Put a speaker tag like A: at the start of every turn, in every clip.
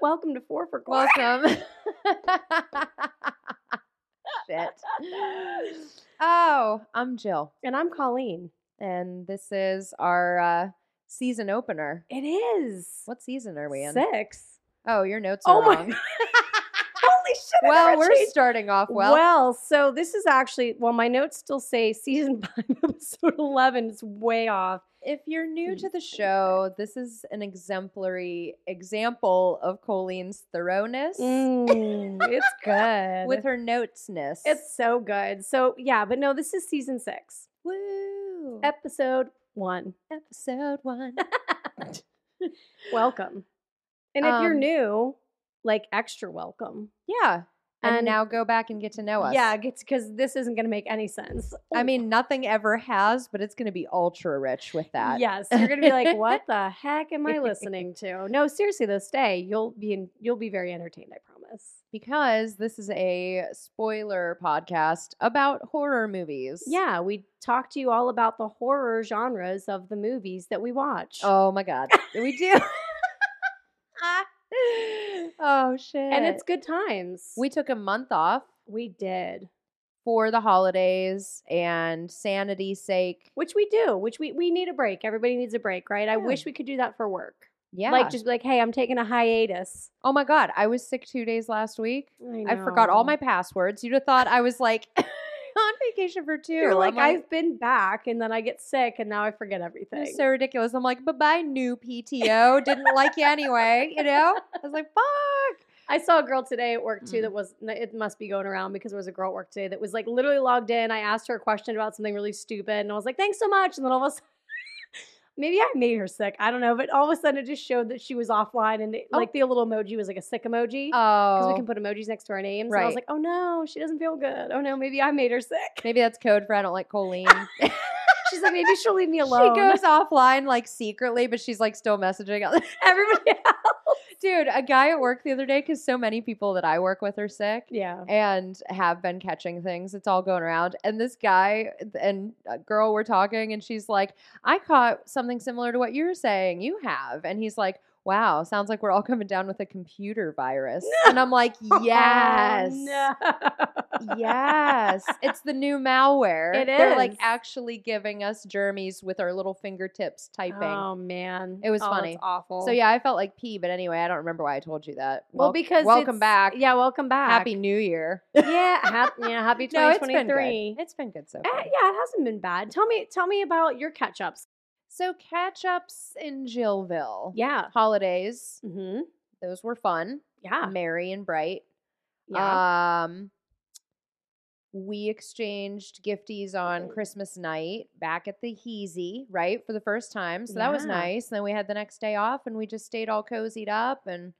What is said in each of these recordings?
A: Welcome to Four for Quarter.
B: Welcome.
A: Shit.
B: oh, I'm Jill,
A: And I'm Colleen.
B: and this is our uh, season opener.
A: It is.
B: What season are we in?
A: Six.
B: Oh, your notes are
A: Oh my-
B: wrong.
A: Holy shit. I
B: well,
A: never
B: we're
A: changed-
B: starting off well.
A: well. so this is actually, well, my notes still say season five, episode 11. It's way off.
B: if you're
A: mm,
B: new to the show, this is an exemplary example of Colleen's thoroughness
A: Mm, it's good.
B: with her notesness.
A: it's so good. So, yeah, but no, this is season six,
B: woo
A: Mm. episode one.
B: episode one.
A: Welcome. And if you're
B: Um,
A: new, like extra welcome.
B: yeah, and,
A: And-
B: now go back and get to know us.
A: Yeah, because this isn't going to make any sense.
B: I mean, nothing ever has, but it's going to be ultra rich with that.
A: Yes, you're gonna be like, "What the heck am I listening to?" No, seriously, though, stay. You'll be in, you'll be very entertained. I promise.
B: Because this is a spoiler podcast about horror movies.
A: Yeah, we talked to you all about the horror genres of the movies that we watch.
B: Oh my God. We do. oh, shit.
A: and it's good times.
B: We took a month off
A: we did,
B: for the holidays and sanity's sake.
A: which we do, which we we need a break. Everybody needs a break, right? I
B: Yeah.
A: wish we could do that for work.
B: Yeah.
A: Like just be like, "Hey, I'm taking a hiatus."
B: oh my God. I was sick two days last week. I forgot all
A: know.
B: my passwords. You'd have thought I was like on vacation for 2
A: You're like,
B: I'm
A: I've been back, and then I get sick, and now I forget everything.
B: It was so ridiculous. I'm like, bye bye, new PTO. Didn't like you anyway. You know? I was like, fuck.
A: I saw a girl today at work too
B: Mm.
A: that was it must be going around because there was a girl at work today that was like literally logged in. I asked her a question about something really stupid and I was like, thanks so much. And then all of a sudden maybe I made her sick. I don't know, but all of a sudden it just showed that she was offline and it,
B: Oh.
A: like the little emoji was like a sick emoji. Because
B: Oh,
A: we can put emojis next to our names. And I was
B: Right.
A: like, oh no, she doesn't feel good. Oh no, maybe I made her sick.
B: maybe that's code for I don't like Colleen.
A: She's like, maybe she'll leave me
B: she
A: alone.
B: goes offline like secretly, but she's like still messaging. other-
A: Everybody
B: Dude, a guy at work the other day, because so many people that I work with are sick
A: Yeah.
B: and have been catching things. It's all going around. And this guy and a girl were talking, and she's like, I caught something similar to what you're saying. You have. And he's like, Wow, sounds like we're all coming down with a computer virus. And I'm like, Yes.
A: Oh, no.
B: Yes. It's the new malware.
A: It
B: They're like
A: is.
B: actually giving us germies with our little fingertips typing.
A: Oh man.
B: It was
A: Oh, it's
B: funny.
A: awful.
B: So yeah, I felt like pee, but anyway, I don't remember why I told you that.
A: Well,
B: Wel-
A: because
B: welcome
A: it's-
B: back.
A: Yeah, welcome back.
B: Happy New Year.
A: yeah, hap- yeah, happy
B: No, it's been
A: 2023.
B: good. It's been good so
A: Eh,
B: far.
A: yeah, it hasn't been bad. Tell me, tell me about your catch ups.
B: So catch ups in Jillville.
A: Yeah,
B: Holidays.
A: mm-hmm.
B: Those were fun.
A: yeah,
B: Merry and bright.
A: yeah.
B: Um we exchanged gifties on Christmas night back at the Heezy, right? For the first time. So that was
A: Yeah.
B: nice. then we had the next day off and we just stayed all cozied up and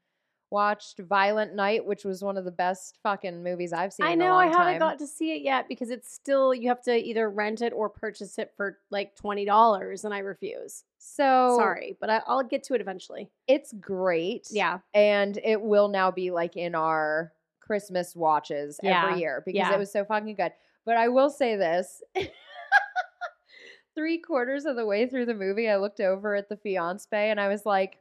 B: watched Violent Night, which was one of the best fucking movies I've seen.
A: I
B: in a
A: know I
B: long
A: haven't
B: time.
A: got to see it yet because it's still you have to either rent it or purchase it for like twenty dollars, and I refuse.
B: so
A: Sorry, but I, I'll get to it eventually.
B: It's great.
A: Yeah,
B: and it will now be like in our Christmas watches
A: Yeah,
B: every year because
A: yeah.
B: it was so fucking good. But I will say this. Three quarters of the way through the movie, I looked over at the fiance and I was like,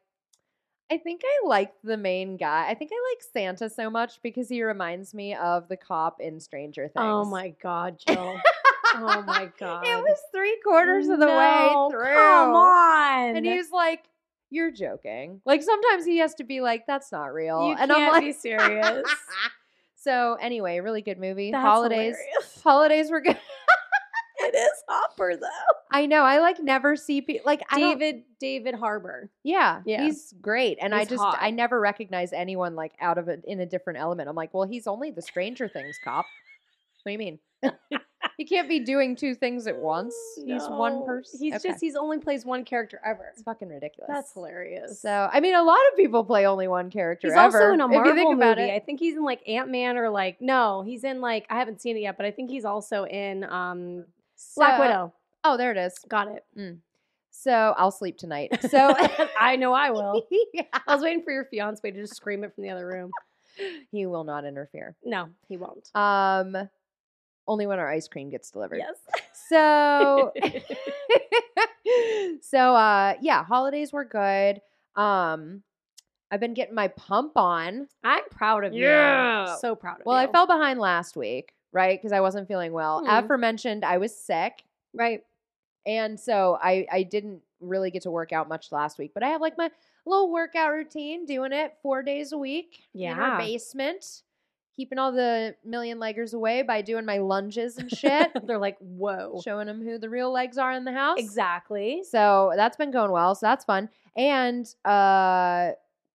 B: I think I like the main guy. I think I like Santa so much because he reminds me of the cop in Stranger Things.
A: Oh my god, Jill. oh my god.
B: It was three quarters of the
A: No,
B: way through.
A: Come on.
B: And he's like, You're joking. Like sometimes he has to be like, That's not real.
A: you
B: and
A: can't
B: I'm like,
A: be serious.
B: so anyway, really good movie.
A: That's
B: holidays.
A: hilarious.
B: Holidays were good.
A: It is Hopper though.
B: I know. I like never see people like I don't-
A: David David Harbor.
B: yeah,
A: Yeah.
B: he's great, and I
A: He's
B: just
A: hot.
B: I never recognize anyone like out of a, in a different element. I'm like, well, he's only the Stranger Things cop. What do you mean? he can't be doing two things at once. He's one
A: No.
B: person.
A: He's
B: Okay.
A: just he's only plays one character ever.
B: it's fucking ridiculous.
A: That's hilarious.
B: So I mean, a lot of people play only one character.
A: he's
B: ever.
A: also in a
B: if you
A: Marvel
B: think about
A: movie. I
B: It,
A: think he's in like Ant Man or like no, he's in like I haven't seen it yet, but I think he's also in um Black
B: So-
A: Widow.
B: Oh, there it is.
A: Got it.
B: So I'll sleep tonight. So
A: oh, I know I will.
B: Yeah.
A: I was waiting for your fiance to just scream it from the other room.
B: he will not interfere.
A: No, he won't.
B: Um, only when our ice cream gets delivered.
A: Yes.
B: So, so uh, yeah, holidays were good. Um, I've been getting my pump on.
A: I'm proud of you.
B: Yeah.
A: So proud of
B: Well,
A: you.
B: I fell behind last week, right? Because I wasn't feeling well.
A: Hmm.
B: Aforementioned, I was sick.
A: right.
B: And so I, I didn't really get to work out much last week, but I have like my little workout routine, doing it four days a week in
A: Yeah.
B: our basement, keeping all the million leggers away by doing my lunges and shit,
A: They're like, whoa.
B: showing them who the real legs are in the house.
A: Exactly.
B: So that's been going well. So that's fun. And uh,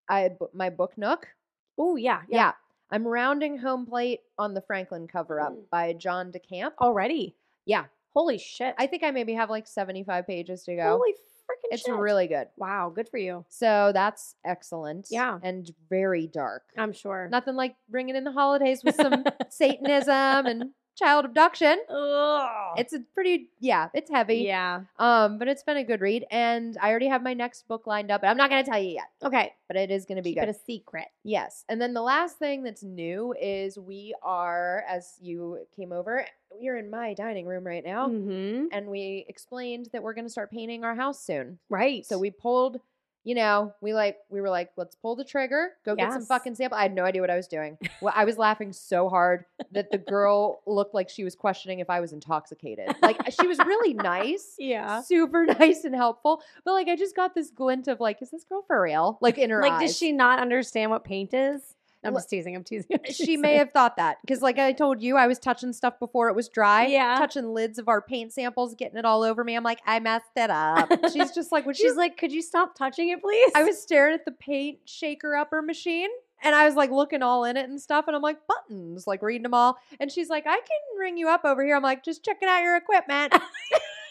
B: I b- my book nook.
A: Oh yeah,
B: Yeah. I'm rounding home plate on the Franklin cover up
A: Mm.
B: by John DeCamp.
A: Already.
B: Yeah.
A: Holy shit.
B: I think I maybe have like 75 pages to go.
A: Holy freaking
B: it's
A: shit.
B: really good.
A: wow. Good for you.
B: So that's excellent.
A: Yeah. Uh,
B: And very dark.
A: I'm sure.
B: Nothing like bringing in the holidays with some Satanism and child abduction.
A: Ugh.
B: It's a pretty, yeah, it's heavy.
A: yeah.
B: Um, but it's been a good read. And I already have my next book lined up. And I'm not going to tell you yet,
A: Okay.
B: but it is going to be
A: Keep
B: good.
A: it a secret.
B: Yes. And then the last thing that's new is we are, as you came over, we are in my dining room right now.
A: Mm-hmm.
B: And we explained that we're going to start painting our house soon.
A: Right.
B: So we pulled, you know, we like, we were like, let's pull the trigger, go get some
A: Yes.
B: fucking sample. I had no idea what I was doing. well, I was laughing so hard that the girl looked like she was questioning if I was intoxicated. Like, uh, she was really nice
A: yeah.
B: super nice and helpful. But like I just got this glint of like, is this girl for real? Like in her
A: Like,
B: eyes.
A: does she not understand what paint is? I'm
B: Well,
A: just teasing. I'm teasing. I'm
B: She
A: teasing.
B: may have thought that because, like I told you, I was touching stuff before it was dry.
A: Yeah.
B: touching lids of our paint samples, getting it all over me. I'm like, I messed it up. She's just like, when
A: She's
B: she's like,
A: like, could you stop touching it, please?
B: I was staring at the paint shaker upper machine, and I was like looking all in it and stuff, and I'm like buttons, like reading them all. And she's like, I can ring you up over here. I'm like, just checking out your equipment.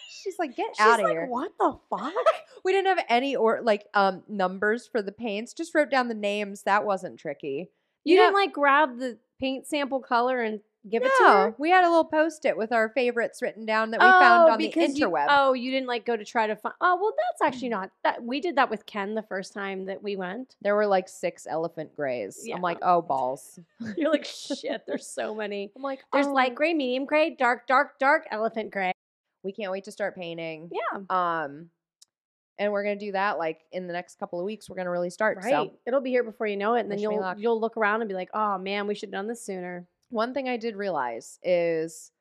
B: she's like, get
A: She's
B: out of
A: like,
B: here.
A: what the fuck?
B: We didn't have any or like um numbers for the paints. Just wrote down the names. That wasn't tricky.
A: You
B: know-
A: didn't like grab the paint sample color and give it to
B: No,
A: her.
B: we had a little post-it with our favorites written down that we found on the
A: Oh, You,
B: interweb.
A: oh, you didn't like go to try to find. Oh, well, that's actually not that. We did that with Ken the first time that we went.
B: There were like six elephant grays.
A: Yeah.
B: I'm like, oh balls.
A: You're like, shit. There's so many.
B: I'm like,
A: There's
B: oh,
A: light gray, medium gray, dark, dark, dark, elephant gray.
B: We can't wait to start painting.
A: Yeah,
B: Um, and we're gonna do that like in the next couple of weeks. We're gonna really start.
A: right.
B: So
A: It'll be here before you know it, and then
B: Wish me
A: you'll
B: luck.
A: you'll look around and be like, oh man, we should have done this sooner.
B: one thing I did realize is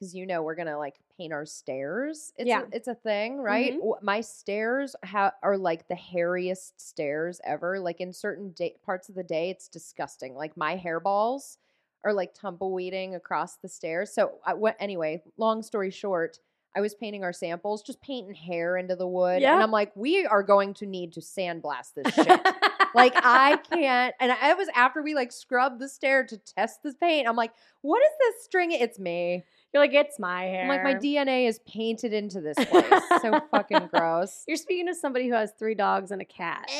B: because you know we're gonna like paint our stairs. It's
A: Yeah.
B: a, it's a thing, right?
A: Mhm.
B: W My stairs ha- are like the hairiest stairs ever. Like in certain day- parts of the day, it's disgusting. Like my hairballs are like tumbleweeding across the stairs. So I, what? Anyway, long story short. I was painting our samples, just painting hair into the wood.
A: Yeah.
B: And I'm like, we are going to need to sandblast this shit. Like I can't. And I- it was after we like scrubbed the stair to test the paint. I'm like, what is this string? It's me.
A: You're like, it's my hair.
B: I'm like, my DNA is painted into this place. so fucking gross.
A: You're speaking to somebody who has three dogs and a cat.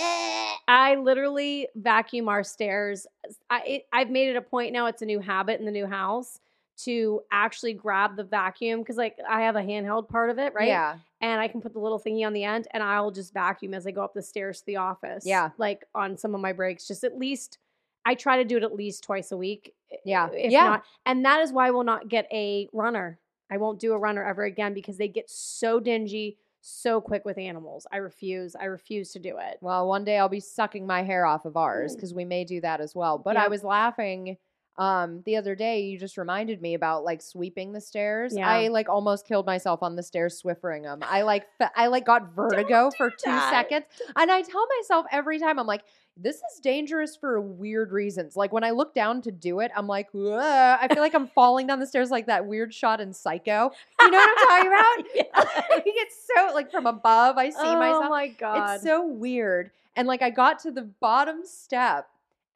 A: I literally vacuum our stairs. I, it, I've made it a point now. It's a new habit in the new house to actually grab the vacuum because, like, I have a handheld part of it, right?
B: Yeah.
A: And I can put the little thingy on the end, and I'll just vacuum as I go up the stairs to the office.
B: Yeah.
A: Like on some of my breaks, just at least I try to do it at least twice a week. i-
B: Yeah.
A: If
B: yeah.
A: not, and that is why I will not get a runner. I won't do a runner ever again because they get so dingy so quick with animals. I refuse. I refuse to do it.
B: Well, one day I'll be sucking my hair off of ours
A: Mm.
B: because we may do that as well. But I
A: Yeah.
B: was laughing um the other day you just reminded me about like sweeping the stairs
A: Yeah.
B: i like almost killed myself on the stairs swiffering them i like fe- i like got vertigo for two
A: that.
B: seconds and i tell myself every time i'm like this is dangerous for weird reasons like when i look down to do it i'm like "Whoa," i feel like i'm falling down the stairs like that weird shot in psycho you know what i'm talking about I get so like from above i see
A: oh
B: myself
A: my god.
B: it's so weird. And like I got to the bottom step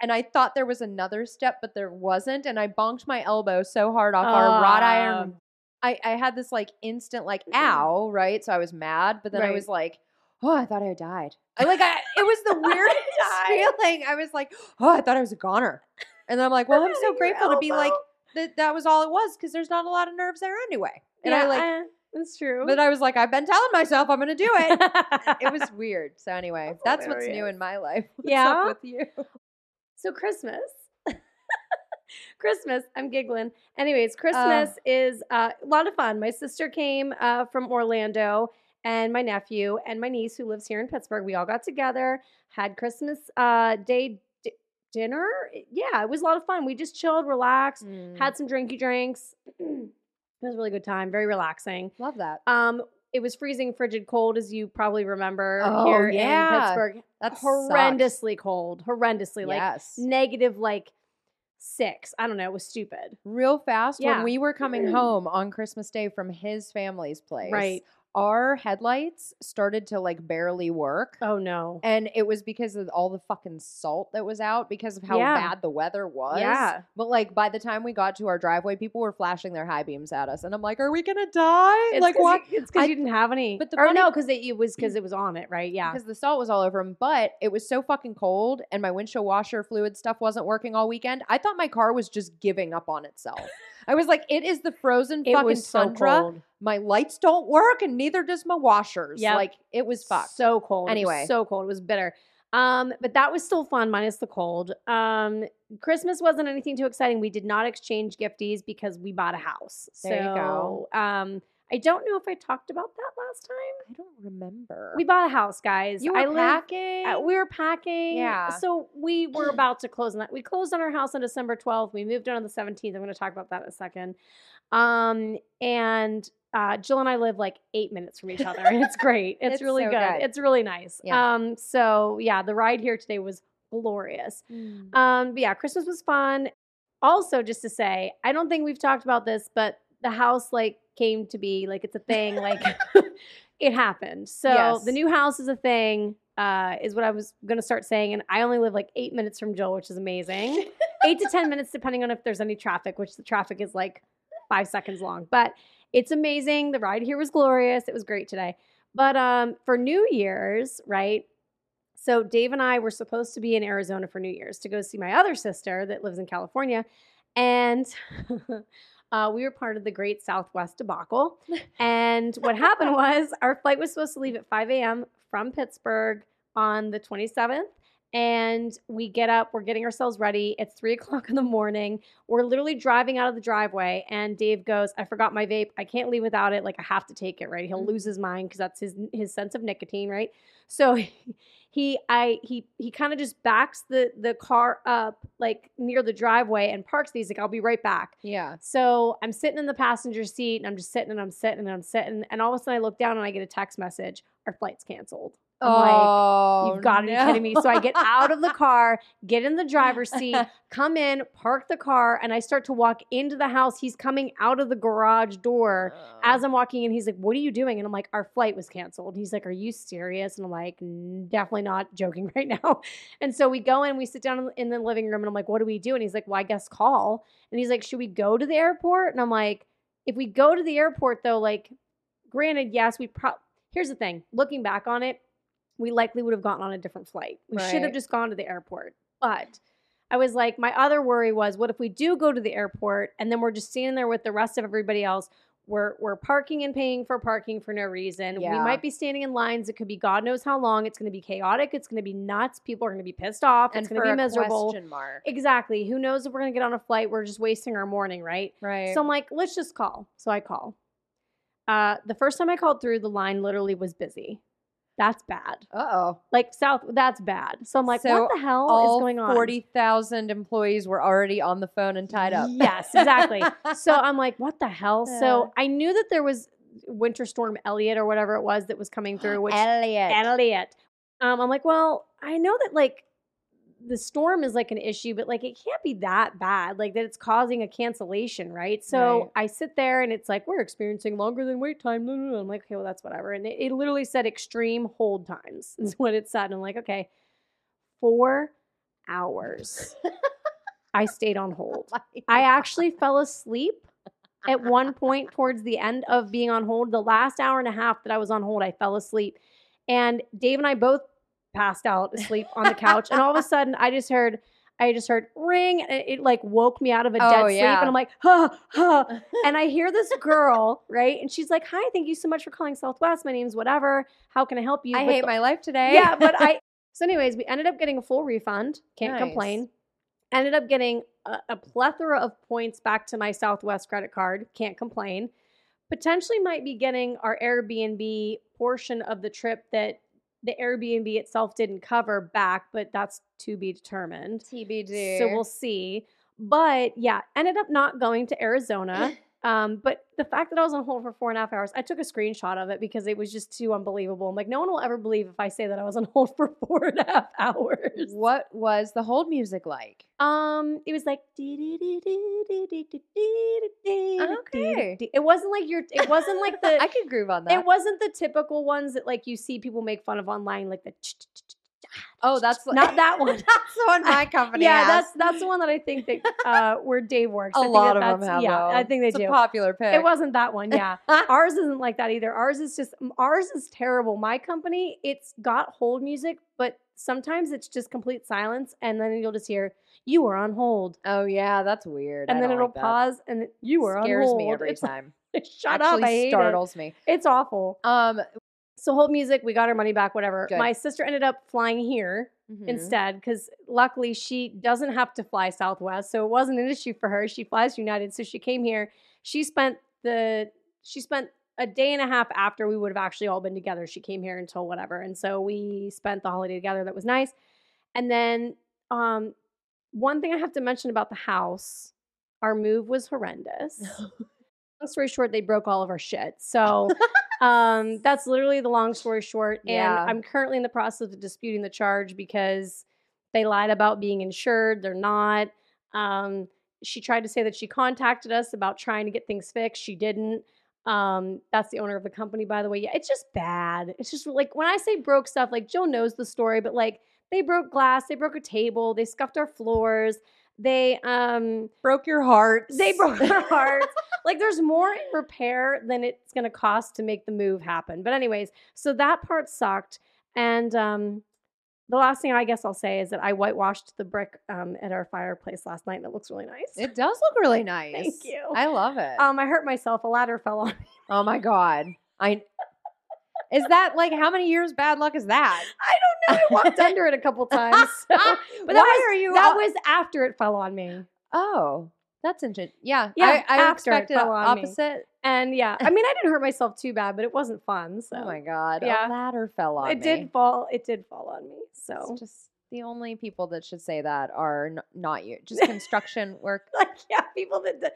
B: and I thought there was another step, but there wasn't. And I bonked my elbow so hard off our wrought
A: Ah.
B: iron.
A: Uh.
B: I, I had this like instant like ow, right? So I was mad, but then I
A: Right.
B: was like, oh, I thought I had died. I like I it was the weirdest feeling. I was like, oh, I thought I was a goner. And then I'm like, well, I'm so
A: Your
B: grateful to be like
A: elbow.
B: that that was all it was because there's not a lot of nerves there anyway. And
A: yeah,
B: I like
A: eh, it's true.
B: but I was like, I've been telling myself I'm gonna do it it
A: it
B: was weird. So anyway, that's,
A: That's
B: what's new
A: hilarious.
B: in my life. What's
A: Yeah?
B: up with you?
A: so Christmas. Christmas. I'm giggling. Anyways, Christmas is uh, a lot of fun. My sister came uh, from Orlando and my nephew and my niece who lives here in Pittsburgh. We all got together, had Christmas uh, day d- dinner. Yeah, it was a lot of fun. We just chilled, relaxed,
B: Mm.
A: had some drinky drinks. it was a really good time, very relaxing.
B: Love that.
A: Um, it was freezing, frigid cold, as you probably remember
B: Oh,
A: here in
B: yeah.
A: Pittsburgh.
B: That's
A: horrendously cold, horrendously like
B: yes.
A: negative like six. I don't know. It was stupid.
B: Real fast
A: Yeah.
B: when we were coming
A: Mm.
B: home on Christmas Day from his family's place.
A: Right.
B: Our headlights started to like barely work.
A: Oh no.
B: And it was because of all the fucking salt that was out because of how
A: Yeah.
B: bad the weather was.
A: Yeah.
B: But like by the time we got to our driveway, people were flashing their high beams at us. And I'm like, are we gonna die?
A: It's
B: like
A: 'cause
B: what?
A: You, it's because
B: I-
A: you didn't have any.
B: but the
A: or
B: funny- Mm.
A: no, because it, it was because it was on it, right? Yeah.
B: Because the salt was all over him, but it was so fucking cold, and my windshield washer fluid stuff wasn't working all weekend. I thought my car was just giving up on itself. I was like, "It is the frozen
A: It
B: fucking
A: was so
B: tundra.
A: cold.
B: My lights don't work, and neither does my washers.
A: Yep.
B: Like it was fucked.
A: So cold. It was
B: Anyway.
A: so cold. It was bitter. Um, but that was still fun, minus the cold. Um, Christmas wasn't anything too exciting. We did not exchange gifties because we bought a house.
B: There you go.
A: So, Um, I don't know if I talked about that last time.
B: I don't remember.
A: We bought a house, guys.
B: you were
A: I live-
B: packing.
A: Uh, we were packing.
B: Yeah.
A: So we were about to close on that. We closed on our house on December 12th. We moved in on the 17th. I'm going to talk about that in a second. Um, and uh, Jill and I live like eight minutes from each other. and it's great. It's,
B: It's
A: really
B: so
A: good.
B: good.
A: It's really nice.
B: Yeah.
A: Um, so yeah, the ride here today was glorious.
B: Mm.
A: Um, but yeah, Christmas was fun. Also, just to say, I don't think we've talked about this, but the house like came to be, like it's a thing, like it happened. So
B: Yes.
A: the new house is a thing, uh, is what I was gonna start saying. And I only live like eight minutes from Jill, which is amazing. eight to ten minutes, depending on if there's any traffic, which the traffic is like five seconds long. But it's amazing. The ride here was glorious. It was great today. But um, for New Year's, right? So Dave and I were supposed to be in Arizona for New Year's to go see my other sister that lives in California, and uh, we were part of the Great Southwest debacle. And what happened was our flight was supposed to leave at 5 a.m. from Pittsburgh on the 27th. And we get up, we're getting ourselves ready. It's three o'clock in the morning. We're literally driving out of the driveway, and Dave goes, I forgot my vape. I can't leave without it. Like, I have to take it, right? He'll lose his mind because that's his his sense of nicotine, right? So he I he he kind of just backs the the car up like near the driveway and parks these. Like, I'll be right back.
B: yeah.
A: So I'm sitting in the passenger seat and I'm just sitting and I'm sitting and I'm sitting. And all of a sudden I look down and I get a text message. Our flight's canceled. I'm like,
B: oh,
A: You've got to be
B: no.
A: kidding me. So I get out of the car, get in the driver's seat, come in, park the car, and I start to walk into the house. He's coming out of the garage door. As
B: Um,
A: I'm walking in, he's like, What are you doing? And I'm like, Our flight was canceled. He's like, Are you serious? And I'm like, "N- Definitely not joking right now. And so we go in, we sit down in- in the living room, and I'm like, What do we do? And he's like, Well, I guess call. And he's like, Should we go to the airport? And I'm like, If we go to the airport, though, like, granted, yes, we pro. Here's the thing looking back on it, we likely would have gotten on a different flight. We should have
B: Right.
A: just gone to the airport. But I was like, my other worry was, what if we do go to the airport and then we're just standing there with the rest of everybody else? We're, we're parking and paying for parking for no reason. We
B: Yeah.
A: might be standing in lines. It could be God knows how long. It's going to be chaotic. It's going to be nuts. People are going to be pissed off.
B: and
A: it's going to
B: for
A: be
B: a
A: miserable.
B: Question mark.
A: Exactly. Who knows if we're going to get on a flight? We're just wasting our morning, right?
B: Right.
A: So I'm like, let's just call. So I call. Uh, the first time I called through, the line literally was busy. That's bad.
B: uh oh.
A: Like South, that's bad. So I'm like,
B: So
A: what the hell
B: all
A: is going on?
B: Forty thousand employees were already on the phone and tied up.
A: Yes, exactly. so I'm like, what the hell?
B: Yeah.
A: So I knew that there was winter storm Elliot or whatever it was that was coming through, which
B: Elliot.
A: Elliot. Um, I'm like, well, I know that like the storm is like an issue, but like it can't be that bad, like that it's causing a cancellation, right? So I sit there and it's like, we're experiencing longer than wait time. No, no, no. I'm like, okay, well, that's whatever. And it, it literally said extreme hold times is what it said. And I'm like, okay, four hours I stayed on hold. I actually fell asleep at one point towards the end of being on hold. The last hour and a half that I was on hold, I fell asleep. And Dave and I both passed out asleep on the couch. And all of a sudden, I just heard. I just heard ring. and It, it, like woke me out of a dead
B: Oh,
A: sleep,
B: yeah.
A: and I'm like, huh, huh. And I hear this girl, right? And she's like, "Hi, thank you so much for calling Southwest. My name's whatever. How can I help you?"
B: I
A: But
B: hate
A: the-
B: my life today.
A: yeah, but I. So, anyways, we ended up getting a full refund. Can't
B: Nice.
A: complain. Ended up getting a, a plethora of points back to my Southwest credit card. Can't complain. potentially might be getting our Airbnb portion of the trip that the Airbnb itself didn't cover back, but that's to be determined.
B: TBD.
A: So we'll see. But yeah, ended up not going to Arizona. Um, but the fact that I was on hold for four and a half hours, I took a screenshot of it because it was just too unbelievable. I'm like, no one will ever believe if I say that I was on hold for four and a half hours.
B: What was the hold music like?
A: Um, it was like okay.
B: Okay.
A: It wasn't like your. It wasn't like the.
B: I could groove on that.
A: it wasn't the typical ones that like you see people make fun of online, like the.
B: oh, that's
A: not that one.
B: that's the one my company.
A: yeah,
B: has.
A: that's that's the one that I think that uh, where Dave works.
B: a
A: I think
B: lot
A: that
B: of them
A: that's-
B: have.
A: Yeah, I
B: those.
A: think they
B: it's
A: do.
B: A popular pick.
A: It wasn't that one. Yeah. ours isn't like that either. Ours is just ours is terrible. My company, it's got hold music, but sometimes it's just complete silence, and then you'll just hear you were on hold,
B: Oh yeah, that's weird.
A: and
B: I
A: then
B: don't
A: it'll
B: like that.
A: pause, and it- you were
B: Scares
A: on hold.
B: me every
A: It's like,
B: time.
A: Shut up!
B: Actually
A: I hate it.
B: startles me.
A: It's awful.
B: Um,
A: So hold music. We got our money back. Whatever.
B: Good.
A: My sister ended up flying here
B: mhm.
A: instead because luckily she doesn't have to fly Southwest, so it wasn't an issue for her. She flies United, so she came here. She spent the she spent a day and a half after we would have actually all been together. She came here until whatever, and so we spent the holiday together. That was nice. And then um, one thing I have to mention about the house, our move was horrendous. long story short, they broke all of our shit. So. Um, that's literally the long story short. And
B: Yeah.
A: I'm currently in the process of disputing the charge because they lied about being insured. They're not. Um, she tried to say that she contacted us about trying to get things fixed. She didn't. Um, that's the owner of the company, by the way. Yeah, it's just bad. It's just like when I say broke stuff, like Joe knows the story, but like they broke glass, they broke a table, they scuffed our floors, they um
B: broke your heart.
A: they broke our hearts. Like there's more in repair than it's gonna cost to make the move happen. But anyways, so that part sucked. And um the last thing I guess I'll say is that I whitewashed the brick um, at our fireplace last night and it looks really nice.
B: It does look really nice.
A: you.
B: I love it.
A: um, I hurt myself. A ladder fell on. me.
B: oh my god. I is that like how many years bad luck is that?
A: I don't know. I walked under it a couple times. so-
B: Ah,
A: But that
B: Why
A: was,
B: are you?
A: that
B: al-
A: was after it fell on me.
B: oh, that's interesting. Yeah,
A: Yeah,
B: I, I
A: after it
B: expected
A: fell on me.
B: opposite.
A: And yeah, I mean, I didn't hurt myself too bad, but it wasn't fun. So
B: Oh my god.
A: Yeah.
B: A ladder fell on
A: it
B: me.
A: did fall. It did fall on me.
B: It's
A: So
B: just the only people that should say that are n- not you. Just construction work.
A: like yeah, people that. d-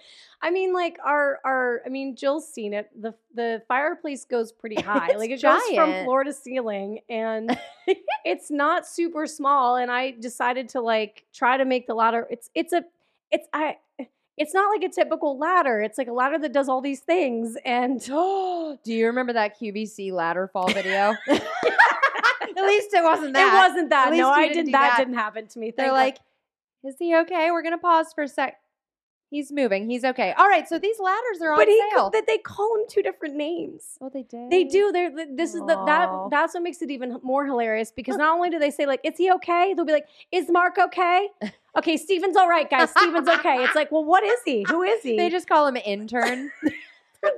A: I mean, like our our. I mean, Jill's seen it. the The fireplace goes pretty high. like it
B: It's
A: goes from
B: giant.
A: floor to ceiling, and it's not super small. And I decided to like try to make the ladder. It's it's a it's I. It's not like a typical ladder. It's like a ladder that does all these things, and
B: Do you remember that QVC ladder fall video? At least it wasn't that.
A: It wasn't that.
B: At
A: no,
B: least you
A: I
B: didn't
A: did
B: do
A: that.
B: that.
A: Didn't happen to me.
B: They're
A: thank God.
B: like, is he okay? We're gonna pause for a sec. He's moving. He's okay. All right. So these ladders are on
A: but he
B: sale.
A: that they call him two different names.
B: oh, they do.
A: They do. They're th- this is the that
B: Aw.
A: that's what makes it even h- more hilarious because not only do they say like, "Is he okay?" They'll be like, "Is Mark okay?" okay, Steven's all right, guys. Steven's okay. It's like, well, what is he? Who is he?
B: They just call him intern.
A: They're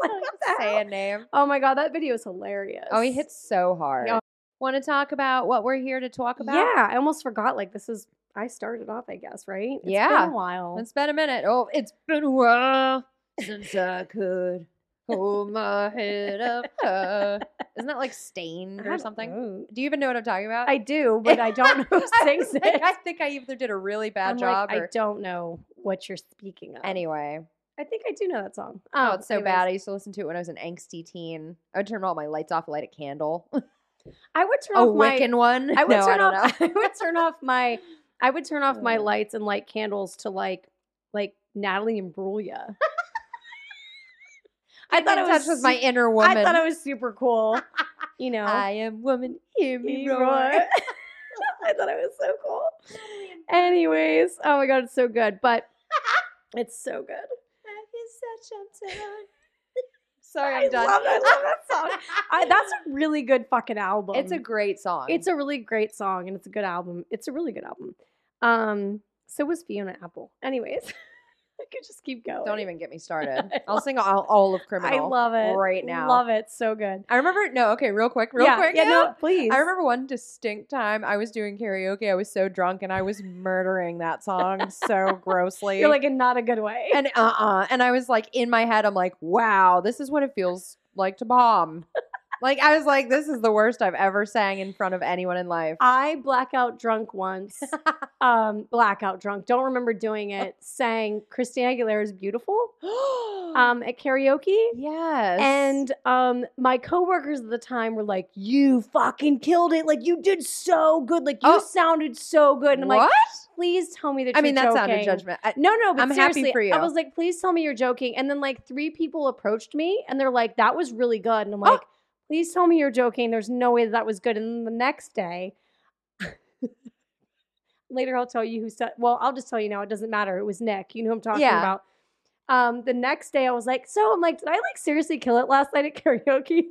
A: like, what the hell?
B: Say a name.
A: Oh my god, that video is hilarious.
B: Oh, he hits so hard.
A: Yeah.
B: Want to talk about what we're here to talk about?
A: Yeah, I almost forgot. Like this is I started off, I guess, right? It's
B: Yeah.
A: been a while.
B: It's been a minute. Oh, it's been a while since I could hold my head up. high. Isn't that like stained
A: I
B: or
A: don't
B: something?
A: know.
B: Do you even know what I'm talking about?
A: I do, but I don't know who
B: I
A: sings
B: was like,
A: it.
B: I think I either did a really bad
A: I'm
B: job
A: like, I
B: or
A: don't know what you're speaking of.
B: anyway.
A: I think I do know that song.
B: Oh, it's so
A: anyways.
B: bad. I used to listen to it when I was an angsty teen. I would turn all my lights off, light a candle.
A: I would turn
B: a
A: off Oh, my
B: Wiccan one.
A: I would
B: no,
A: turn
B: I don't
A: off.
B: know.
A: I would turn off my. I would turn off my
B: Uh.
A: lights and light candles to like, like Natalie Imbruglia. I
B: I
A: thought
B: thought
A: it
B: in
A: was.
B: touch with my
A: su-
B: inner woman.
A: I thought it was super cool. You know,
B: I am woman. Hear me
A: You
B: roar.
A: roar. I thought it was so cool. Anyways, oh my god, it's so good, but it's so good.
B: Sorry, I'm
A: I
B: done.
A: love- I love that song. I, that's a really good fucking album.
B: It's a great song.
A: It's a really great song and it's a good album. It's a really good album. Um, so was Fiona Apple. Anyways, could just keep going.
B: Don't even get me started. I'll sing all, all of
A: I
B: Criminal.
A: love it
B: right now.
A: Love it so good.
B: I remember. No, okay, real quick, real
A: yeah,
B: quick.
A: Yeah, no, please.
B: I remember one distinct time I was doing karaoke. I was so drunk and I was murdering that song so grossly.
A: You're like in not a good way.
B: and uh uh And I was like, in my head, I'm like, wow, this is what it feels like to bomb. like, I was like, this is the worst I've ever sang in front of anyone in life.
A: I blackout drunk once. um, blackout drunk. Don't remember doing it. Sang Christina Aguilera's "Beautiful" um, at karaoke.
B: Mm-hmm. yes.
A: And um, my coworkers at the time were like, "You fucking killed it! Like you did so good! Like you
B: Oh.
A: sounded so good!" And I'm
B: what?
A: like, "Please tell me that."
B: I mean,
A: you're
B: that's
A: joking.
B: not a judgment. I-
A: No, no, but
B: I'm happy
A: seriously,
B: for you.
A: I was like, "Please tell me you're joking." And then like three people approached me, and they're like, "That was really good." And I'm
B: Oh.
A: like, "Please tell me you're joking." There's no way that, that was good. And then the next day. Later, I'll tell you who said. Well, I'll just tell you now. It doesn't matter. It was Nick. You know who I'm talking
B: Yeah.
A: about. Um, the next day, I was like, "So, I'm like, did I like seriously kill it last night at karaoke?"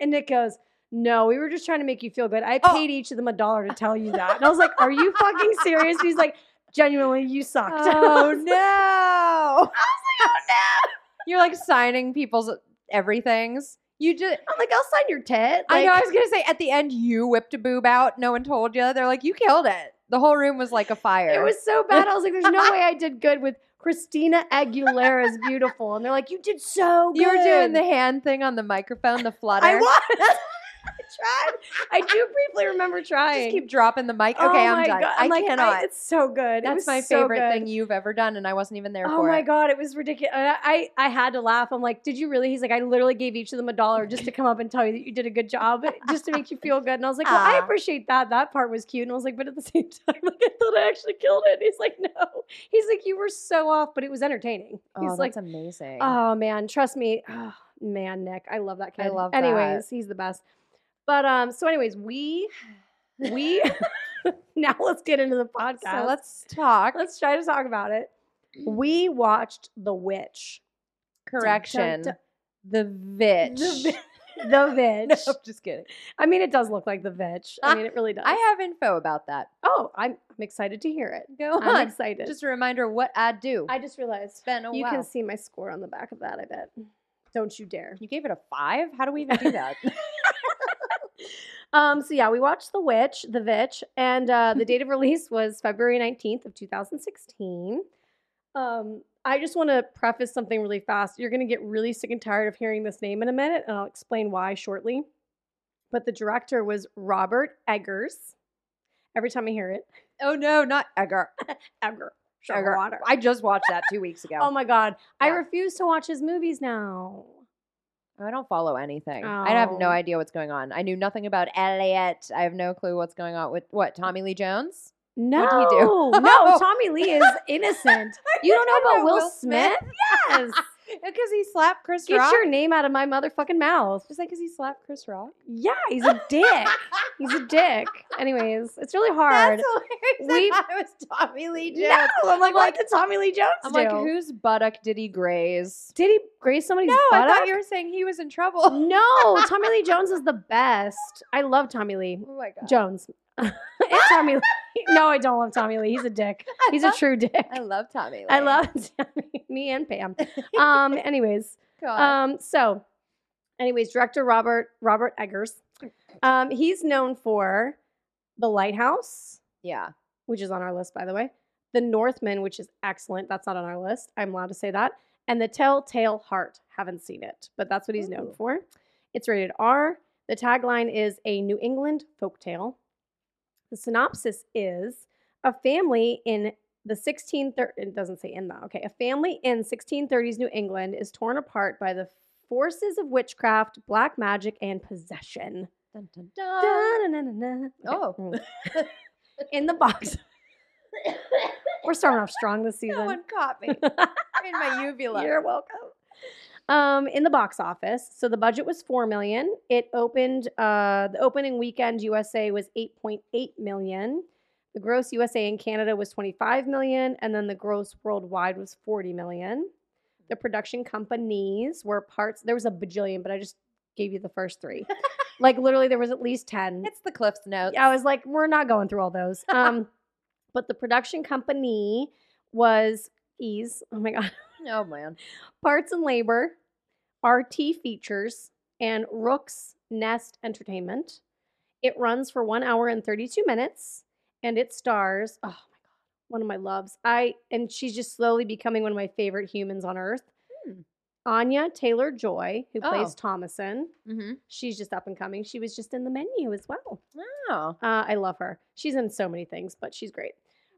A: And Nick goes, "No, we were just trying to make you feel good. I
B: Oh.
A: paid each of them a dollar to tell you that." And I was like, "Are you fucking serious?" And he's like, "Genuinely, you sucked." I
B: oh
A: was
B: no! I was like, oh no! You're like signing people's everythings. You just.
A: I'm like, I'll sign your tit.
B: I know. I
A: Like,
B: was gonna say at the end you whipped a boob out. No one told you. They're like you killed it. The whole room was like a fire.
A: It was so bad. I was like, there's no way I did good with Christina Aguilera's beautiful. And they're like, you did so good.
B: You were doing the hand thing on the microphone, the flutter.
A: I was. I tried. I do briefly remember trying.
B: Just keep dropping the mic. Okay,
A: Oh
B: I'm
A: my
B: done.
A: God.
B: I
A: I'm like,
B: cannot.
A: it's so good. It was
B: That's my
A: so
B: favorite
A: good.
B: thing you've ever done, and I wasn't even there
A: Oh
B: for
A: my
B: it.
A: god, it was ridiculous. I, I I had to laugh. I'm like, did you really? He's like, I literally gave each of them a dollar just to come up and tell you that you did a good job, just to make you feel good. And I was like, well, I
B: Ah.
A: appreciate that. That part was cute. And I was like, but at the same time, like, I thought I actually killed it. He's like, no. He's like, you were so off, but it was entertaining.
B: Oh,
A: He's
B: that's
A: like,
B: amazing.
A: oh man, trust me, oh, man, Nick, I love that kid.
B: I love that.
A: Anyways, he's the best. But um, so anyways, we we now let's get into the podcast.
B: so let's talk.
A: Let's try to talk about it. We watched The Witch.
B: Correction.
A: dun.
B: The bitch.
A: The, vi- the Vitch.
B: No, just kidding.
A: I mean, it does look like The Vitch. I mean, it really does.
B: I have info about that.
A: oh, I'm, I'm excited to hear it.
B: Go
A: Oh, I'm
B: on.
A: excited.
B: Just a reminder what I do.
A: I just realized oh,
B: it's been a
A: you
B: while.
A: can see my score on the back of that, I bet. Don't you dare.
B: you gave it a five? How do we even do that?
A: Um, so yeah, we watched The Witch, The Vitch, and uh, the date of release was February 19th of 2016. Um, I just want to preface something really fast. You're going to get really sick and tired of hearing this name in a minute, and I'll explain why shortly. But the director was Robert Eggers. Every time I hear it,
B: oh no, not Edgar.
A: Egger.
B: Edgar.
A: Water.
B: I just watched that two weeks ago.
A: Oh my God. I
B: Yeah.
A: refuse to watch his movies now.
B: I don't follow anything. I have no
A: Oh.
B: idea what's going on. I knew nothing about Elliot. I have no clue what's going on with what Tommy Lee Jones.
A: No.
B: did he do?
A: no, Tommy Lee is innocent. You don't know about Will Smith? Yes.
B: because he slapped Chris
A: Get
B: Rock.
A: your name out of my motherfucking mouth.
B: Just like because he slapped Chris Rock.
A: Yeah, he's a dick. he's a dick. Anyways, it's really hard.
B: That's hilarious.
A: We-
B: that I was Tommy Lee Jones.
A: no, I'm like,
B: I'm like-
A: what did Tommy Lee Jones
B: I'm
A: do?
B: like, whose buttock did he graze?
A: Did he graze somebody's
B: No, I
A: buttock?
B: thought you were saying he was in trouble.
A: no, Tommy Lee Jones is the best. I love Tommy Lee
B: Oh my god.
A: Jones. and Tommy Lee. No, I don't love Tommy Lee. He's a dick. He's a
B: love-
A: true dick.
B: I love Tommy Lee.
A: I love Tommy, me and Pam. Um, anyways,
B: God.
A: Um, so, anyways, director Robert Robert Eggers, um, he's known for The Lighthouse,
B: yeah.
A: which is on our list, by the way. The Northman, which is excellent. That's not on our list. I'm allowed to say that. And The Telltale Heart. Haven't seen it, but that's what he's known
B: Ooh.
A: for. It's rated R. The tagline is a New England folktale. The synopsis is a family in the 1630 it doesn't say in that. Okay, a family in 1630s New England is torn apart by the forces of witchcraft, black magic, and possession.
B: Dun, dun, dun.
A: Da-na-na-na-na.
B: Oh.
A: Okay. mm. in the box. We're starting off strong this
B: no
A: season.
B: one caught me in my uvula.
A: You're welcome. Um, in the box office, so the budget was four million. It opened. Uh, the opening weekend USA was eight point eight million. The gross USA and Canada was twenty five million, and then the gross worldwide was forty million. The production companies were parts. There was a bajillion, but I just gave you the first three. like literally, there was at least ten.
B: It's the Cliff's notes.
A: I was like, we're not going through all those. Um, but the production company was ease. Oh my God.
B: Oh man.
A: Parts and Labor, RT Features, and Rook's Nest Entertainment. It runs for one hour and 32 minutes, and it stars, oh my God, one of my loves. I and she's just slowly becoming one of my favorite humans on earth.
B: Hmm.
A: Anya Taylor Joy, who plays
B: Oh.
A: Thomason.
B: Mm-hmm.
A: She's just up and coming. She was just in the menu as well.
B: Oh.
A: Uh, I love her. She's in so many things, but she's great.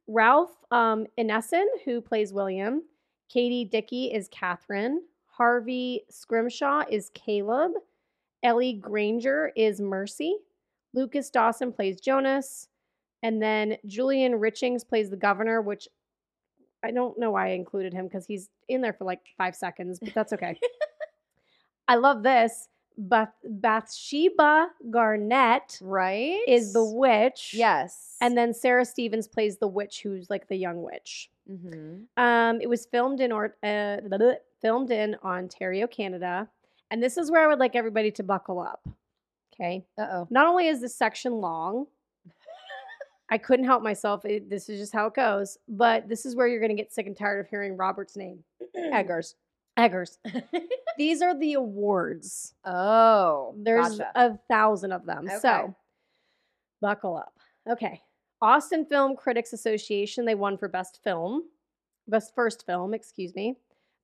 A: Ralph um, Inessen, who plays William, Katie Dickey is Catherine, Harvey Scrimshaw is Caleb, Ellie Granger is Mercy, Lucas Dawson plays Jonas, and then Julian Richings plays the governor, which I don't know why I included him because he's in there for like five seconds, but that's okay. I love this. Beth Bathsheba Garnett
B: Right?
A: is the witch.
B: Yes.
A: And then Sarah Stevens plays the witch who's like the young witch.
B: mm-hmm.
A: Um, it was filmed in or uh, blah, blah, filmed in Ontario, Canada. And this is where I would like everybody to buckle up. Okay.
B: Uh-oh.
A: Not only is this section long, I couldn't help myself. It, this is just how it goes. But this is where you're going to get sick and tired of hearing Robert's name.
B: Eggers.
A: Eggers. These are the awards.
B: Oh.
A: There's
B: gotcha.
A: a thousand of them.
B: Okay.
A: So buckle up. Okay. Austin Film Critics Association, they won for best film, best first film, excuse me.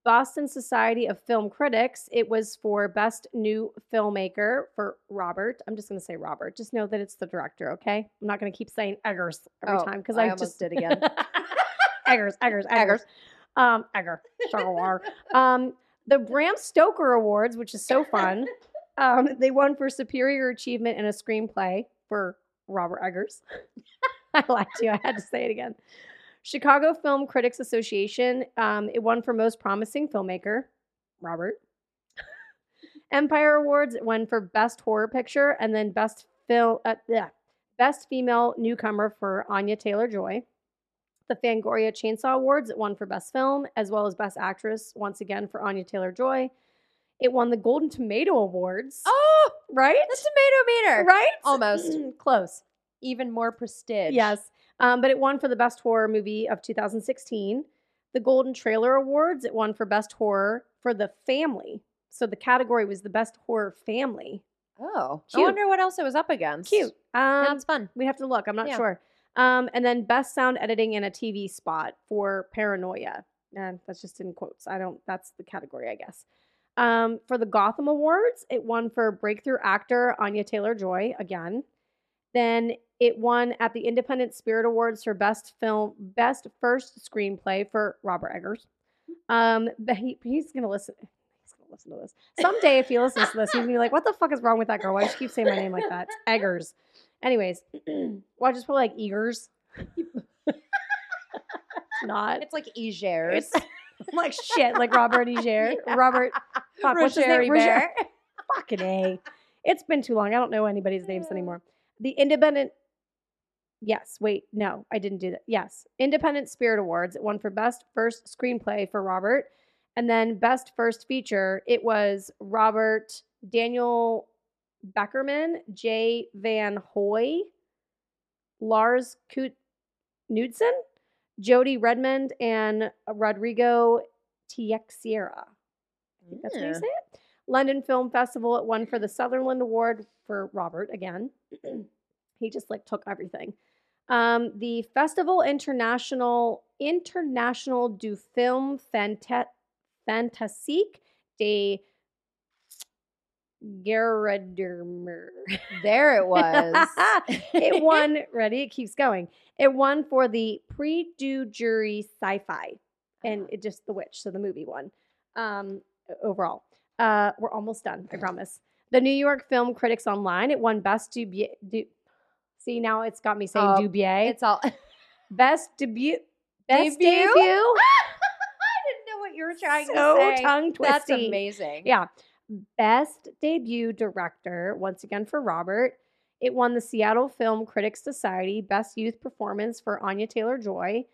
A: Boston Society of Film Critics, it was for best new filmmaker for Robert. I'm just going to say Robert. Just know that it's the director, okay? I'm not going to keep saying Eggers every
B: Oh,
A: time because
B: I
A: I,
B: almost
A: just
B: did again.
A: Eggers, Eggers, Eggers.
B: Eggers.
A: Um, Egger. Star um, the Bram Stoker Awards, which is so fun. Um, they won for superior achievement in a screenplay for Robert Eggers. I liked you. I had to say it again. Chicago Film Critics Association. Um, it won for most promising filmmaker, Robert. Empire Awards. It won for best horror picture and then best film. Uh, bleh, best female newcomer for Anya Taylor Joy. The Fangoria Chainsaw Awards. It won for best film as well as best actress once again for Anya Taylor Joy. It won the Golden Tomato Awards.
B: oh,
A: right,
B: the tomato meter.
A: right,
B: Almost.
A: close.
B: Even more prestige.
A: Yes. Um, but it won for the best horror movie of 2016. The Golden Trailer Awards, it won for best horror for the family. So the category was the best horror family.
B: Oh.
A: Cute.
B: I wonder what else it was up against.
A: Cute. Um,
B: Sounds fun.
A: we have to look. I'm not
B: Yeah.
A: sure. Um, and then best sound editing in a TV spot for Paranoia. And that's just in quotes. I don't. That's the category, I guess. Um, for the Gotham Awards, it won for breakthrough actor Anya Taylor Joy again. Then it won at the Independent Spirit Awards for best film, best first screenplay for Robert Eggers. Um, but he, he's gonna listen. He's gonna listen to this someday. If he listens to this, he's gonna be like, "What the fuck is wrong with that girl? Why does she keep saying my name like that?" It's Eggers. Anyways, well, I just put like Eggers. It's Not.
B: It's like Egers.
A: It's I'm like shit, like Robert Eger.
B: Yeah.
A: Robert. Fuck, what's his name?
B: Rogeri
A: Roger-
B: Bear.
A: Fucking A. It's been too long. I don't know anybody's names anymore. The Independent. Yes, wait, no, I didn't do that. Yes, Independent Spirit Awards. It won for Best First Screenplay for Robert. And then Best First Feature, it was Robert, Daniel Beckerman, Jay Van Hoy, Lars Kut- Knudsen, Jody Redmond, and Rodrigo Teixeira. That's how you
B: Yeah.
A: say it. London Film Festival. It won for the Sutherland Award for Robert again. he just like took everything. Um, the Festival International International du Film Fanta- Fantastique de Gerardermer.
B: There it was.
A: it won. Ready? It keeps going. It won for the Prix du Jury Sci-Fi and
B: Ah.
A: it just the witch so the movie one um overall uh we're almost done i promise the new york film critics online it won best debut du- see now it's got me saying
B: Oh,
A: debut
B: It's all. I
A: best debut best
B: Debut?
A: debut,
B: didn't know what you were trying
A: so
B: to say.
A: tongue twisty
B: That's amazing.
A: yeah. Best debut director, once again for Robert. It won the Seattle Film Critics Society Best Youth Performance for Anya Taylor Joy.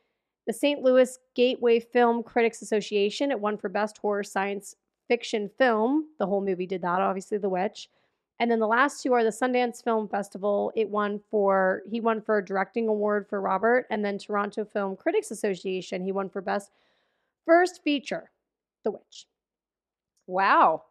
A: The St. Louis Gateway Film Critics Association, it won for Best Horror Science Fiction Film. The whole movie did that, obviously, The Witch. And then the last two are the Sundance Film Festival. It won for, he won for a directing award for Robert, and then Toronto Film Critics Association. He won for Best First feature, The Witch.
B: Wow.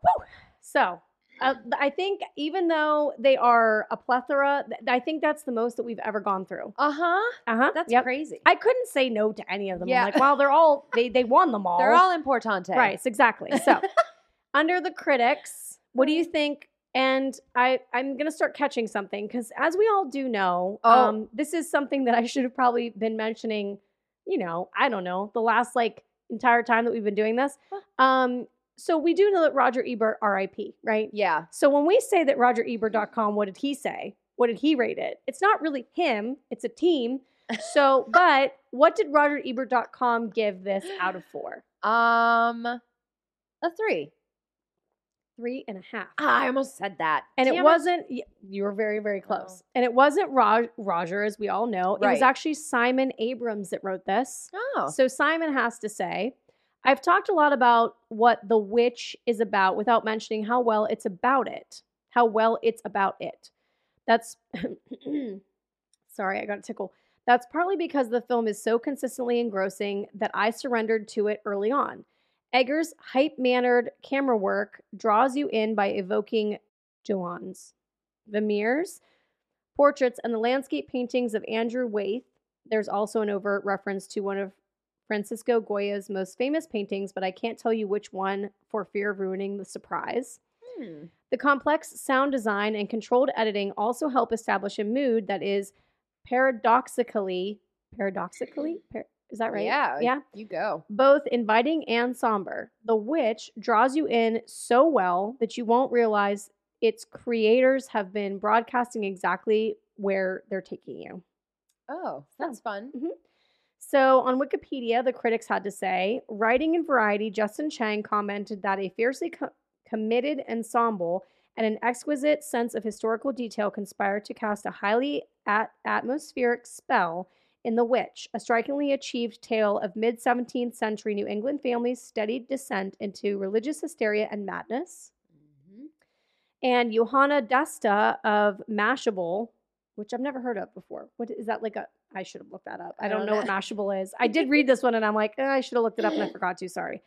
A: So uh, th- I think even though they are a plethora, th- I think that's the most that we've ever gone through.
B: Uh huh.
A: Uh huh.
B: That's crazy.
A: I couldn't say no to any of them. I'm
B: Yeah.
A: like, well, they're all they they won them all.
B: They're all importante.
A: right. Exactly. So under the critics, what do you think? And I I'm gonna start catching something because as we all do know,
B: Oh.
A: um, this is something that I should have probably been mentioning. You know, I don't know the last like entire time that we've been doing this.
B: Huh.
A: Um, so we do know that Roger Ebert, R.I.P. Right.
B: Yeah.
A: So when we say that RogerEbert.com, what did he say? What did he rate it? It's not really him, it's a team. So, but what did RogerEbert.com give this out of four?
B: Um, a three.
A: Three and a half.
B: Ah, I almost said that.
A: And
B: Damn
A: it wasn't, y- you were very, very close. And it wasn't Rog- Roger, as we all know. It was
B: Right.
A: actually Simon Abrams that wrote this.
B: Oh.
A: So Simon has to say, I've talked a lot about what The Witch is about without mentioning how well it's about it. How well it's about it. That's sorry, I got a tickle. That's partly because the film is so consistently engrossing that I surrendered to it early on. Eggers' hype mannered camera work draws you in by evoking Joanne's, Vermeer's portraits, and the landscape paintings of Andrew Waith. There's also an overt reference to one of Francisco Goya's most famous paintings, but I can't tell you which one for fear of ruining the surprise.
B: Hmm.
A: The complex sound design and controlled editing also help establish a mood that is paradoxically, paradoxically, par- is that right?
B: Yeah.
A: Yeah
B: You go.
A: both inviting and somber. The Witch draws you in so well that you won't realize its creators have been broadcasting exactly where they're taking you.
B: Oh, that's fun.
A: So on Wikipedia, the critics had to say, writing in Variety, Justin Chang commented that a fiercely co- committed ensemble and an exquisite sense of historical detail conspired to cast a highly at- atmospheric spell in The Witch, a strikingly achieved tale of mid 17th century New England families' steady descent into religious hysteria and madness.
B: Mhm.
A: And Johanna Desta of Mashable, which I've never heard of before. What is that like a I should have looked that up. I
B: I
A: don't,
B: don't
A: know what
B: know.
A: Mashable is. I did read this one and I'm like, eh, I should have looked it up and I forgot to, sorry.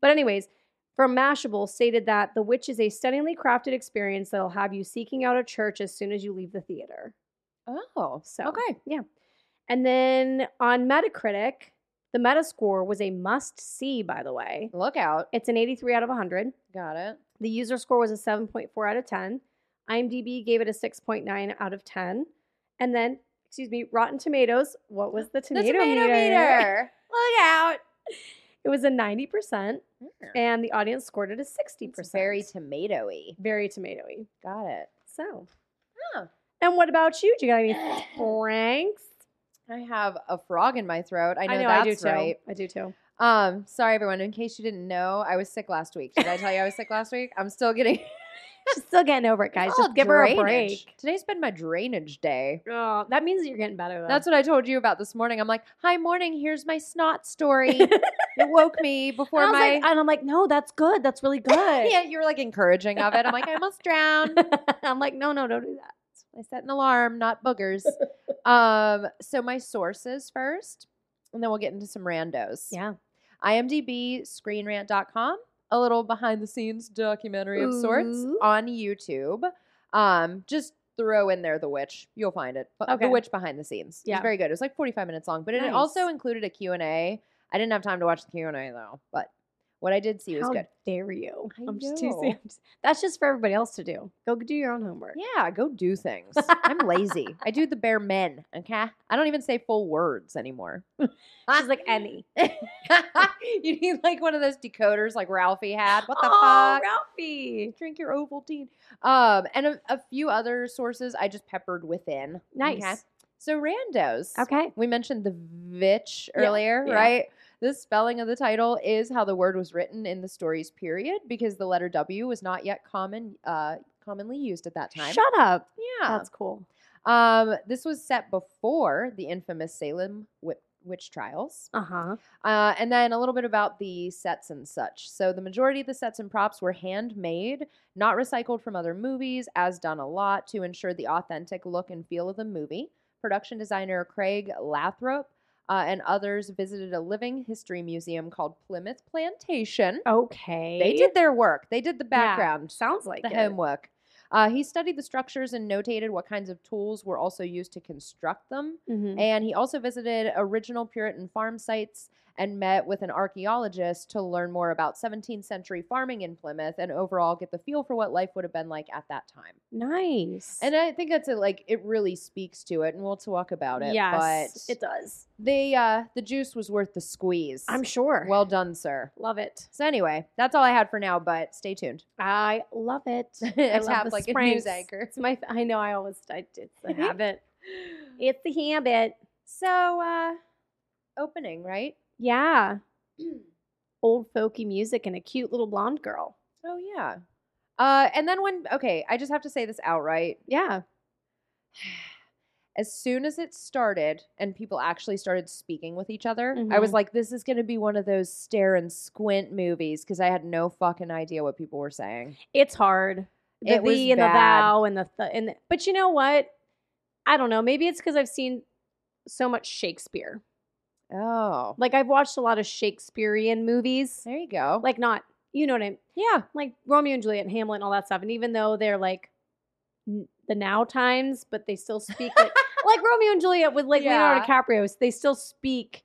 A: But anyways, from Mashable stated that The Witch is a stunningly crafted experience that'll have you seeking out a church as soon as you leave the theater. Mm-hmm.
B: Oh.
A: So
B: Okay.
A: And then on Metacritic, the Metascore was a must see, by the way.
B: Look out.
A: It's an 83 out of 100.
B: Got it.
A: The user score was a 7.4 out of 10. IMDb gave it a 6.9 out of 10. And then, excuse me, Rotten Tomatoes, what was the tomato,
B: the tomato meter. Look out.
A: It was a 90%, and the audience scored it a 60%.
B: It's very tomatoey.
A: very tomatoey.
B: Got it.
A: So,
B: Huh.
A: and what about you? Do you got any pranks?
B: I have a frog in my throat. I know,
A: I
B: that's
A: do too.
B: right.
A: I do too.
B: Um, sorry everyone. In case you didn't know, I was sick last week. Did I tell you I was sick last week? I'm still getting
A: She's still getting over it, guys.
B: It's all
A: Just give her a
B: drainage.
A: break.
B: Today's been my drainage day.
A: Oh, that means that you're getting better. Though.
B: That's what I told you about this morning. I'm like, hi, morning. Here's my snot story. it woke me before
A: and, I was
B: my.
A: like, and I'm like, no, that's good. That's really good.
B: yeah, you were like encouraging of it. I'm like, I almost drowned.
A: I'm like, no, no, don't do that.
B: I set an alarm, not boogers. um, so my sources first, and then we'll get into some randos.
A: Yeah.
B: IMDb, screenrant.com, a little behind the scenes documentary of sorts
A: Ooh.
B: on YouTube. Um, just throw in there The Witch. You'll find it. But
A: Okay.
B: The Witch behind the scenes. It
A: Yeah.
B: was very good. It was like 45 minutes long, but
A: Nice.
B: it also included a Q&A. I didn't have time to watch the Q&A though, but what I did see was
A: How
B: good.
A: dare you?
B: I
A: I'm just teasing.
B: know.
A: I'm just- That's just for everybody else to do. Go do your own homework.
B: Yeah, go do things. I'm lazy. I do the bare men, okay? I don't even say full words anymore.
A: She's like any.
B: you need like one of those decoders like Ralphie had. What the
A: oh,
B: fuck?
A: Ralphie.
B: Drink your Ovaltine. Um, and a, a few other sources I just peppered within.
A: Nice.
B: So randos.
A: Okay.
B: We mentioned the vitch
A: Yeah,
B: earlier,
A: yeah.
B: right? The spelling of the title is how the word was written in the story's period because the letter W was not yet common, uh, commonly used at that time.
A: Shut up.
B: yeah.
A: That's cool.
B: Um, this was set before the infamous Salem wi- witch trials.
A: Uh huh.
B: Uh, and then a little bit about the sets and such. So the majority of the sets and props were handmade, not recycled from other movies, as done a lot to ensure the authentic look and feel of the movie. Production designer Craig Lathrop uh, and others visited a living history museum called Plymouth Plantation.
A: Okay.
B: They did their work. They did the
A: Yeah.
B: background,
A: Sounds like
B: the
A: it.
B: homework. Uh, he studied the structures and notated what kinds of tools were also used to construct them.
A: Mhm.
B: And he also visited original Puritan farm sites and met with an archaeologist to learn more about 17th century farming in Plymouth and overall get the feel for what life would have been like at that time.
A: Nice.
B: And I think that's a, like it really speaks to it, and we'll talk about it.
A: yes,
B: but
A: it does.
B: the uh, the juice was worth the squeeze.
A: I'm sure.
B: well done, sir.
A: love it.
B: So anyway, that's all I had for now. But stay tuned.
A: I love it. I
B: It's
A: love
B: half
A: the
B: like a
A: Spranks.
B: news anchor.
A: It's my. I know. I always. I, it's a habit. It's the habit.
B: So uh, opening right?
A: Yeah. Old folky music and a cute little blonde girl.
B: Oh yeah. Uh, and then when okay, I just have to say this outright.
A: Yeah.
B: As soon as it started and people actually started speaking with each other, I was
A: Mhm.
B: like, this is going to be one of those stare and squint movies because I had no fucking idea what people were saying.
A: It's hard. The
B: It was
A: thee and the
B: bad.
A: thou and the, th- and the- but you know what? I don't know. Maybe it's because I've seen so much Shakespeare.
B: Oh,
A: Like I've watched a lot of Shakespearean movies.
B: there you go.
A: Like not, you know what I mean?
B: yeah,
A: Like Romeo and Juliet and Hamlet and all that stuff. And even though they're like n- the now times, but they still speak like, like Romeo and Juliet with like Leonardo
B: Yeah.
A: DiCaprio. They still speak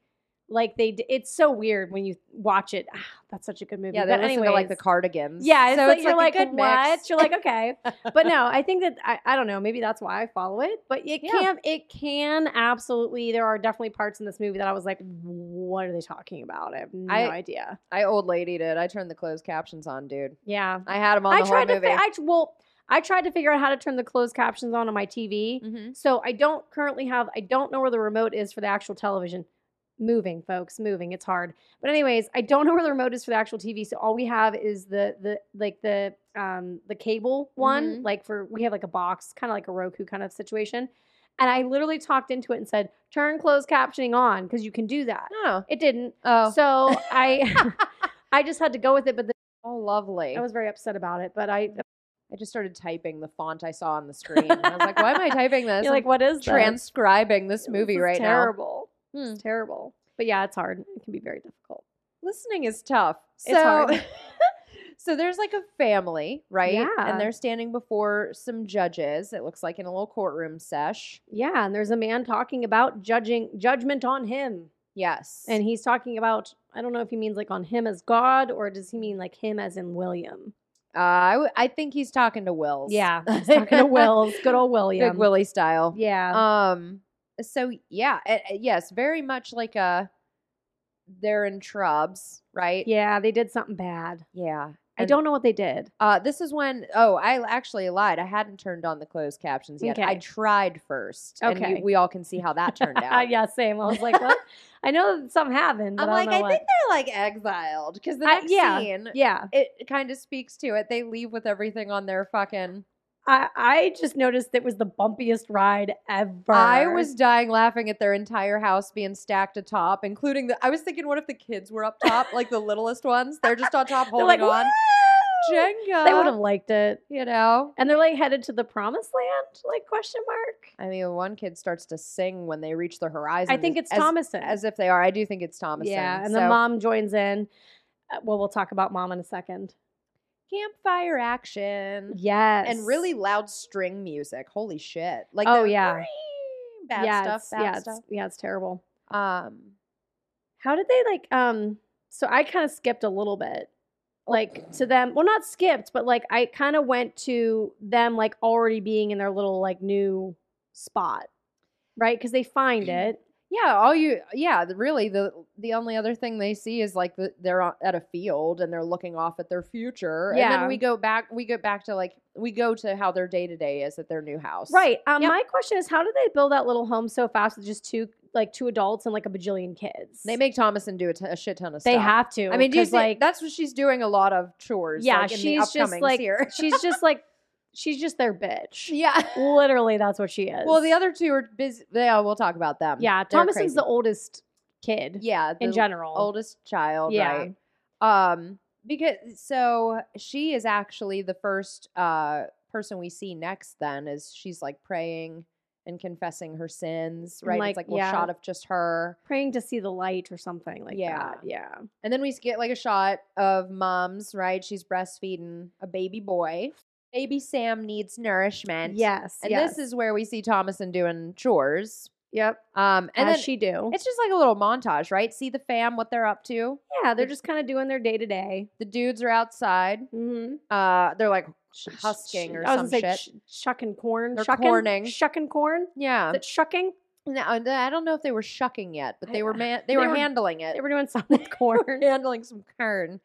A: like they. D- it's so weird when you watch it. Ah, that's such a good movie.
B: yeah. They
A: but
B: listen to like the
A: anyways.
B: Cardigans.
A: Yeah, it's
B: so
A: like,
B: it's
A: you're like,
B: like, a good
A: what?
B: mix.
A: You're like, okay, but no, I think that I, I don't know. Maybe that's why I follow it. But it
B: Yeah.
A: can it can absolutely. There are definitely parts in this movie that I was like, what are they talking about? I have no
B: I-
A: idea.
B: I old lady did. I turned the closed captions on, dude.
A: Yeah,
B: I had them on
A: I
B: the whole
A: tried to.
B: movie.
A: Fi- I tr- well, I tried to figure out how to turn the closed captions on on my TV.
B: Mhm.
A: So I don't currently have. I don't know where the remote is for the actual television. Moving, folks, moving. It's hard. But anyways, I don't know where the remote is for the actual TV. So all we have is the the like the um the cable one.
B: Mhm.
A: Like for we have like a box, kind of like a Roku kind of situation. And I literally talked into it and said, "Turn closed captioning on because you can do that."
B: No.
A: It didn't.
B: Oh.
A: So I I just had to go with it. But the,
B: oh, lovely.
A: I was very upset about it. But I
B: I just started typing the font I saw on the screen. and I was like, why am I typing this?
A: you're like,
B: I'm
A: "What is this?"
B: transcribing this movie
A: This is
B: right
A: terrible.
B: now. Hmm.
A: It's terrible. But yeah, it's hard. It can be very difficult.
B: Listening is tough.
A: It's hard.
B: so there's like a family, right?
A: Yeah.
B: And they're standing before some judges. It looks like in a little courtroom sesh.
A: Yeah, and there's a man talking about judging judgment on him.
B: Yes.
A: And he's talking about I don't know if he means like on him as God or does he mean like him as in William?
B: uh, I, w- I think he's talking to Wills.
A: Yeah. He's talking to Wills, good old William.
B: Big Willie style.
A: Yeah.
B: Um. So yeah, uh, uh, yes, very much like a they're in trubs, right?
A: yeah, they did something bad.
B: Yeah.
A: I
B: And-
A: don't know what they did.
B: Uh, this is when oh, I actually lied. I hadn't turned on the closed captions yet. I
A: Okay.
B: tried first, and
A: Okay.
B: you, we all can see how that turned
A: Uh,
B: out.
A: yeah, same. I was like, what? I know that something happened, but
B: I'm
A: I
B: like,
A: don't
B: I
A: know what.
B: think they're like exiled because the
A: I-
B: next
A: yeah.
B: scene
A: yeah.
B: it kind of speaks to it. They leave with everything on their fucking.
A: I, I just noticed it was the bumpiest ride ever.
B: I was dying laughing at their entire house being stacked atop, including the. I was thinking, what if the kids were up top, like the littlest ones? They're just on top
A: They're
B: holding
A: like,
B: on.
A: "Woo!"
B: Jenga.
A: They would have liked it.
B: you know.
A: And they're like headed to the promised land? Like question mark?
B: I mean, one kid starts to sing when they reach the horizon.
A: I think
B: as-
A: it's
B: as-
A: Thomason.
B: as if they are. I do think it's Thomason.
A: yeah, and
B: so.
A: the mom joins in. Uh, Well, we'll talk about mom in a second.
B: campfire action
A: Yes,
B: and really loud string music. Holy shit! Like
A: Oh,
B: the
A: yeah.
B: bad
A: yeah,
B: stuff.
A: it's-
B: Bad
A: yeah, it's-
B: stuff.
A: yeah, it's terrible.
B: Um,
A: How did they like? Um, so I kind of skipped a little bit, like to them. Well, not skipped, but like I kind of went to them like already being in their little like new spot, right? Because they find
B: Mm-hmm.
A: it.
B: yeah. All you. Yeah. the- Really, the the only other thing they see is like the, they're o- at a field and they're looking off at their future. And
A: Yeah.
B: then we go back. We go back to like we go to how their day to day is at their new house.
A: Right. Um,
B: Yep.
A: My question is, how did they build that little home so fast with just two, like two adults and like a bajillion kids?
B: They make Thomason do a, t- a shit ton of
A: They
B: stuff.
A: have to.
B: I mean, do you
A: 'cause,
B: see, like that's what she's doing a lot of chores.
A: Yeah,
B: like, in the
A: she's just,
B: upcomings
A: like,
B: here.
A: she's just like, she's just their bitch.
B: yeah.
A: Literally, that's what she is.
B: Well, the other two are busy. Yeah, we'll talk about them.
A: yeah,
B: They're
A: Thomason's the
B: crazy.
A: oldest kid
B: yeah the
A: in general.
B: oldest child.
A: Yeah.
B: Right. Um, because so she is actually the first uh person we see next. Then is she's like praying and confessing her sins,
A: And,
B: right?
A: like,
B: it's like well,
A: yeah.
B: shot of just her.
A: Praying to see the light or something like
B: Yeah.
A: that. Yeah.
B: And then we get like a shot of mom's, right? She's breastfeeding a baby boy. Baby Sam needs nourishment.
A: yes.
B: And
A: yes.
B: this is where we see Thomason doing chores.
A: yep.
B: Um, and
A: as
B: then
A: she do.
B: it's just like a little montage, right? See the fam, what they're up to.
A: Yeah, they're just kind of doing their day to day.
B: The dudes are outside. Uh, they're like husking or
A: Mm-hmm. I was
B: some
A: gonna say
B: shit.
A: ch- chucking corn.
B: They're
A: shucking,
B: corning.
A: Shucking corn.
B: yeah.
A: Is it shucking?
B: No, I don't know if they were shucking yet, but
A: I-
B: they were man- they,
A: they
B: were,
A: were-
B: handling it.
A: They were doing something with corn.
B: handling some kern.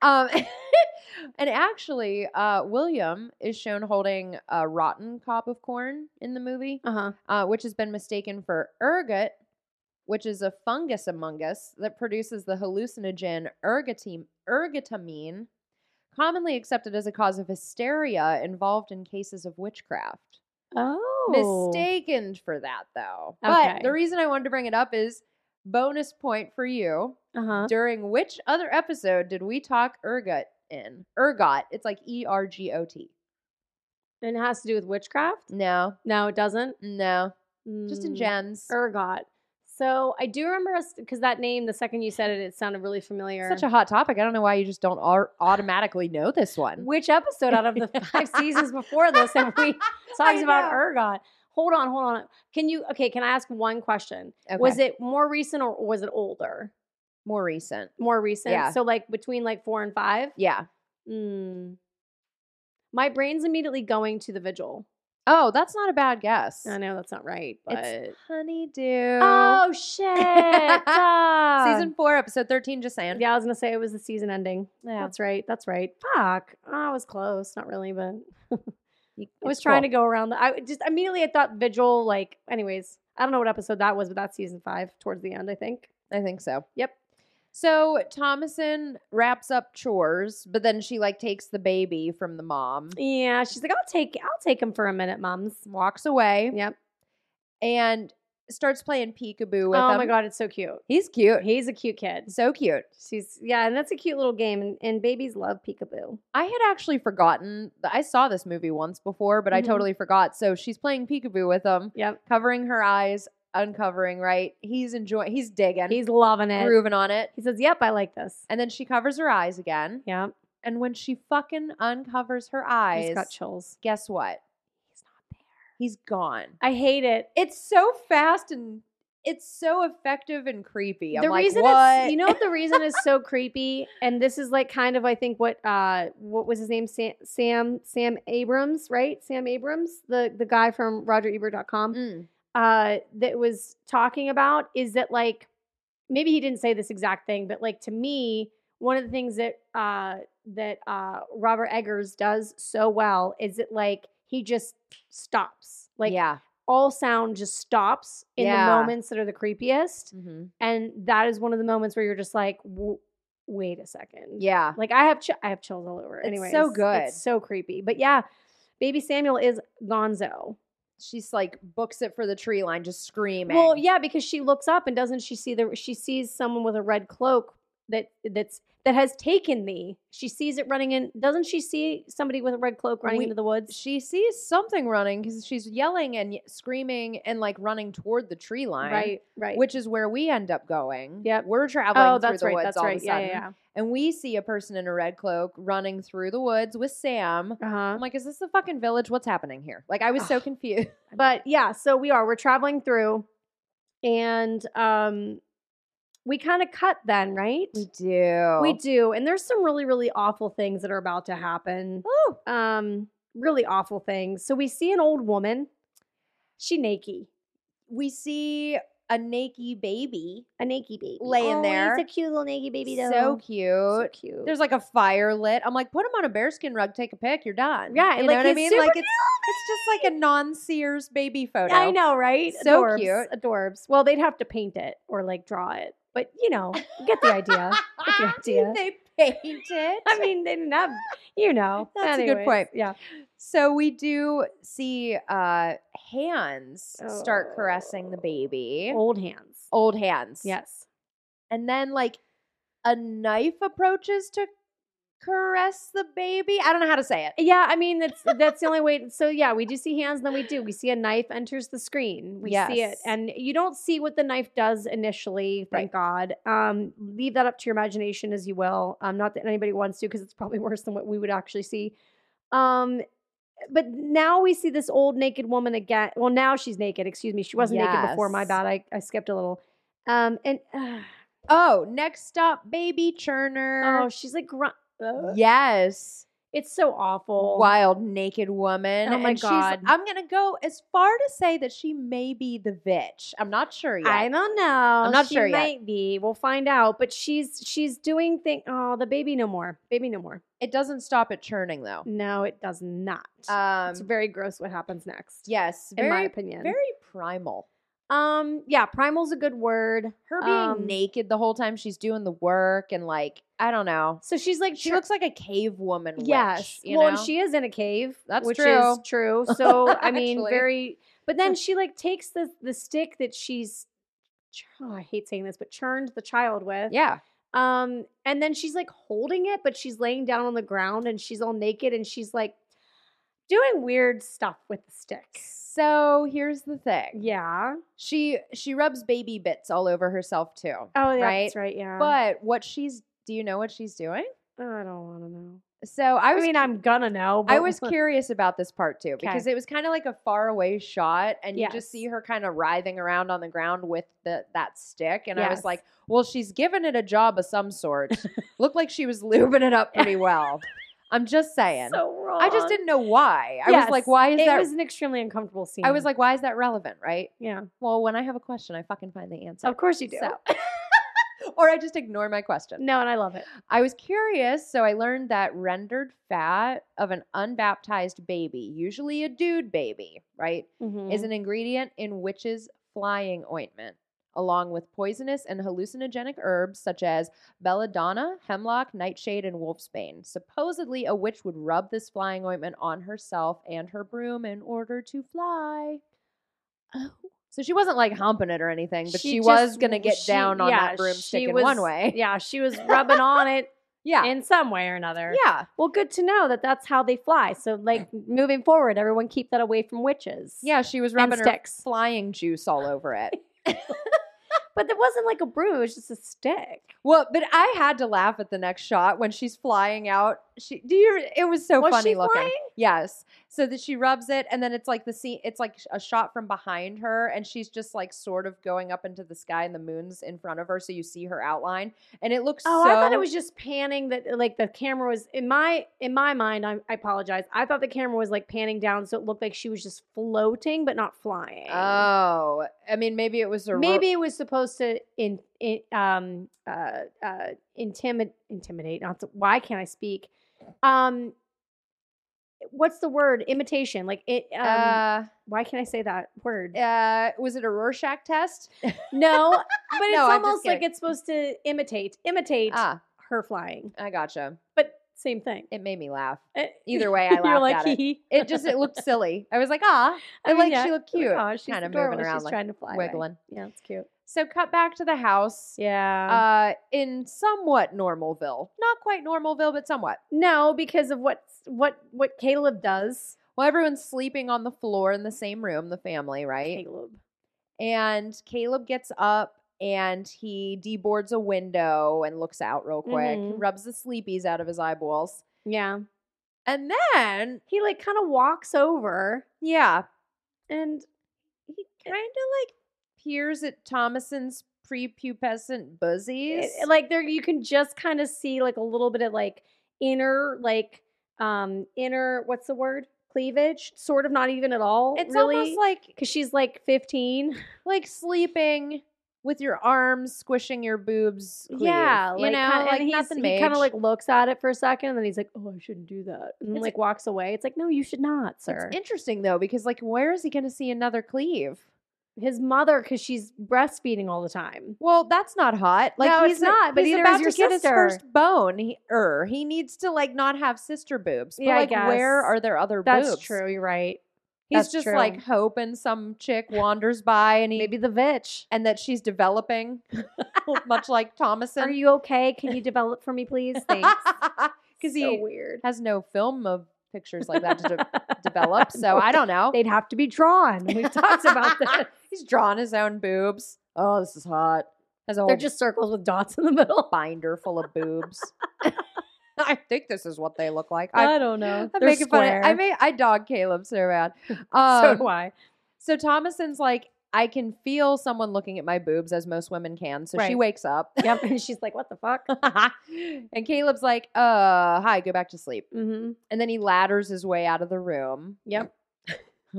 B: um, and actually, uh, William is shown holding a rotten cob of corn in the movie,
A: Uh huh.
B: uh, which has been mistaken for ergot, which is a fungus among us that produces the hallucinogen ergotime, ergotamine, commonly accepted as a cause of hysteria involved in cases of witchcraft
A: Oh.
B: mistaken for that though. But
A: Okay.
B: the reason I wanted to bring it up is bonus point for you.
A: Uh huh.
B: During which other episode did we talk ergot in? Ergot. It's like E R G O T.
A: And it has to do with witchcraft?
B: No,
A: No, it doesn't.
B: no, just in
A: Mm.
B: Jen's.
A: Ergot. So I do remember us because that name, the second you said it, it sounded really familiar.
B: Such a hot topic. I don't know why you just don't au- automatically know this one.
A: Which episode out of the five seasons before this have we
B: I
A: talked about
B: know.
A: ergot? Hold on, hold on. Can you okay, can I ask one question? Was
B: Okay,
A: it more recent or was it older?
B: more recent?
A: More recent.
B: Yeah.
A: So like between like four and five?
B: Yeah.
A: Mm. My brain's immediately going to the vigil.
B: Oh, that's not a bad guess.
A: I know that's not right, but
B: It's Honeydew.
A: Oh shit. duh.
B: Season four, episode thirteen. Just saying.
A: Yeah, I was gonna say it was the season ending.
B: Yeah.
A: That's right. That's right. Fuck. I was close. Not really, but
B: You-
A: I was
B: it's
A: trying
B: cool.
A: to go around. The, I just immediately I thought Vigil. Like, anyways, I don't know what episode that was, but that's season five towards the end. I think.
B: I think so.
A: Yep.
B: So Thomason wraps up chores, but then she like takes the baby from the mom,
A: Yeah, she's like, I'll take, I'll take him for a minute, moms.
B: walks away,
A: Yep.
B: and starts playing peekaboo with
A: oh
B: him.
A: my god, it's so cute.
B: he's cute.
A: He's a cute kid.
B: So cute.
A: She's yeah, and that's a cute little game. And, and babies love peekaboo.
B: I had actually forgotten. I saw this movie once before, but
A: Mhm.
B: I totally forgot. So she's playing peekaboo with him,
A: Yep.
B: covering her eyes, uncovering. Right? He's enjoying. He's digging.
A: He's loving it.
B: grooving on it.
A: He says, "Yep, I like this."
B: And then she covers her eyes again.
A: Yep.
B: And when she fucking uncovers her
A: I
B: eyes,
A: just got chills.
B: guess what?
A: He's not there.
B: He's gone.
A: I hate it.
B: It's so fast and it's so effective and creepy. I'm
A: the
B: like,
A: reason
B: what?
A: it's you know what the reason is so creepy, and this is like kind of I think what uh what was his name Sam Sam Sam Abrams right Sam Abrams the the guy from RogerEbert.com
B: Mm.
A: uh that was talking about is that like maybe he didn't say this exact thing, but like to me one of the things that uh that uh Robert Eggers does so well is that like he just stops like
B: yeah,
A: all sound just stops in the
B: Yeah.
A: moments that are the creepiest.
B: Mhm.
A: And that is one of the moments where you're just like, w- wait a second.
B: yeah.
A: Like I have, chi- I have chills all over.
B: It's
A: Anyway,
B: so good.
A: It's so creepy. But yeah, baby Samuel is Gonzo.
B: She's like books it for the tree line, just screaming.
A: Well, yeah, because she looks up and doesn't she see the? She sees someone with a red cloak that that's that has taken thee. She sees it running in. Doesn't she see somebody with a red cloak running
B: We-
A: into the woods?
B: She sees something running because she's yelling and y- screaming and like running toward the tree line,
A: Right, right.
B: Which is where we end up going.
A: Yep.
B: we're traveling
A: oh,
B: through
A: that's
B: the
A: right.
B: woods
A: That's
B: all
A: right.
B: of a sudden,
A: Yeah, yeah.
B: and we see a person in a red cloak running through the woods with Sam.
A: yeah. Uh huh.
B: I'm like, is this the fucking village? What's happening here? Like, I was so
A: Ugh.
B: confused.
A: but yeah so we are we're traveling through and um we kind of cut then right
B: do.
A: we do and there's some really really awful things that are about to happen
B: Ooh.
A: um really awful things so we see an old woman she naked
B: we see a naked baby.
A: a naked baby
B: Laying
A: Oh,
B: there.
A: he's a cute little naked baby though
B: So cute.
A: so cute
B: There's like a fire lit. I'm like, put him on a bear-skin rug, take a pic, you're done.
A: Yeah,
B: You
A: and,
B: know
A: like,
B: what I
A: he's
B: mean?
A: super
B: Like it's it's just like a non-Sears baby photo.
A: I know, right?
B: So
A: Adorbs,
B: cute.
A: Adorbs. Well, they'd have to paint it or like draw it. But you know, you get the idea. Good idea.
B: Did they paint it?
A: I mean, they didn't have, you know.
B: That's a good
A: Anyways,
B: point.
A: Yeah.
B: so we do see uh hands start caressing the
A: Oh.
B: baby.
A: Old hands.
B: Old hands.
A: Yes.
B: And then like a knife approaches to caress the baby. I don't know how to say it.
A: Yeah, I mean that's that's the only way. So yeah, we do see hands, and then we do we see a knife enters the screen. We see it,
B: Yes.
A: and you don't see what the knife does initially. Thank God. Um, leave that up to your imagination as you will. Um, not that anybody wants to, because it's probably worse than what we would actually see. Um, but now we see this old naked woman again. Well, now she's naked. Excuse me, she wasn't naked before. My
B: Yes.
A: bad. I, I skipped a little. Um, and uh,
B: Oh, next up, baby churner.
A: oh, she's like grunt.
B: yes.
A: It's so awful.
B: Wild naked woman.
A: Oh my
B: and she's-
A: God.
B: I'm gonna go as far to say that she may be the bitch. I'm not sure yet.
A: I don't know.
B: not
A: she
B: sure yet.
A: Might be. We'll find out. But she's she's doing thing. Oh, the baby no more. Baby no more.
B: it doesn't stop at churning though.
A: No, it does not.
B: Um
A: it's very gross. What happens next?
B: yes,
A: in my
B: very
A: opinion.
B: very primal.
A: um, yeah, primal's a good word.
B: Her being
A: Um,
B: naked the whole time she's doing the work and like I don't know.
A: So she's like
B: She
A: tr-
B: looks like a cave woman. witch,
A: Yes.
B: you
A: well,
B: know?
A: and she is in a cave.
B: That's
A: which
B: true.
A: is true. So I mean,
B: Actually.
A: very. But then she like takes the the stick that she's. Oh, I hate saying this, but churned the child with.
B: yeah.
A: Um, and then she's like holding it, but she's laying down on the ground and she's all naked and she's like doing weird stuff with the stick.
B: So here's the thing.
A: Yeah.
B: She she rubs baby bits all over herself too.
A: Oh, yeah,
B: Right?
A: that's right. Yeah.
B: But what she's do you know what she's doing?
A: Oh, I don't want to know.
B: So I
A: I,
B: was
A: mean, I'm gonna know. But
B: I was curious about this part too because it was kind of like a faraway shot, and you just see
A: Yes.
B: her kind of writhing around on the ground with the that stick. And I was
A: Yes.
B: like, "Well, she's given it a job of some sort. Looked like she was lubing it up pretty well." I'm just saying.
A: so wrong.
B: I just didn't know why. I was like,
A: Yes,
B: "Why is
A: it
B: that?"
A: was an extremely uncomfortable scene.
B: I was like, "Why is that relevant?" Right?
A: yeah,
B: Well, when I have a question, I fucking find the answer.
A: of course you do.
B: So- or I just ignore my question.
A: No, and I love it.
B: I was curious, so I learned that rendered fat of an unbaptized baby, usually a dude baby, right,
A: Mm-hmm.
B: is an ingredient in witches' flying ointment, along with poisonous and hallucinogenic herbs such as belladonna, hemlock, nightshade, and wolfsbane. Supposedly, a witch would rub this flying ointment on herself and her broom in order to fly.
A: Oh.
B: So she wasn't like humping it or anything, but she, was
A: just-
B: going to get
A: she-
B: down on
A: yeah,
B: that broomstick
A: she
B: in
A: was-
B: one way.
A: Yeah, she was rubbing on it
B: Yeah.
A: in some way or another.
B: yeah.
A: Well, good to know that that's how they fly. So, like moving forward, everyone keep that away from witches.
B: Yeah, she was rubbing her
A: sticks.
B: flying juice all over it.
A: but there wasn't like a broom; it was just a stick.
B: Well, but I had to laugh at the next shot when she's flying out. She do you? It was so
A: was
B: funny
A: she
B: looking.
A: flying?
B: Yes. So that she rubs it, and then it's like the scene. It's like a shot from behind her, and she's just like sort of going up into the sky, and the moon's in front of her, so you see her outline, and it looks.
A: Oh,
B: so,
A: I thought it was just panning that like the camera was in my in my mind. I, I apologize. I thought the camera was like panning down, so it looked like she was just floating but not flying.
B: Oh, I mean, maybe it was a ro-
A: Maybe it was supposed to in, in um uh uh intimid intimidate. Not to- why can't I speak? Um, what's the word? Imitation. Like it. Um,
B: uh,
A: why can't I say that word?
B: uh, was it a Rorschach test?
A: No, but it's
B: No, I'm just
A: almost like
B: kidding.
A: it's supposed to imitate imitate
B: ah,
A: her flying,
B: I gotcha.
A: but same thing.
B: It made me laugh.
A: Eh,
B: Either way, I
A: You're
B: laughed
A: like
B: at it.
A: hee hee.
B: It just it looked silly. I was like, ah,
A: I
B: I
A: mean,
B: like
A: yeah,
B: she looked
A: oh my
B: cute,
A: gosh, she's
B: kind of
A: adorable.
B: moving around,
A: She's
B: like
A: trying to fly away.
B: wiggling.
A: Yeah, it's cute.
B: So cut back to the house.
A: Yeah.
B: Uh, in somewhat Normalville, not quite Normalville, but somewhat.
A: no, because of what what what Caleb does.
B: Well, everyone's sleeping on the floor in the same room, the family, right?
A: Caleb.
B: And Caleb gets up and he deboards a window and looks out real quick,
A: Mhm.
B: rubs the sleepies out of his eyeballs,
A: Yeah.
B: and then
A: He like kind of walks over
B: yeah,
A: and
B: he kind of like peers at Thomason's prepubescent buzzies.
A: it- like there you can just kind of see like a little bit of like inner like um inner what's the word cleavage sort of not even at all
B: it's
A: really
B: almost like
A: because she's like 15
B: like sleeping with your arms squishing your boobs. cleavage,
A: yeah
B: you
A: like,
B: know,
A: kinda,
B: like
A: and he's,
B: nothing
A: he kind
B: major.
A: of like looks at it for a second and then he's like oh i shouldn't do that and
B: It's-
A: like walks away it's like no you should not sir
B: It's interesting though because like where is he going to see another cleave?
A: his mother because she's breastfeeding all the time
B: Well, that's not hot. Like
A: No,
B: he's
A: it's not, but
B: he's
A: neither is
B: about
A: your
B: to get his
A: sister.
B: first bone. He, er, he needs to like not have sister boobs. But,
A: Yeah, I
B: like where
A: guess.
B: are there other
A: that's
B: boobs?
A: true you're right
B: He's
A: That's
B: just
A: true.
B: like hoping some chick wanders by and he
A: maybe the bitch
B: and that she's developing, much like Thomason.
A: are you okay can you develop for me please thanks
B: because
A: so
B: he
A: weird.
B: has no film of pictures like that to de- develop. So I don't know.
A: They'd have to be drawn. We've talked about that.
B: He's drawn his own boobs. Oh, this is hot. Has a whole
A: They're just circles with dots in the middle.
B: binder full of boobs. I think this is what they look like. I,
A: I, don't know.
B: I'm
A: They're
B: making fun. Of, I
A: square.
B: may I dog Caleb so bad.
A: so
B: Um,
A: do I.
B: so Thomason's like, I can feel someone looking at my boobs as most women can. So she
A: Right.
B: wakes up.
A: Yep. And she's like, "What the fuck?"
B: and Caleb's like, uh, hi, go back to sleep.
A: hmm
B: And then he ladders his way out of the room.
A: Yep.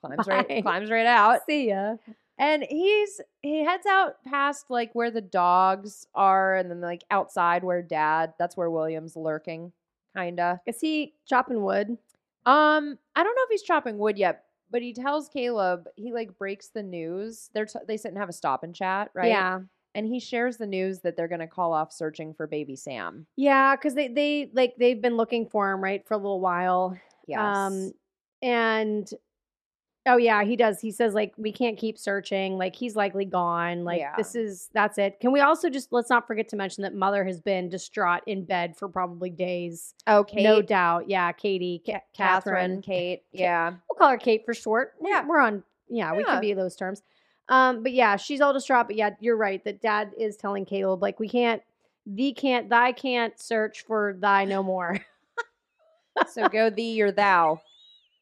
B: Climbs
A: Bye.
B: right climbs right out.
A: Uh, See ya.
B: And he's he heads out past like where the dogs are and then like outside where dad, that's where William's lurking, kinda.
A: Is he chopping wood?
B: Um, I don't know if he's chopping wood yet, but he tells Caleb he like breaks the news. They're t- they sit and have a stop and chat, right?
A: Yeah.
B: And he shares the news that they're gonna call off searching for baby Sam.
A: Yeah, because they they like they've been looking for him right for a little while.
B: Yes.
A: Um, and oh yeah, he does. He says like we can't keep searching. Like he's likely gone. Like
B: Yeah.
A: this is that's it. Can we also just let's not forget to mention that mother has been distraught in bed for probably days.
B: okay.
A: No doubt. Yeah, Katie, Ca-
B: Oh,
A: Catherine.
B: Catherine, Kate. Yeah.
A: We'll call her Kate for short. We-
B: Yeah.
A: we're on. Yeah, we
B: Yeah.
A: can be those terms. Um, but yeah, she's all distraught. But yeah, you're right. That dad is telling Caleb like we can't, thee can't, thy can't search for thy no more.
B: so go thee or thou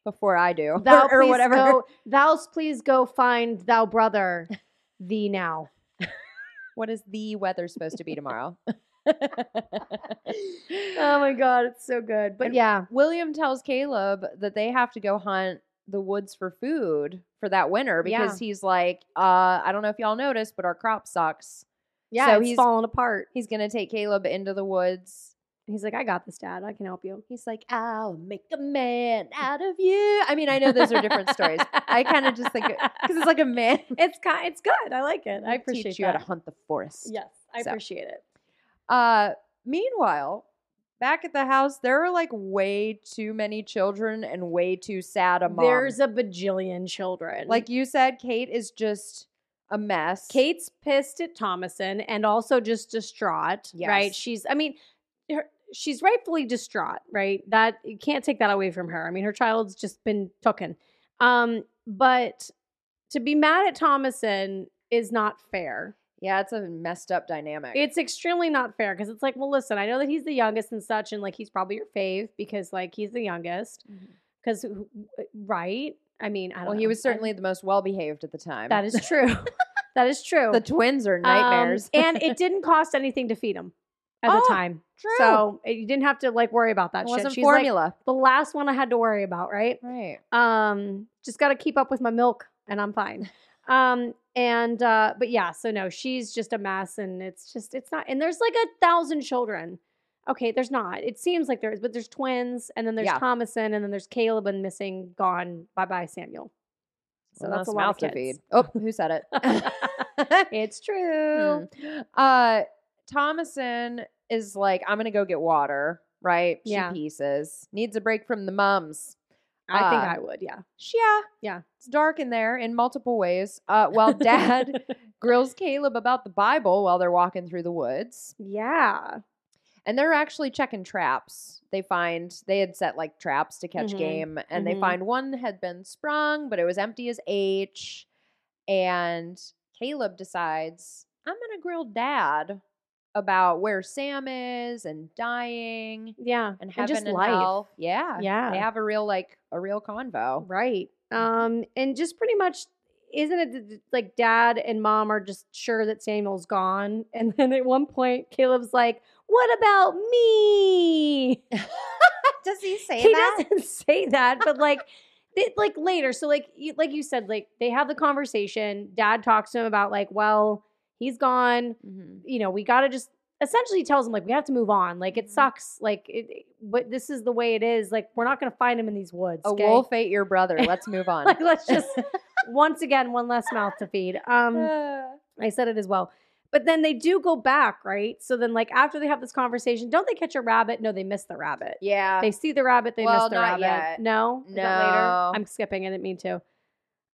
B: before I do.
A: Thou
B: or, or
A: please
B: whatever.
A: Go, thou's please go find thou brother, thee now.
B: What is the weather supposed to be tomorrow?
A: Oh my god, it's so good. But
B: And-
A: yeah,
B: William tells Caleb that they have to go hunt the woods for food for that winter
A: Yeah.
B: because he's like, uh, I don't know if y'all noticed, but our crop sucks.
A: yeah,
B: So
A: it's
B: he's-
A: falling apart.
B: He's gonna take Caleb into the woods.
A: He's like, I got this, Dad. I can help you.
B: He's like, I'll make a man out of you. I mean, I know those are different stories. I kind of just think because it's like a man.
A: it's kind, it's good. I like it. I
B: Teach
A: appreciate
B: you
A: that.
B: how to hunt the forest.
A: Yes, I
B: So.
A: appreciate it.
B: Uh, meanwhile, back at the house, there are like way too many children and way too sad a mom.
A: There's a bajillion children.
B: like you said, Kate is just a mess.
A: Kate's pissed at Thomason and also just distraught, right?
B: Yes.
A: She's, I mean, her, she's rightfully distraught, right? That you can't take that away from her. I mean, her child's just been taken. Um, but to be mad at Thomason is not fair.
B: yeah, it's a messed up dynamic.
A: It's extremely not fair because it's like, well, listen, I know that he's the youngest and such, and like he's probably your fave because like he's the youngest.
B: Mhm.
A: Because right? I mean, I don't.
B: well,
A: know.
B: he was
A: I-
B: certainly the most well behaved at the time.
A: that is true. that is true.
B: the twins are
A: Um,
B: nightmares.
A: and it didn't cost anything to feed him at
B: Oh,
A: the time.
B: True.
A: So it, you didn't have to like worry about that
B: it
A: shit.
B: wasn't
A: She's like
B: formula.
A: the last one I had to worry about, right?
B: right.
A: Um, just got to keep up with my milk and I'm fine. Um, and uh, but yeah, so no, she's just a mess and it's just it's not and there's like a thousand children. Okay, there's not. It seems like there is, but there's twins and then there's
B: Yeah.
A: Thomason and then there's Caleb and missing gone. Bye-bye Samuel. So
B: Well,
A: that's a
B: nice
A: lot
B: mouth
A: of kids.
B: to feed. Oh, who said it?
A: It's
B: Hmm.
A: true.
B: Uh, Thomason is like, I'm gonna go get water. Right?
A: Yeah.
B: She pieces. Needs a break from the mums.
A: I think
B: Ah.
A: I would, yeah.
B: Sh- Yeah.
A: Yeah.
B: It's dark in there in multiple ways. Uh, while Dad grills Caleb about the Bible while they're walking through the woods,
A: Yeah.
B: and they're actually checking traps. They find they had set like traps to catch
A: Mhm.
B: game, and they
A: Mhm.
B: find one had been sprung, but it was empty as H. And Caleb decides, I'm gonna grill Dad about where Sam is and dying
A: Yeah.
B: and heaven and,
A: just life.
B: hell. Yeah, They
A: Yeah.
B: have a real like a real convo.
A: Right. Um, and just pretty much isn't it th- th- like dad and mom are just sure that Samuel's gone? And then at one point Caleb's like, What about me?
B: Does he say
A: he doesn't say that, but like it, like later. So like you, like you said, like they have the conversation. Dad talks to him about like, well, he's gone.
B: Mhm.
A: You know, we gotta just essentially tells him like we have to move on. Like
B: Mhm.
A: it sucks. Like it, but this is the way it is. Like we're not gonna find him in these woods.
B: A
A: okay?
B: wolf ate your brother. Let's move on.
A: like let's just once again one less mouth to feed um
B: Uh.
A: i said it as well but then they do go back right so then like after they have this conversation don't they catch a rabbit no they miss the rabbit
B: yeah.
A: they see the rabbit they
B: Well,
A: miss the
B: not
A: rabbit
B: yet.
A: no Is that
B: No. Mm-hmm.
A: later i'm skipping i didn't mean to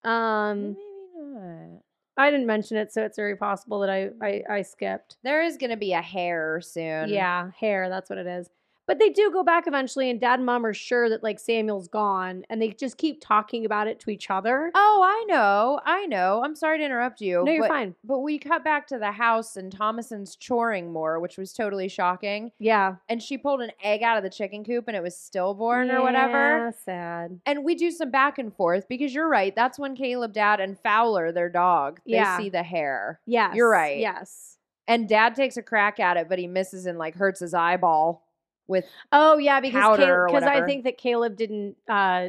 A: um
B: Maybe not.
A: i didn't mention it so it's very possible that i i, I skipped
B: There is going to be a hair soon.
A: yeah hair that's what it is But they do go back eventually, and dad and mom are sure that like Samuel's gone, and they just keep talking about it to each other.
B: Oh, I know. I know. I'm sorry to interrupt you.
A: no, you're
B: but,
A: fine.
B: But we cut back to the house and Thomason's choring more, which was totally shocking.
A: Yeah.
B: And she pulled an egg out of the chicken coop and it was stillborn or whatever.
A: Yeah, Sad.
B: And we do some back and forth because you're right. That's when Caleb, Dad, and Fowler, their dog, they
A: Yeah.
B: see the hair.
A: Yes.
B: right.
A: Yes.
B: And Dad takes a crack at it, but he misses and like hurts his eyeball with
A: Oh yeah, because
B: Powder or
A: because I
B: whatever.
A: think that Caleb didn't uh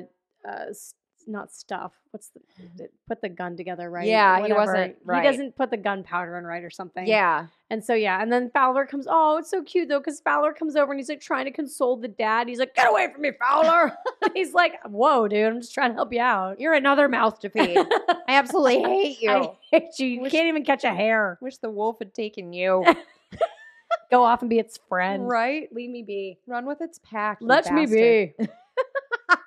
A: uh s- not stuff. What's the did- put the gun together right? or
B: Yeah, he
A: whatever.
B: wasn't right.
A: He doesn't put the gunpowder in right or something.
B: yeah.
A: And so yeah, and then Fowler comes. Oh, it's so cute though, because Fowler comes over and he's like trying to console the dad. He's like, "Get away from me, Fowler!" he's like, "Whoa, dude, I'm just trying to help you out."
B: You're another mouth to feed.
A: I
B: I absolutely hate you.
A: hate you. You
B: Wish-
A: can't even catch a hair.
B: wish the wolf had taken you.
A: Go off and be its friend.
B: right?
A: Leave me be.
B: Run with its pack. you
A: Let me
B: bastard.
A: be.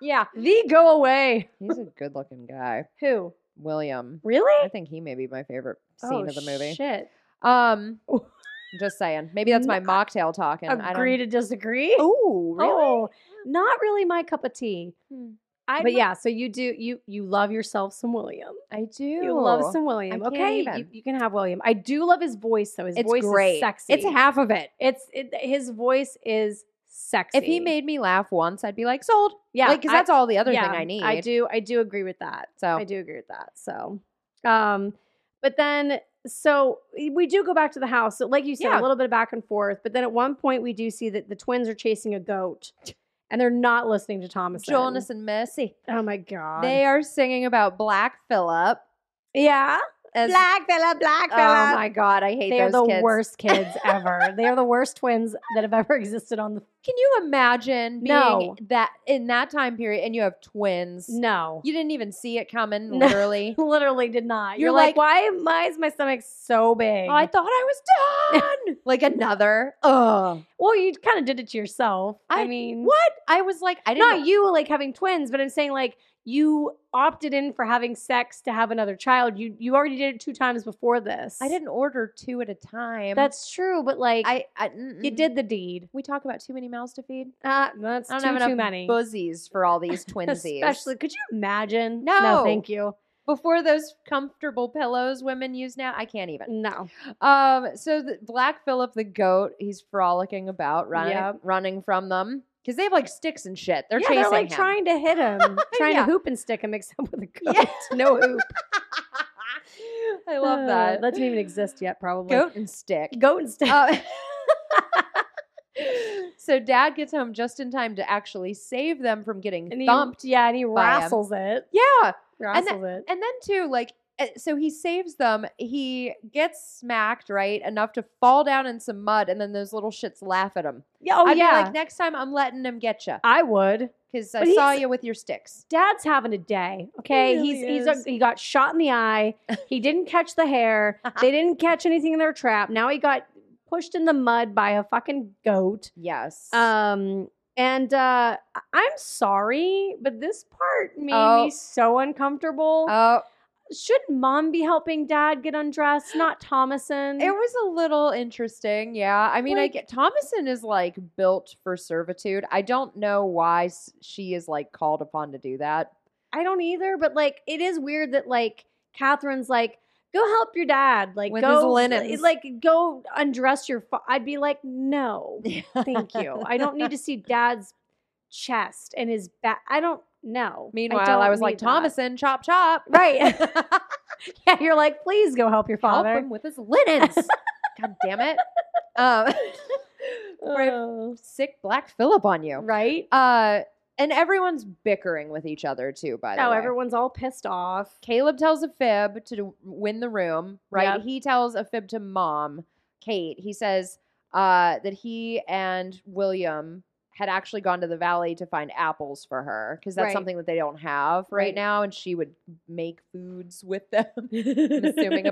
B: Yeah.
A: The go away.
B: He's a good looking guy.
A: Who?
B: William. I
A: Really?
B: think he may be my favorite scene
A: Oh,
B: of the movie.
A: Shit.
B: Um
A: Ooh.
B: just saying. Maybe that's my
A: No,
B: mocktail talking. I don't
A: Agree to disagree?
B: Oh,
A: Oh, not really my cup of tea.
B: Hmm.
A: I
B: But
A: but yeah, so you do you you love yourself some William.
B: I do.
A: You love some William.
B: can't
A: okay, you,
B: even.
A: you can have William. I do love his voice though. His
B: It's
A: voice
B: great.
A: is sexy.
B: It's half of it.
A: it's it, his voice is sexy.
B: If he made me laugh once, I'd be like, sold.
A: yeah,
B: like, because
A: I-
B: that's all the other
A: yeah,
B: thing I need. Oh.
A: I do I do agree with that.
B: So
A: I do agree with that. So, um, but then so we do go back to the house. So, like you said,
B: Yeah.
A: a little bit of back and forth. But then at one point, we do see that the twins are chasing a goat, and they're not listening to Thomas.
B: Jonas and Mercy.
A: Oh my god.
B: They are singing about Black Phillip.
A: yeah.
B: as-
A: fella, black
B: Oh my god, I hate
A: They are
B: those
A: the
B: kids.
A: worst kids ever. they are the worst twins that have ever existed on the.
B: Can you imagine being
A: No.
B: that in that time period and you have twins?
A: No,
B: You didn't even see it coming,
A: No.
B: literally.
A: literally did not. You're,
B: You're
A: like, why?
B: like-
A: Why is my stomach so big?
B: Oh, I thought I was done. Mm-hmm. like another. Ugh.
A: well, you kind of did it to yourself. I,
B: I-
A: mean,
B: What? I was like, I didn't.
A: not you like having twins, but I'm saying like you opted in for having sex to have another child. You you already did it two times before this.
B: I didn't order two at a time.
A: That's true, but like
B: I. I
A: you
B: mm-mm.
A: did the deed.
B: We talk about too many mouths to feed.
A: Uh, that's
B: I don't
A: too,
B: have enough
A: too many.
B: buzzies for all these twinsies.
A: Especially, could you imagine?
B: No.
A: thank you.
B: before those comfortable pillows women use now. I can't even.
A: No.
B: Um, so the, Black Phillip the goat, he's frolicking about, running,
A: Yep.
B: running from them because they have like sticks and shit. They're
A: yeah,
B: chasing
A: they're like
B: him.
A: trying to hit him, trying
B: Yeah.
A: to hoop and stick him, except with a goat.
B: Yeah.
A: No hoop.
B: I love
A: Uh,
B: that.
A: That didn't even exist yet, probably.
B: Goat and stick.
A: Goat and stick.
B: Uh, so Dad gets home just in time to actually save them from getting
A: and he,
B: thumped.
A: yeah, and he
B: by him.
A: rassles it.
B: Yeah,
A: Rassles
B: that-
A: it.
B: and then too, like, uh, so he saves them. He gets smacked right enough to fall down in some mud, and then those little shits laugh at him.
A: Yeah, oh
B: I'd
A: yeah.
B: be like, next time I'm letting him get you
A: I would.
B: because
A: But
B: I
A: he's-
B: saw you with your sticks.
A: dad's having a day. Okay,
B: really
A: he's he's
B: is.
A: a, he got shot in the eye. He didn't catch the hair. They didn't catch anything in their trap. Now he got pushed in the mud by a fucking goat.
B: Yes.
A: Um, and uh, I- I'm sorry, but this part made
B: Oh.
A: me so uncomfortable.
B: oh,
A: Should mom be helping dad get undressed, not Thomason?
B: it was a little interesting. Yeah, I mean, I
A: Like-
B: get Thomason is like built for servitude. I don't know why s- she is like called upon to do that.
A: I don't either, but like it is weird that like Catherine's like. Go help your dad. Like
B: With
A: go,
B: his linens.
A: like go undress your. Fa-. I'd be like, no, Thank you. I don't need to see dad's chest and his back. I don't know.
B: Meanwhile,
A: don't
B: I, was like,
A: need that.
B: Thomason, chop chop.
A: Right. yeah, you're like, please go help your
B: Help
A: father.
B: him with his linens. God damn it. Um, right.
A: Uh,
B: Sick Black Phillip on you.
A: right?
B: Uh, and everyone's bickering with each other too. By the
A: Now
B: way,
A: everyone's all pissed off.
B: Caleb tells a fib to do- win the room, right?
A: Yep.
B: He tells a fib to mom, Kate. He says uh, that he and William had actually gone to the valley to find apples for her because that's
A: Right.
B: something that they don't have right,
A: Right.
B: now, and she would make foods with them. I'm assuming a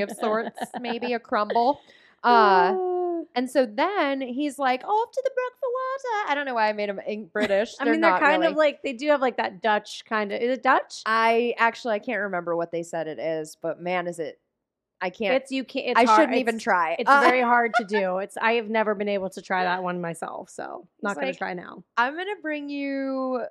B: of sorts, maybe a crumble. Uh,
A: Oh.
B: and so then he's like, off to the brook for water. I don't know why I made him in- British.
A: I mean, they're
B: not
A: kind
B: really.
A: of like they do have like that Dutch kind of. Is it Dutch?
B: I actually I can't remember what they said it is, but man, is it I can't.
A: it's you can't. It's
B: I
A: hard-
B: shouldn't even
A: it's-
B: try.
A: It's
B: Uh,
A: very hard to do. It's I have never been able to try that one myself, so not gonna
B: like-
A: try now.
B: I'm gonna bring you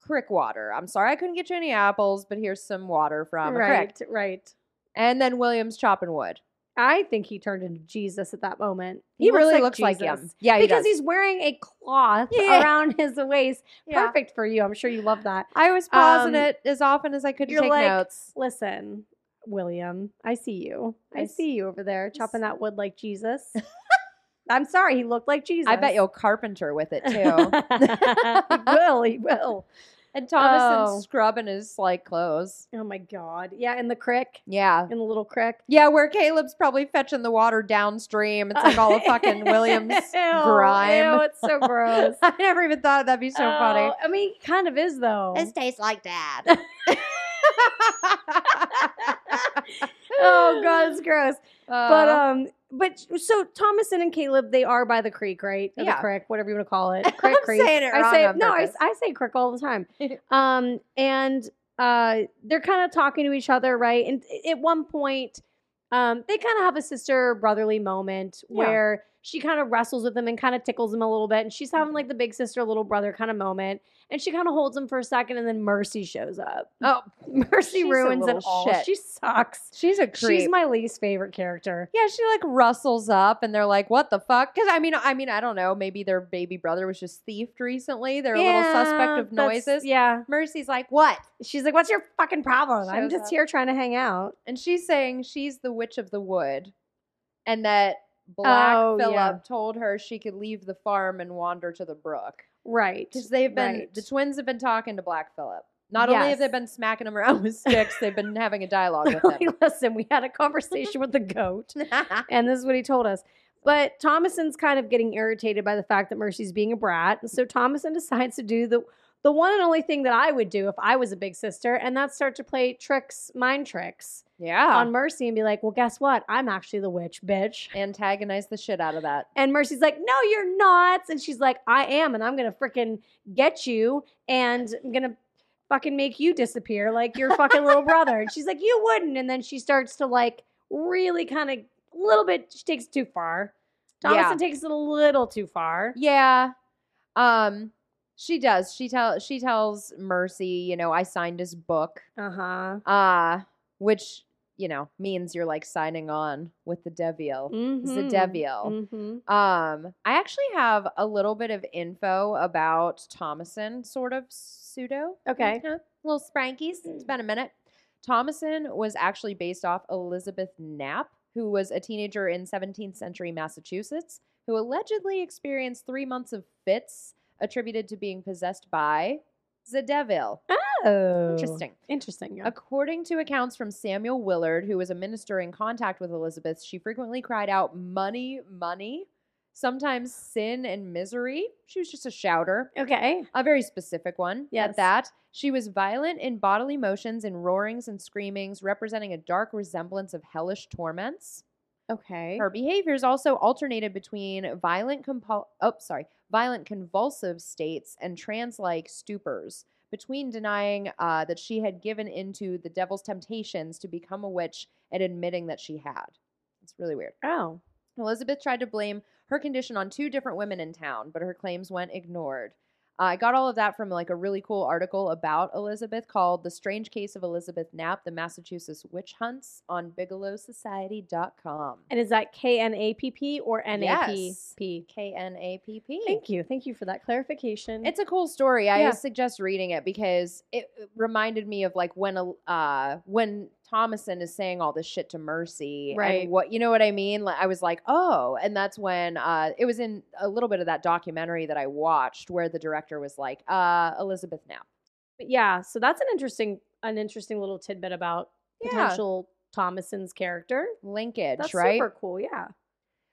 B: crick water. I'm sorry I couldn't get you any apples, but here's some water from a crick.
A: right, right.
B: And then Williams chopping wood.
A: I think he turned into Jesus at that moment.
B: He, really looks like,
A: Jesus.
B: him. Yeah, he
A: because
B: does.
A: he's wearing a cloth
B: Yeah.
A: around his waist.
B: Yeah.
A: Perfect for you. I'm sure you love that.
B: I was pausing
A: Um,
B: it as often as I could to
A: you're
B: take
A: like-
B: notes.
A: Listen, William, I see you. I
B: Yes.
A: see you over there chopping that wood like Jesus. I'm sorry, he looked like Jesus.
B: I bet you'll carpenter with it too.
A: he will. He will.
B: and Thomas
A: Oh.
B: and scrubbing his like clothes.
A: Oh my God. Yeah, in the crick,
B: Yeah.
A: in the little crick.
B: Yeah, where Caleb's probably fetching the water downstream. It's like all a fucking Williams
A: Ew,
B: grime.
A: Ew, it's so gross.
B: I never even thought that'd be so funny.
A: Oh, I mean, he kind of is though.
B: tastes like dad.
A: oh God, it's gross. but
B: but uh,
A: um, but so Thomason and Caleb, they are by the creek, right? Or
B: Yeah.
A: the creek, whatever you want to call it.
B: I'm
A: Creek, creek.
B: saying it
A: I
B: wrong
A: say
B: on
A: no, I,
B: purpose.
A: I say crick all the time. um, and uh, they're kind of talking to each other, right? And i- at one point, um, they kind of have a sister brotherly moment
B: Yeah.
A: where she kind of wrestles with him and kind of tickles him a little bit, and she's
B: Mm-hmm.
A: having like the big sister little brother kind of moment, and she kind of holds him for a second, and then Mercy shows up.
B: oh,
A: Mercy
B: She's a
A: ruins it
B: little
A: all.
B: shit.
A: She sucks.
B: she's a creep.
A: She's my least favorite character.
B: yeah, she like rustles up, and they're like, "What the fuck?" Because I mean, I mean, I don't know. Maybe their baby brother was just thieved recently. They're a little suspect of
A: that's-
B: noises.
A: Yeah.
B: Mercy's like, "What?"
A: She's like, What's your fucking problem? I'm
B: Shows
A: just
B: up.
A: here trying to hang out.
B: And she's saying she's the witch of the wood, and that Black
A: Oh,
B: Phillip
A: yeah.
B: told her she could leave the farm and wander to the brook.
A: Right.
B: Because they've been
A: Right.
B: the twins have been talking to Black Phillip. Not only have they
A: Yes.
B: been smacking him around with sticks, they've been having a dialogue with him.
A: Like, Listen, we had a conversation with the goat, and this is what he told us. But Thomason's kind of getting irritated by the fact that Mercy's being a brat. And so Thomason decides to do the the one and only thing that I would do if I was a big sister, and that's start to play tricks, mind tricks
B: yeah.
A: on Mercy and be like, well, guess what? I'm actually the witch, bitch.
B: Antagonize the shit out of that.
A: And Mercy's like, no, you're not. And she's like, I am. And I'm going to freaking get you. And I'm going to fucking make you disappear like your fucking little brother. And she's like, you wouldn't. And then she starts to like really kind of a little bit, she takes it too far. Thomason
B: Yeah.
A: takes it a little too far.
B: Yeah. Um she does. She tell she tells Mercy, you know, I signed his book.
A: Uh huh.
B: Uh which, you know, means you're like signing on with the devil. The devil.
A: Mm-hmm.
B: Um, I actually have a little bit of info about Thomason, sort of pseudo.
A: Okay.
B: Huh? Little sprankies. It's been a minute. Thomason was actually based off Elizabeth Knapp, who was a teenager in 17th century Massachusetts, who allegedly experienced three months of fits attributed to being possessed by the devil.
A: Oh.
B: Interesting.
A: Interesting. Yeah.
B: According to accounts from Samuel Willard, who was a minister in contact with Elizabeth, she frequently cried out, Money, money, sometimes sin and misery. She was just a shouter,
A: Okay.
B: a very specific one
A: Yes.
B: at that. She was violent in bodily motions and roarings and screamings, representing a dark resemblance of hellish torments.
A: Okay.
B: Her behaviors also alternated between violent compul- oh, sorry, violent convulsive states and trance-like stupors. Between denying uh, that she had given into the devil's temptations to become a witch and admitting that she had. It's really weird.
A: Oh.
B: Elizabeth tried to blame her condition on two different women in town, but her claims went ignored. Uh, I got all of that from like a really cool article about Elizabeth called "The Strange Case of Elizabeth Knapp: The Massachusetts Witch Hunts" on BigelowSociety.com.
A: And is that K N A P P or N A P P?
B: K N A P P.
A: Thank you. Thank you for that clarification.
B: It's a cool story. I
A: Yeah.
B: suggest reading it because it reminded me of like when uh when Thomason is saying all this shit to Mercy,
A: Right.
B: And what you know what I mean? Like I was like, oh, and that's when uh it was in a little bit of that documentary that I watched where the director was like, uh, Elizabeth Knapp.
A: But yeah, so that's an interesting an interesting little tidbit about
B: Yeah,
A: potential Thomason's character.
B: linkage,
A: That's
B: right?
A: super cool. Yeah.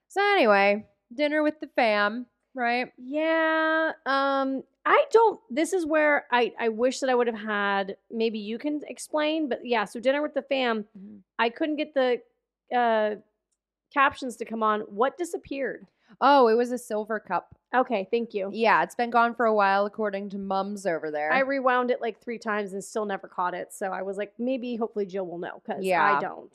B: So anyway, dinner with the fam, right?
A: Yeah. Um I don't this is where I I wish that I would have had maybe you can explain, but yeah, so dinner with the fam, I couldn't get the uh captions to come on. What disappeared?
B: Oh, it was a silver cup.
A: Okay, thank you.
B: Yeah, it's been gone for a while, according to mums over there.
A: Oh. I rewound it like 3 times and still never caught it. So I was like maybe hopefully Jill will know cuz I
B: Yeah.
A: don't.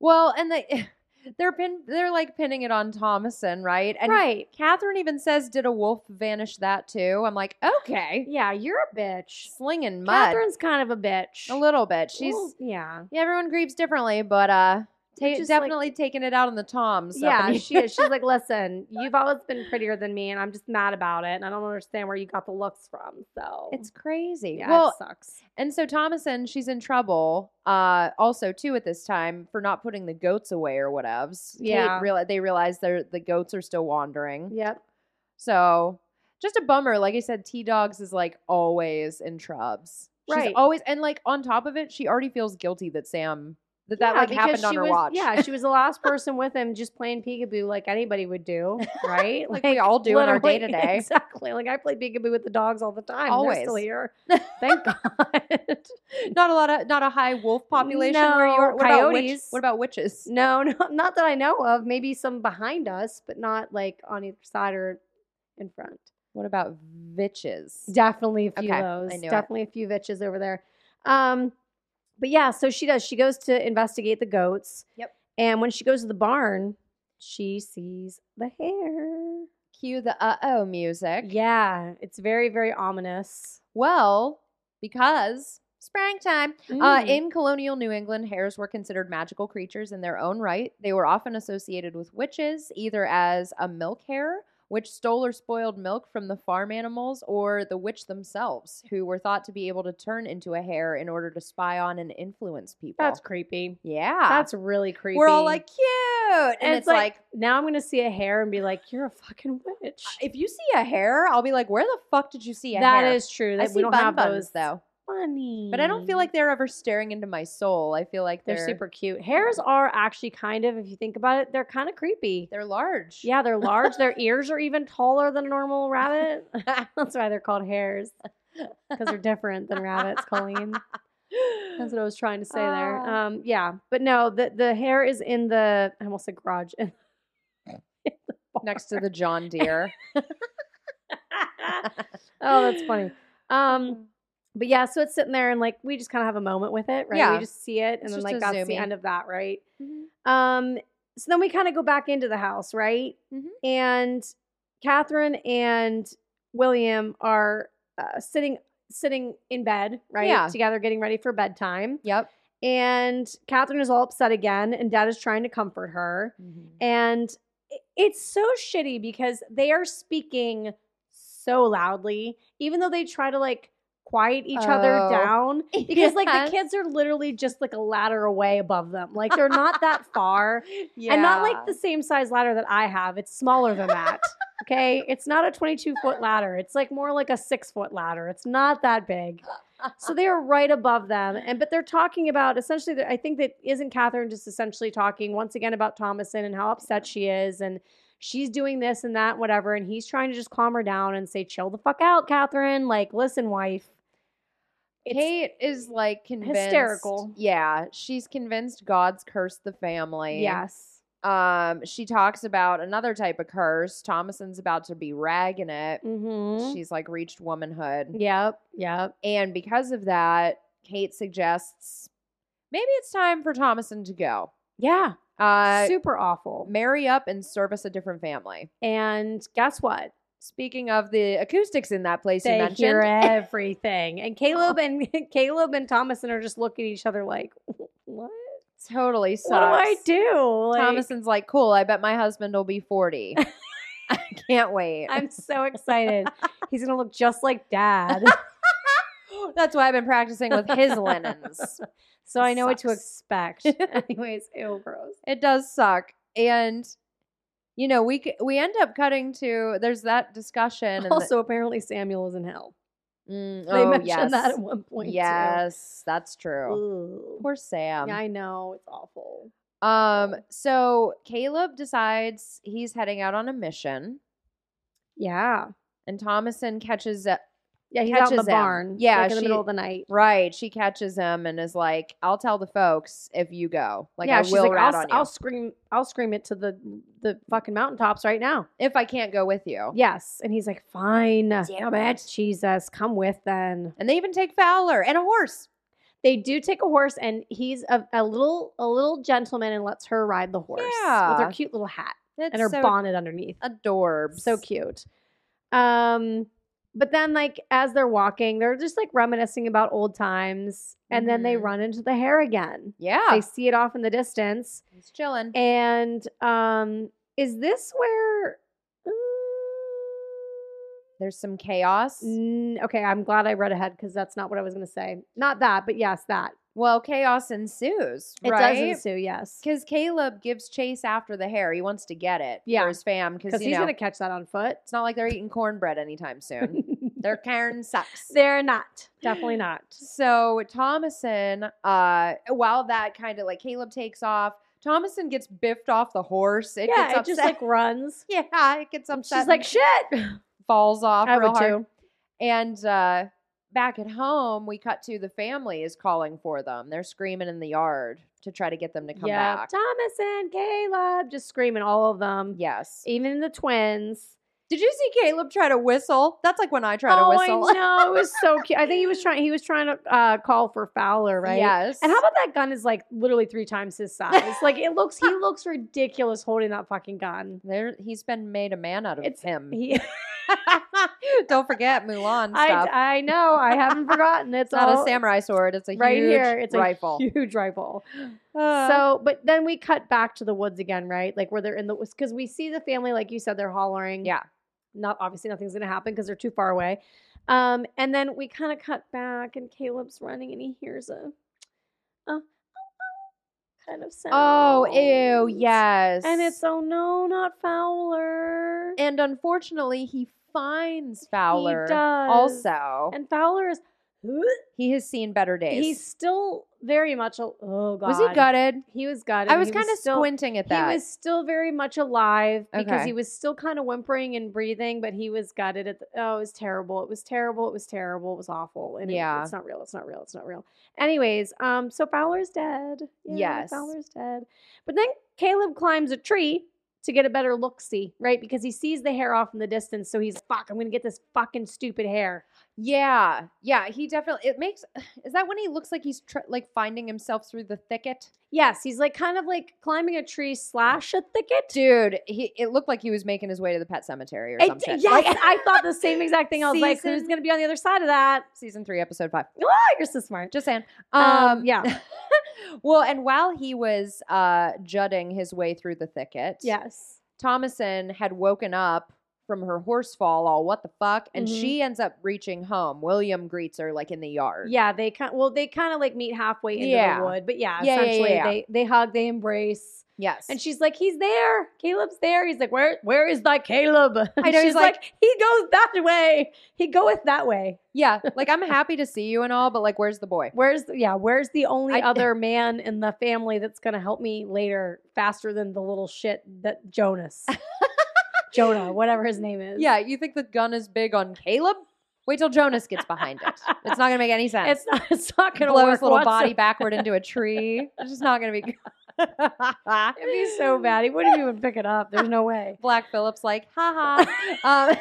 B: Well, and they they're pin they're like pinning it on Thomason, right? And
A: right.
B: Catherine even says, "Did a wolf vanish that too?" I'm like, okay,
A: Yeah, you're a bitch.
B: slinging mud
A: Catherine's kind of a bitch.
B: a little bit. She's
A: Well, yeah.
B: yeah, everyone grieves differently, but uh, ta-
A: Which is, like-
B: definitely taking it out on the Toms. up
A: Yeah,
B: in
A: she is. She's like, listen, you've always been prettier than me, and I'm just mad about it, and I don't understand where you got the looks from. So
B: It's crazy.
A: yeah,
B: well,
A: it sucks.
B: and so Thomason, she's in trouble. Uh, also too at this time for not putting the goats away or whatevs. Kate
A: Yeah.
B: reali- they realize they're the goats are still wandering.
A: Yep.
B: So just a bummer. Like I said, T Dogs is like always in trubs. She's
A: Right.
B: always and like on top of it, she already feels guilty that Sam that that
A: Yeah,
B: like
A: because
B: happened on
A: she
B: her
A: was,
B: watch.
A: Yeah, she was the last person with him, just playing peekaboo like anybody would do, right?
B: Like, we all do in our
A: literally-
B: day to day.
A: Exactly. Like I play peekaboo with the dogs all the time. They're still
B: Always.
A: here. Thank God.
B: Not a lot of not a high wolf population where
A: No,
B: you're what about, witch,
A: coyotes.
B: what about witches?
A: no, no, not that I know of. Maybe some behind us, but not like on either side or in front.
B: What about witches?
A: Definitely a few
B: Okay, I
A: lows.
B: knew it.
A: Definitely a few bitches over there. Um, but yeah, so she does. She goes to investigate the goats.
B: Yep.
A: And when she goes to the barn, she sees the hair.
B: Cue the uh oh music.
A: Yeah, it's very, very ominous.
B: Well, because springtime. Uh,
A: Mm.
B: in colonial New England, hares were considered magical creatures in their own right. They were often associated with witches, either as a milk hare, which stole or spoiled milk from the farm animals, or the witch themselves, who were thought to be able to turn into a hare in order to spy on and influence people.
A: That's creepy.
B: yeah.
A: That's really creepy.
B: we're all like cute, and, it's, like,
A: now I'm gonna see a hair and be like, you're a fucking witch.
B: if you see a hare, I'll be like, where the fuck did you see a
A: That
B: hare?
A: is true.
B: I
A: That
B: see
A: we don't
B: bun
A: have
B: buns
A: those
B: though,
A: Funny,
B: but I don't feel like they're ever staring into my soul. I feel like
A: they're,
B: they're
A: super cute. Hairs are actually kind of, if you think about it, they're kind of creepy.
B: They're large.
A: Yeah, they're large. Their ears are even taller than a normal rabbit. That's why they're called hares. Because they're different than rabbits, Colleen. That's what I was trying to say there.
B: Ah.
A: Um, yeah, but no, the the hair is in the I almost said garage.
B: next to the John Deere.
A: oh, that's funny. Um,
B: Mm.
A: but yeah, so it's sitting there and like we just kind of have a moment with it, right?
B: Yeah.
A: We just see it, and
B: It's
A: then
B: just
A: like
B: a
A: that's the
B: zoomie.
A: end of that, right?
B: Mhm.
A: Um, so then we kind of go back into the house, right?
B: Mhm.
A: And Catherine and William are uh, sitting sitting in bed, right?
B: Yeah.
A: Together, getting ready for bedtime.
B: Yep.
A: And Catherine is all upset again, and Dad is trying to comfort her. And i- it's so shitty because they are speaking so loudly, even though they try to like quiet each other
B: Oh.
A: down because like the
B: Yes.
A: kids are literally just like a ladder away above them. Like they're not that far. And not like the same size ladder that I have. It's smaller than that. okay. It's not a 22 foot ladder. It's like more like a six foot ladder. It's not that big. So they are right above them. And, but they're talking about essentially, that- I think that isn't Catherine just essentially talking once again about Thomason and how upset she is. And she's doing this and that, whatever. And he's trying to just calm her down and say, chill the fuck out, Catherine. Like, listen, wife. It's,
B: Kate is like convinced.
A: hysterical.
B: Yeah, she's convinced God's cursed the family.
A: yes.
B: Um, she talks about another type of curse. Thomason's about to be ragging it.
A: Mm-hmm.
B: She's like reached womanhood,
A: Yep. Yep.
B: and because of that, Kate suggests maybe it's time for Thomason to go.
A: Yeah.
B: Uh,
A: Super awful.
B: marry up and service a different family.
A: And guess what?
B: Speaking of the acoustics in that place you
A: They
B: mentioned,
A: hear everything. And Caleb and Caleb and Thomason are just looking at each other like, what?
B: totally sucks.
A: What do I do? Like,
B: Thomason's like, cool. I bet my husband will be forty. I can't wait.
A: I'm so excited. He's gonna look just like dad.
B: That's why I've been practicing with his linens.
A: So I know what to expect. Anyways, ew, gross.
B: It does suck, and you know we c- we end up cutting to there's that discussion. And
A: also, apparently Samuel is in hell.
B: the, Mm,
A: They
B: oh
A: mentioned
B: yes,
A: that at one point. too.
B: yes, that's true.
A: Ooh.
B: Poor Sam.
A: Yeah, I know it's awful.
B: Um, so Caleb decides he's heading out on a mission,
A: Yeah,
B: and Thomason catches up.
A: yeah. He's out in the
B: Catches him.
A: barn.
B: Yeah,
A: like in the
B: she-
A: middle of the night.
B: Right, she catches him and is like, "I'll tell the folks if you go. Like, I
A: she's
B: will
A: like,
B: rat
A: I'll,
B: on you
A: I'll scream, I'll scream it to the the fucking mountaintops right now.
B: if I can't go with you."
A: Yes, and he's like, fine,
B: Oh. Damn it.
A: Jesus, come with then.
B: And they even take Fowler and a horse.
A: They do take a horse, and he's a, a little a little gentleman and lets her ride the horse with
B: Yeah.
A: her cute little hat
B: That's
A: and her
B: so
A: bonnet underneath.
B: adorbs.
A: So cute. Um, but then like as they're walking, they're just like reminiscing about old times, and then they
B: Mhm.
A: run into the hair again.
B: Yeah,
A: They see it off in the distance,
B: he's chilling.
A: and um, is this where?
B: There's some chaos.
A: Mm, okay, I'm glad I read ahead because that's not what I was going to say. Not that, but yes, that
B: Well, chaos ensues,
A: it
B: right?
A: does ensue. Yes,
B: Because Caleb gives chase after the hair. He wants to get it
A: Yeah.
B: for his fam. Because
A: because
B: you
A: he's
B: know,
A: going to catch that on foot.
B: it's not like they're eating cornbread anytime soon. They're Karen sucks.
A: They're not. Definitely not.
B: So Thomason, uh, while that kind of like Caleb takes off, Thomason gets biffed off the horse. It
A: yeah,
B: gets
A: it
B: upset.
A: just like runs.
B: yeah, it gets upset.
A: She's
B: and
A: like, shit.
B: falls off
A: I
B: real
A: would
B: hard.
A: too.
B: And uh, back at home, we cut to the family is calling for them. They're screaming in the yard to try to get them to come
A: Yeah,
B: back.
A: Thomas and Caleb just screaming all of them.
B: Yes.
A: Even the twins.
B: Did you see Caleb try to whistle? That's like when I try
A: oh,
B: to whistle.
A: I know. It was so cute. I think he was trying. He was trying to uh, call for Fowler, right?
B: Yes.
A: And how about that gun is like literally three times his size? Like it looks, he looks ridiculous holding that fucking gun.
B: there? He's been made a man out of
A: It's-
B: him.
A: He,
B: Don't forget Mulan stuff.
A: I, I know, I haven't forgotten. It's
B: it's not
A: all
B: a samurai sword. It's a
A: right
B: huge
A: here. It's
B: rifle.
A: a huge rifle.
B: Uh,
A: so, but then we cut back to the woods again, right? Like where they're in the because we see the family, like you said, they're hollering.
B: yeah,
A: Not obviously nothing's gonna happen because they're too far away. Um, and then we kind of cut back, and Caleb's running, and he hears a, a kind of sound.
B: Oh, ew, yes.
A: And it's oh no, not Fowler.
B: and unfortunately he finds
A: He
B: Fowler
A: does.
B: also.
A: and Fowler is
B: he has seen better days.
A: he's still very much al- oh god.
B: was he gutted?
A: He was gutted.
B: I
A: He
B: was kind of
A: still-
B: squinting at
A: He
B: that.
A: was still very much alive because
B: Okay.
A: he was still kind of whimpering and breathing, but he was gutted. At the, oh, it was terrible. It was terrible. It was terrible. It was awful. And it-
B: Yeah.
A: it's not real. It's not real. It's not real. Anyways, um, so Fowler's dead. Yay,
B: Yes.
A: Fowler's dead. But then Caleb climbs a tree to get a better look see, right? Because he sees the hair off in the distance, so he's fuck. I'm gonna get this fucking stupid hair.
B: yeah, yeah. He definitely. It makes. Is that when he looks like he's tr- like finding himself through the thicket?
A: Yes, he's like kind of like climbing a tree slash a thicket.
B: Dude, he, it looked like he was making his way to the pet cemetery or
A: It-
B: something.
A: yes, I thought the same exact thing. I was like, who's
B: Season-
A: gonna be on the other side of that?
B: season three, episode five.
A: Oh, you're so smart.
B: Just saying. Um,
A: Um, yeah.
B: well, and while he was uh, jutting his way through the thicket,
A: Yes.
B: Thomason had woken up from her horse fall, all what the fuck, and
A: Mhm.
B: she ends up reaching home. William greets her like in the yard.
A: Yeah, they kind well, they kind of like meet halfway into
B: Yeah.
A: the wood, but yeah,
B: Yeah, yeah,
A: essentially
B: yeah, yeah.
A: they they hug, they embrace,
B: Yes.
A: and she's like, "He's there, Caleb's there." He's like, "Where where is thy Caleb?" And
B: I know,
A: she's
B: he's
A: like, "He goes that way. He goeth that way.
B: yeah, like I'm happy to see you and all, but like, where's the boy?
A: Where's the, yeah? Where's the only
B: I-
A: other man in the family that's gonna help me later faster than the little shit that Jonas, Jonah, whatever his name is?
B: Yeah, you think the gun is big on Caleb? Wait till Jonas gets behind it. It's not gonna make any sense.
A: it's not it's not gonna
B: blow
A: work
B: his little
A: whatsoever.
B: body backward into a tree. It's just not gonna be. good.
A: It'd be so bad. He wouldn't even pick it up. There's no way.
B: Black Phillips like, ha ha. Um,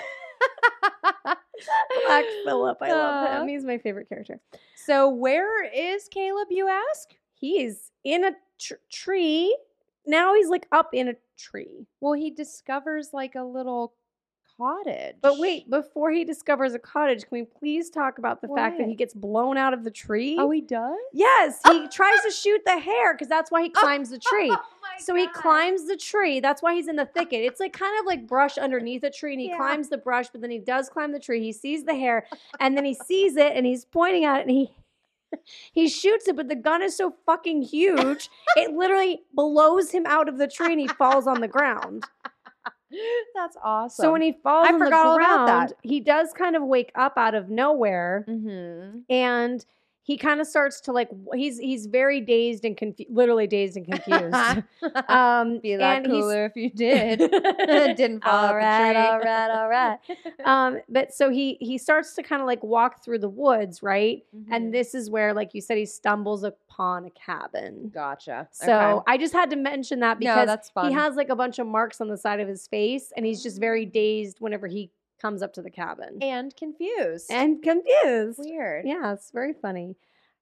A: Black Phillip. I love
B: Aw.
A: him. He's my favorite character.
B: so where is Caleb? You ask.
A: He's in a tr- tree. Now he's like up in a tree.
B: Well, he discovers like a little cottage.
A: But wait, before he discovers a cottage, can we please talk about the fact that
B: What?
A: he gets blown out of the tree?
B: oh, he does.
A: yes, he tries to shoot the hare because that's why he climbs the tree. So he
B: climbs.
A: climbs the tree. That's why he's in the thicket. It's like kind of like brush underneath a tree, and he
B: Yeah.
A: climbs the brush, but then he does climb the tree. He sees the hair, and then he sees it, and he's pointing at it, and he he shoots it, but the gun is so fucking huge, it literally blows him out of the tree, and he falls on the ground.
B: That's awesome.
A: So when he falls
B: I
A: on the
B: forgot all
A: ground,
B: about that.
A: he does kind of wake up out of nowhere,
B: mm-hmm.
A: and he kind of starts to like w- he's he's very dazed and confused, literally dazed and confused. Um,
B: be a lot
A: and he's-
B: cooler if you did. Didn't fall
A: all right, all
B: off the tree.
A: right, all right. Um, but so he he starts to kind of like walk through the woods, right?
B: Mm. Mm-hmm.
A: And this is where, like you said, he stumbles upon a cabin.
B: gotcha.
A: So
B: okay.
A: I just had to mention that
B: no,
A: because
B: that's fun.
A: he has like a bunch of marks on the side of his face, and he's just very dazed whenever he comes up to the cabin
B: and confused
A: and confused.
B: weird.
A: Yeah, it's very funny.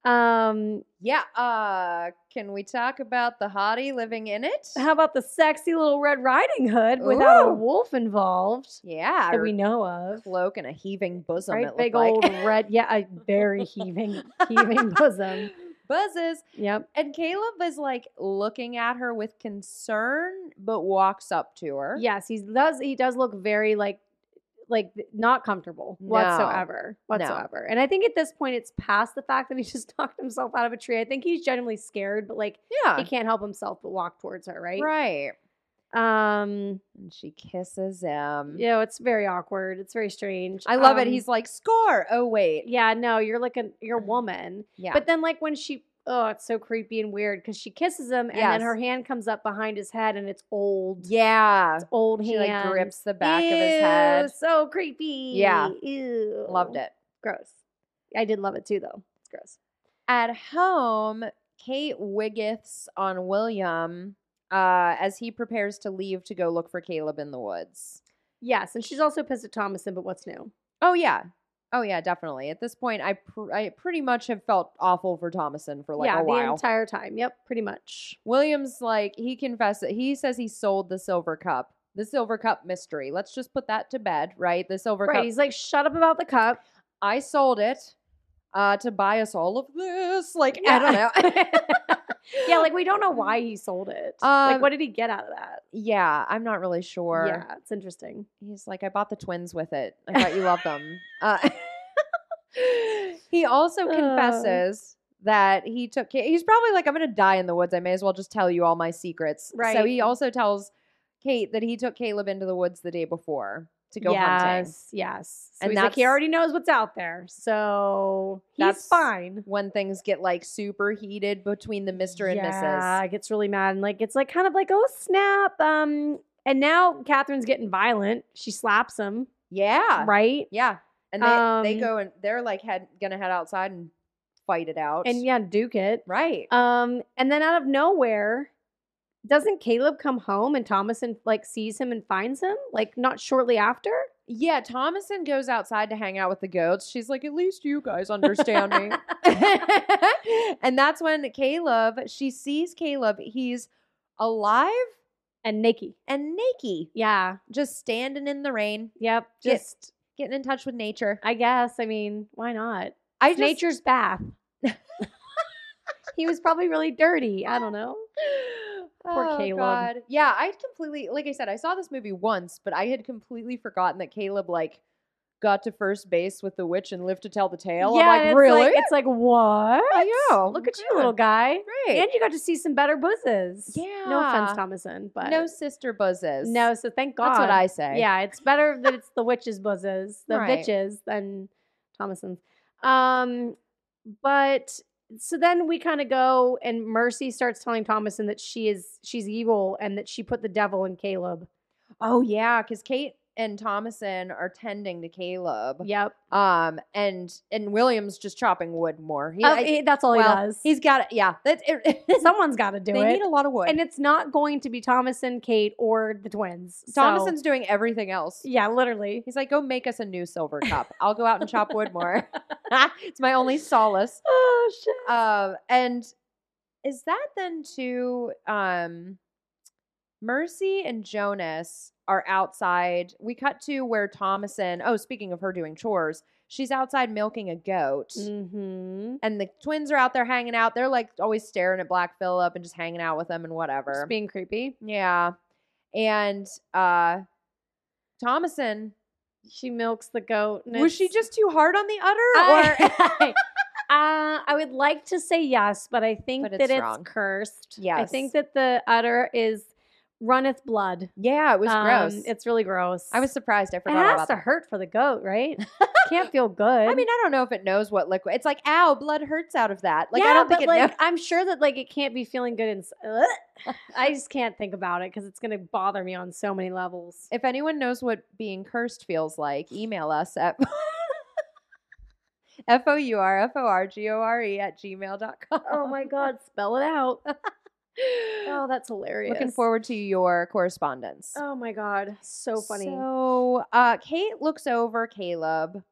A: Um,
B: Yeah. Uh, can we talk about the hottie living in it?
A: how about the sexy little Red Riding Hood without a
B: Ooh.
A: wolf involved
B: yeah.
A: that we
B: her
A: know of?
B: cloak and a heaving bosom. it
A: Right,
B: looked
A: big
B: like.
A: old red, yeah, a very heaving, heaving bosom.
B: Buzzes.
A: Yep.
B: And Caleb is like looking at her with concern, but walks up to her.
A: Yes, he does. He does look very like, like not comfortable
B: No.
A: whatsoever,
B: No.
A: whatsoever. And I think at this point, it's past the fact that he just knocked himself out of a tree. I think he's genuinely scared, but like he
B: Yeah.
A: can't help himself but walk towards her. Right.
B: Right.
A: Um.
B: And she kisses him.
A: You know, it's very awkward. It's very strange.
B: Mm-hmm. I love it.
A: Um,
B: He's like, score. Oh, wait.
A: yeah. No, you're like a you're a woman.
B: Yeah.
A: But then like when she. Oh, it's so creepy and weird because she kisses him and then
B: Yes.
A: her hand comes up behind his head and it's old,
B: yeah.
A: old
B: She
A: hand.
B: like grips the back of his head.
A: Ew, So creepy.
B: Yeah.
A: Ew.
B: Loved it.
A: Gross. I did love it too, though. It's gross.
B: At home, Kate wiggiths on William uh, as he prepares to leave to go look for Caleb in the woods.
A: Yes, and she's also pissed at Thomason, but what's new?
B: Oh, yeah. Oh, yeah, definitely. At this point, I, pr- I pretty much have felt awful for Thomason for like
A: yeah,
B: a
A: the
B: while.
A: entire time. Yep, pretty much.
B: Williams like he confessed that he says he sold the silver cup. The silver cup mystery. Let's just put that to bed, right? The silver
A: Right.
B: cup.
A: He's like, shut up about the cup.
B: I sold it uh to buy us all of this. Like I don't know.
A: know. yeah, like we don't know why he sold it. like,
B: Um,
A: what did he get out of that?
B: yeah, I'm not really sure.
A: yeah, it's interesting.
B: He's like I bought the twins with it. I thought you loved them. Uh, he also
A: Oh.
B: confesses that he took Kate. He's probably like I'm going to die in the woods. I may as well just tell you all my secrets. So
A: Right.
B: he also tells Kate that he took Caleb into the woods the day before to go hunting.
A: yes, yes. So
B: And
A: he's like, he
B: that's-
A: already knows what's out there, so he's
B: That's-
A: fine.
B: when things get like super heated between the Mr. and
A: Yeah,
B: Mrs.
A: gets really mad and like it's like kind of like oh snap. Um, and now Catherine's getting violent. She slaps him,
B: Yeah.
A: right?
B: Yeah. And they, they
A: Um,
B: go and they're like head gonna head outside and fight it out.
A: And yeah, Duke it.
B: right.
A: Um, and then out of nowhere, doesn't Caleb come home and Thomason like sees him and finds him like not shortly after?
B: yeah, Thomason goes outside to hang out with the goats. She's like, at least you guys understand me. and that's when Caleb, she sees Caleb, he's alive
A: And Nikki.
B: and naked,
A: Yeah.
B: just standing in the rain,
A: Yep.
B: Get-
A: Just
B: getting in touch with nature.
A: I guess. I mean, why not?
B: I just,
A: Nature's bath. he was probably really dirty. I don't know. Poor Caleb.
B: Oh, Yeah, I completely like I said, I saw this movie once, but I had completely forgotten that Caleb like got to first base with the witch and lived to tell the tale.
A: Yeah,
B: I'm
A: and
B: like,
A: it's
B: really?
A: it's like what?
B: I know.
A: Look at you,
B: Yeah.
A: little guy.
B: Great.
A: And you got to see some better buzzes. No offense,
B: Yeah.
A: Thomason, but
B: no sister buzzes.
A: no. So thank God.
B: That's what I say.
A: Yeah, it's better that it's the witches' buzzes, the
B: Right.
A: bitches, than Thomason's. Um, but so then we kind of go, and Mercy starts telling Thomason that she is she's evil and that she put the devil in Caleb.
B: Oh yeah, because Kate and Thomason are tending to Caleb.
A: Yep.
B: Um and and William's just chopping wood more. He,
A: Oh,
B: I-
A: he- that's all
B: well,
A: he does.
B: He's got it. Yeah. That's it,
A: someone's got to do
B: they
A: it.
B: need a lot of wood.
A: and it's not going to be Thomason, Kate, or the twins. So-
B: Thomason's doing everything else.
A: yeah, literally.
B: He's like, go make us a new silver cup. I'll go out and chop wood more. it's my only solace.
A: Oh shit.
B: Um, and is that then too? Um, Mercy and Jonas are outside. We cut to where Thomason. Oh, speaking of her doing chores, she's outside milking a goat.
A: Mm-hmm.
B: And the twins are out there hanging out. They're like always staring at Black Phillip and just hanging out with him and whatever.
A: Just being creepy.
B: yeah. And uh Thomason
A: She milks the goat. and
B: was she
A: it's-
B: just too hard on the udder? or
A: I, uh, I would like to say yes, but I think
B: But
A: that
B: it's
A: it's
B: wrong.
A: cursed. I
B: Yes.
A: think that the udder is runneth blood.
B: yeah, it was
A: Um,
B: gross.
A: It's really gross.
B: I was surprised. I
A: It
B: forgot all
A: has
B: about
A: to
B: that.
A: hurt for the goat, right? Can't feel good.
B: I mean, I don't know if it knows what liquid. It's like, ow, blood hurts out of that. Like,
A: yeah,
B: I don't think
A: but
B: it
A: like
B: knows.
A: I'm sure that like it can't be feeling good. And I just can't think about it because it's gonna bother me on so many levels.
B: If anyone knows what being cursed feels like, email us at f o u r f o r g o r e at gmail.com.
A: oh my god, spell it out. Oh, that's hilarious.
B: Looking forward to your correspondence.
A: Oh my god, so funny.
B: So uh, Kate looks over Caleb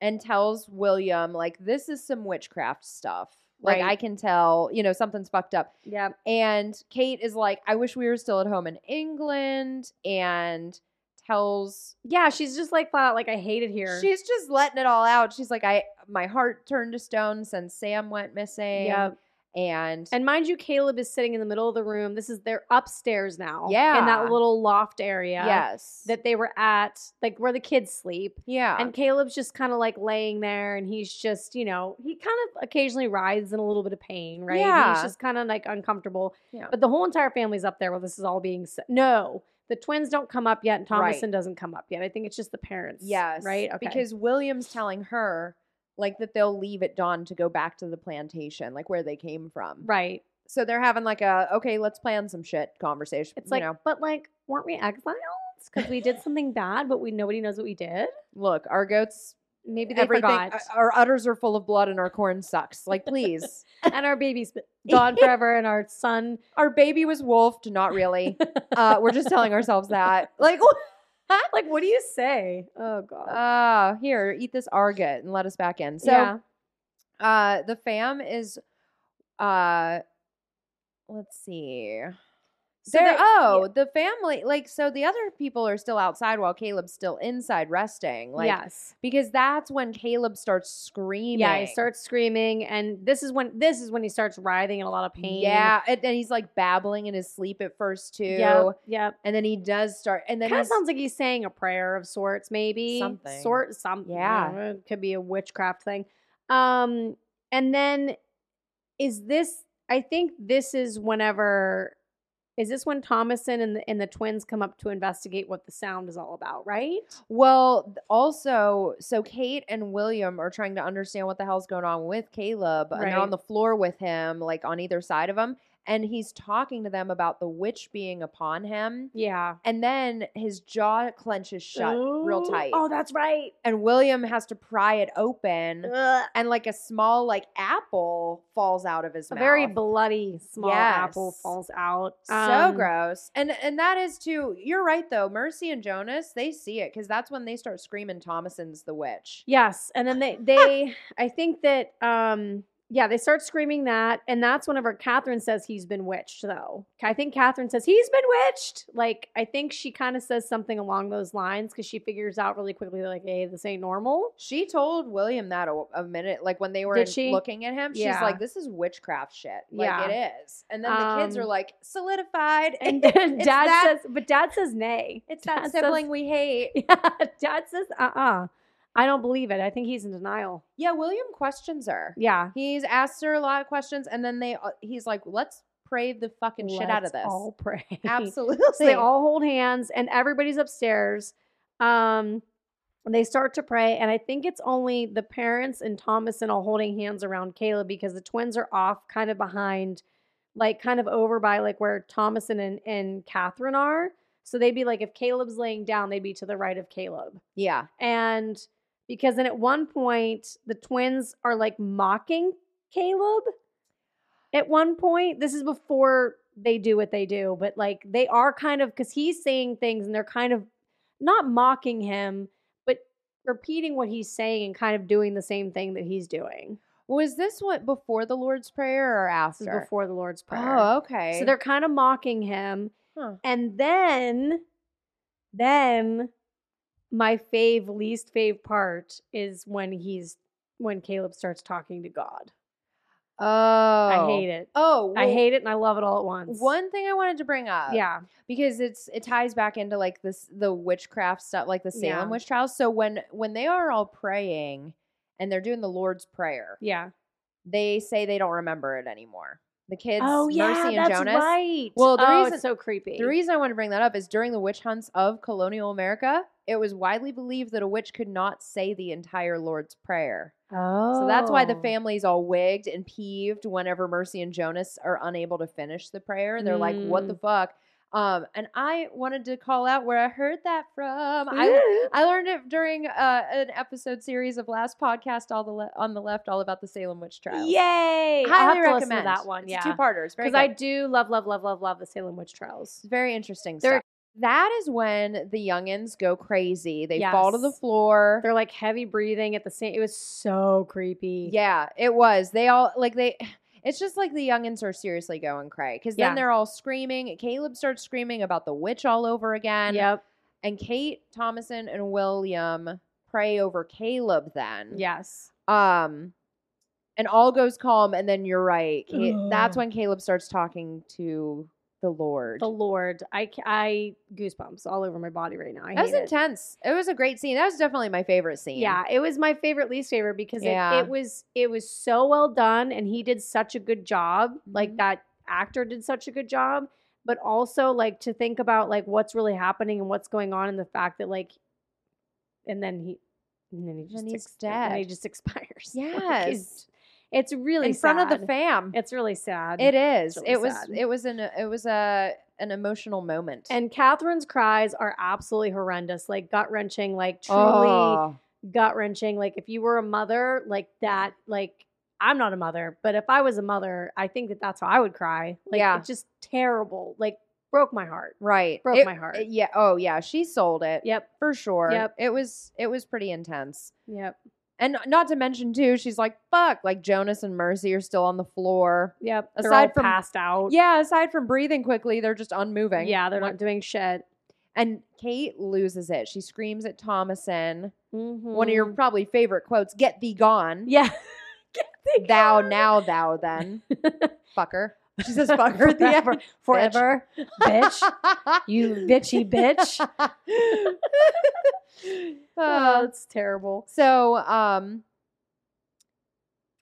B: and tells William, like, this is some witchcraft stuff. Like
A: Right.
B: I can tell, you know, something's fucked up.
A: Yeah.
B: And Kate is like, I wish we were still at home in England and tells
A: Yeah. She's just like flat out like I hate it here.
B: she's just letting it all out. She's like, I my heart turned to stone since Sam went missing.
A: yeah.
B: And
A: And mind you, Caleb is sitting in the middle of the room. This is they're upstairs now. In
B: Yeah.
A: that little loft area.
B: yes.
A: That they were at, like where the kids sleep.
B: yeah.
A: And Caleb's just kind of like laying there and he's just, you know, he kind of occasionally writhes in a little bit of pain, right?
B: Yeah.
A: He's just kind of like uncomfortable.
B: Yeah.
A: But the whole entire family's up there while this is all being said. No, the twins don't come up yet and
B: Right.
A: Thomason doesn't come up yet. I think it's just the parents.
B: Yes.
A: Right? Okay.
B: Because William's telling her like that they'll leave at dawn to go back to the plantation, like where they came from.
A: right.
B: So they're having like a okay, let's plan some shit conversation.
A: It's
B: you
A: like,
B: know,
A: but like, weren't we exiled? Because we did something bad, but we nobody knows what we did.
B: look, our goats,
A: Maybe they
B: everything, uh,
A: forgot.
B: our udders are full of blood, and our corn sucks. Like, please,
A: and our baby's been gone forever and our son.
B: our baby was wolfed, not really. Uh, we're just telling ourselves that. Like,
A: like, what do you say? Oh, God.
B: ah, here, eat this argot and let us back in. So,
A: yeah.
B: uh, the fam is, uh, let's see.
A: So
B: They're-
A: they-
B: oh, the family like so the other people are still outside while Caleb's still inside resting. Like
A: yes.
B: because that's when Caleb starts screaming.
A: Yeah, he starts screaming, and this is when this is when he starts writhing in a lot of pain.
B: Yeah, and then he's like babbling in his sleep at first too.
A: yeah, yeah.
B: And then he does start and then
A: Kind of
B: he's-
A: sounds like he's saying a prayer of sorts, maybe
B: Something.
A: sort something.
B: Yeah.
A: it could be a witchcraft thing. Um, and then is this? I think this is whenever. Is this when Thomason and the, and the twins come up to investigate what the sound is all about? Right?
B: well th- also so Kate and William are trying to understand what the hell's going on with Caleb and
A: Right.
B: they're on the floor with him like on either side of him and he's talking to them about the witch being upon him
A: Yeah.
B: and then his jaw clenches shut real
A: Ooh.
B: tight.
A: Oh, that's right.
B: and William has to pry it open,
A: Ugh.
B: and like a small like apple falls out of his
A: A
B: mouth.
A: very bloody small apple
B: Yes.
A: falls out.
B: so
A: Um,
B: gross. And and that is too. You're right though. Mercy and Jonas they see it because that's when they start screaming. Thomason's the witch.
A: Yes, and then they they I think that um yeah they start screaming that, and that's whenever Catherine says he's been witched though. I think Catherine says he's been witched. Like I think she kind of says something along those lines because she figures out really quickly like hey this ain't normal.
B: She told William that a, a minute, like when they were
A: Did
B: in-
A: she?
B: looking at him, she's
A: Yeah.
B: like, "This is witchcraft shit." Like
A: Yeah.
B: it is. And then the kids are
A: Um,
B: like, "Solidified."
A: And then
B: It's
A: Dad
B: that-
A: says, but Dad says nay.
B: it's that
A: Dad says-
B: sibling we hate.
A: Yeah, Dad says uh uh I don't believe it. I think he's in denial.
B: Yeah, William questions her.
A: Yeah.
B: He's asked her a lot of questions, and then they uh, he's like, "Let's pray the fucking shit out of
A: Let's
B: this."
A: All pray.
B: Absolutely.
A: So they all hold hands and everybody's upstairs. Um, and they start to pray. And I think it's only the parents and Thomason all holding hands around Caleb because the twins are off kind of behind, like kind of over by like where Thomason and, and Catherine are. So they'd be like, if Caleb's laying down, they'd be to the right of Caleb.
B: yeah.
A: And because then at one point, the twins are like mocking Caleb. At one point, this is before they do what they do, but like they are kind of because he's saying things and they're kind of not mocking him, but repeating what he's saying and kind of doing the same thing that he's doing.
B: Was this what before the Lord's Prayer or
A: This is
B: after?
A: before the Lord's Prayer.
B: Oh, okay.
A: So they're kind of mocking him.
B: Huh.
A: And then, then my fave, least fave part is when he's, when Caleb starts talking to God.
B: Oh,
A: I hate it.
B: Oh,
A: I
B: well,
A: hate it and I love it all at once.
B: One uh, thing I wanted to bring up,
A: Yeah.
B: because it's it ties back into like this the witchcraft stuff, like the
A: Yeah.
B: Salem witch trials. So when when they are all praying and they're doing the Lord's Prayer,
A: Yeah.
B: they say they don't remember it anymore. The kids, Mercy and
A: Oh, that's
B: Jonas,
A: right.
B: Well, the
A: oh,
B: reason-
A: it's so creepy.
B: The reason I want to bring that up is during the witch hunts of colonial America, it was widely believed that a witch could not say the entire Lord's Prayer.
A: oh.
B: So that's why the family's all wigged and peeved whenever Mercy and Jonas are unable to finish the prayer. They're like, what
A: Mm.
B: the fuck? Um, and I wanted to call out where I heard that from. I I learned it during uh, an episode series of last podcast, all the le- on the left, all about the Salem witch trials.
A: Yay. I'll have
B: highly
A: to
B: recommend
A: listen to that one.
B: It's
A: Yeah.
B: two parters.
A: Because
B: Because
A: I
B: I
A: do love, love, love, love, love the Salem witch trials.
B: very interesting
A: They're
B: stuff. That is when the youngins go crazy. They fall to the
A: Yes.
B: floor.
A: They're like heavy breathing at the same. It was so creepy.
B: Yeah, it was. They all like they. It's just like the youngins are seriously going cray because
A: Yeah.
B: then they're all screaming. Caleb starts screaming about the witch all over again.
A: Yep.
B: And Kate Thomason and William pray over Caleb then.
A: Yes.
B: Um, and all goes calm. And then you're right. Ca- that's
A: Ugh.
B: when Caleb starts talking to the Lord.
A: The Lord. I ca- I goosebumps all over my body right now. I
B: that was
A: hate it.
B: intense. It. was a great scene. That was definitely my favorite scene.
A: Yeah, it was my favorite, least favorite because
B: Yeah.
A: it, it was it was so well done, and he did such a good job.
B: Mhm.
A: Like that actor did such a good job, but also like to think about like what's really happening and what's going on, and the fact that like, and then he, and then he just
B: Then he's
A: ex- and then he
B: dead.
A: just expires.
B: Yes.
A: it's, it's really
B: in front of the
A: sad.
B: fam.
A: It's really sad.
B: It is.
A: really
B: it was.
A: sad.
B: It was an. It was a an emotional moment.
A: And Catherine's cries are absolutely horrendous, like gut wrenching, like truly.
B: Oh,
A: gut wrenching. Like if you were a mother, like that, like I'm not a mother, but if I was a mother, I think that that's how I would cry. Like
B: Yeah.
A: it's just terrible. Like broke my heart.
B: right.
A: Broke
B: It-
A: my heart.
B: it- yeah. Oh yeah. She sold it.
A: Yep.
B: For sure.
A: Yep.
B: It was. It was pretty intense.
A: Yep.
B: And not to mention too, she's like, "Fuck!" Like Jonas and Mercy are still on the floor.
A: Yep. They're
B: Aside
A: all
B: from-
A: passed out.
B: Yeah. Aside from breathing quickly, they're just unmoving.
A: Yeah, they're
B: Like-
A: not doing shit.
B: And Kate loses it. She screams at Thomason. One of
A: Mhm.
B: your probably favorite quotes: "Get thee gone,
A: Yeah. Get the
B: thou now, thou then, fucker." She says, "Fucker." at the end.
A: forever. Forever. bitch. You bitchy bitch.
B: Uh, Ah,
A: Oh, it's terrible.
B: so, um,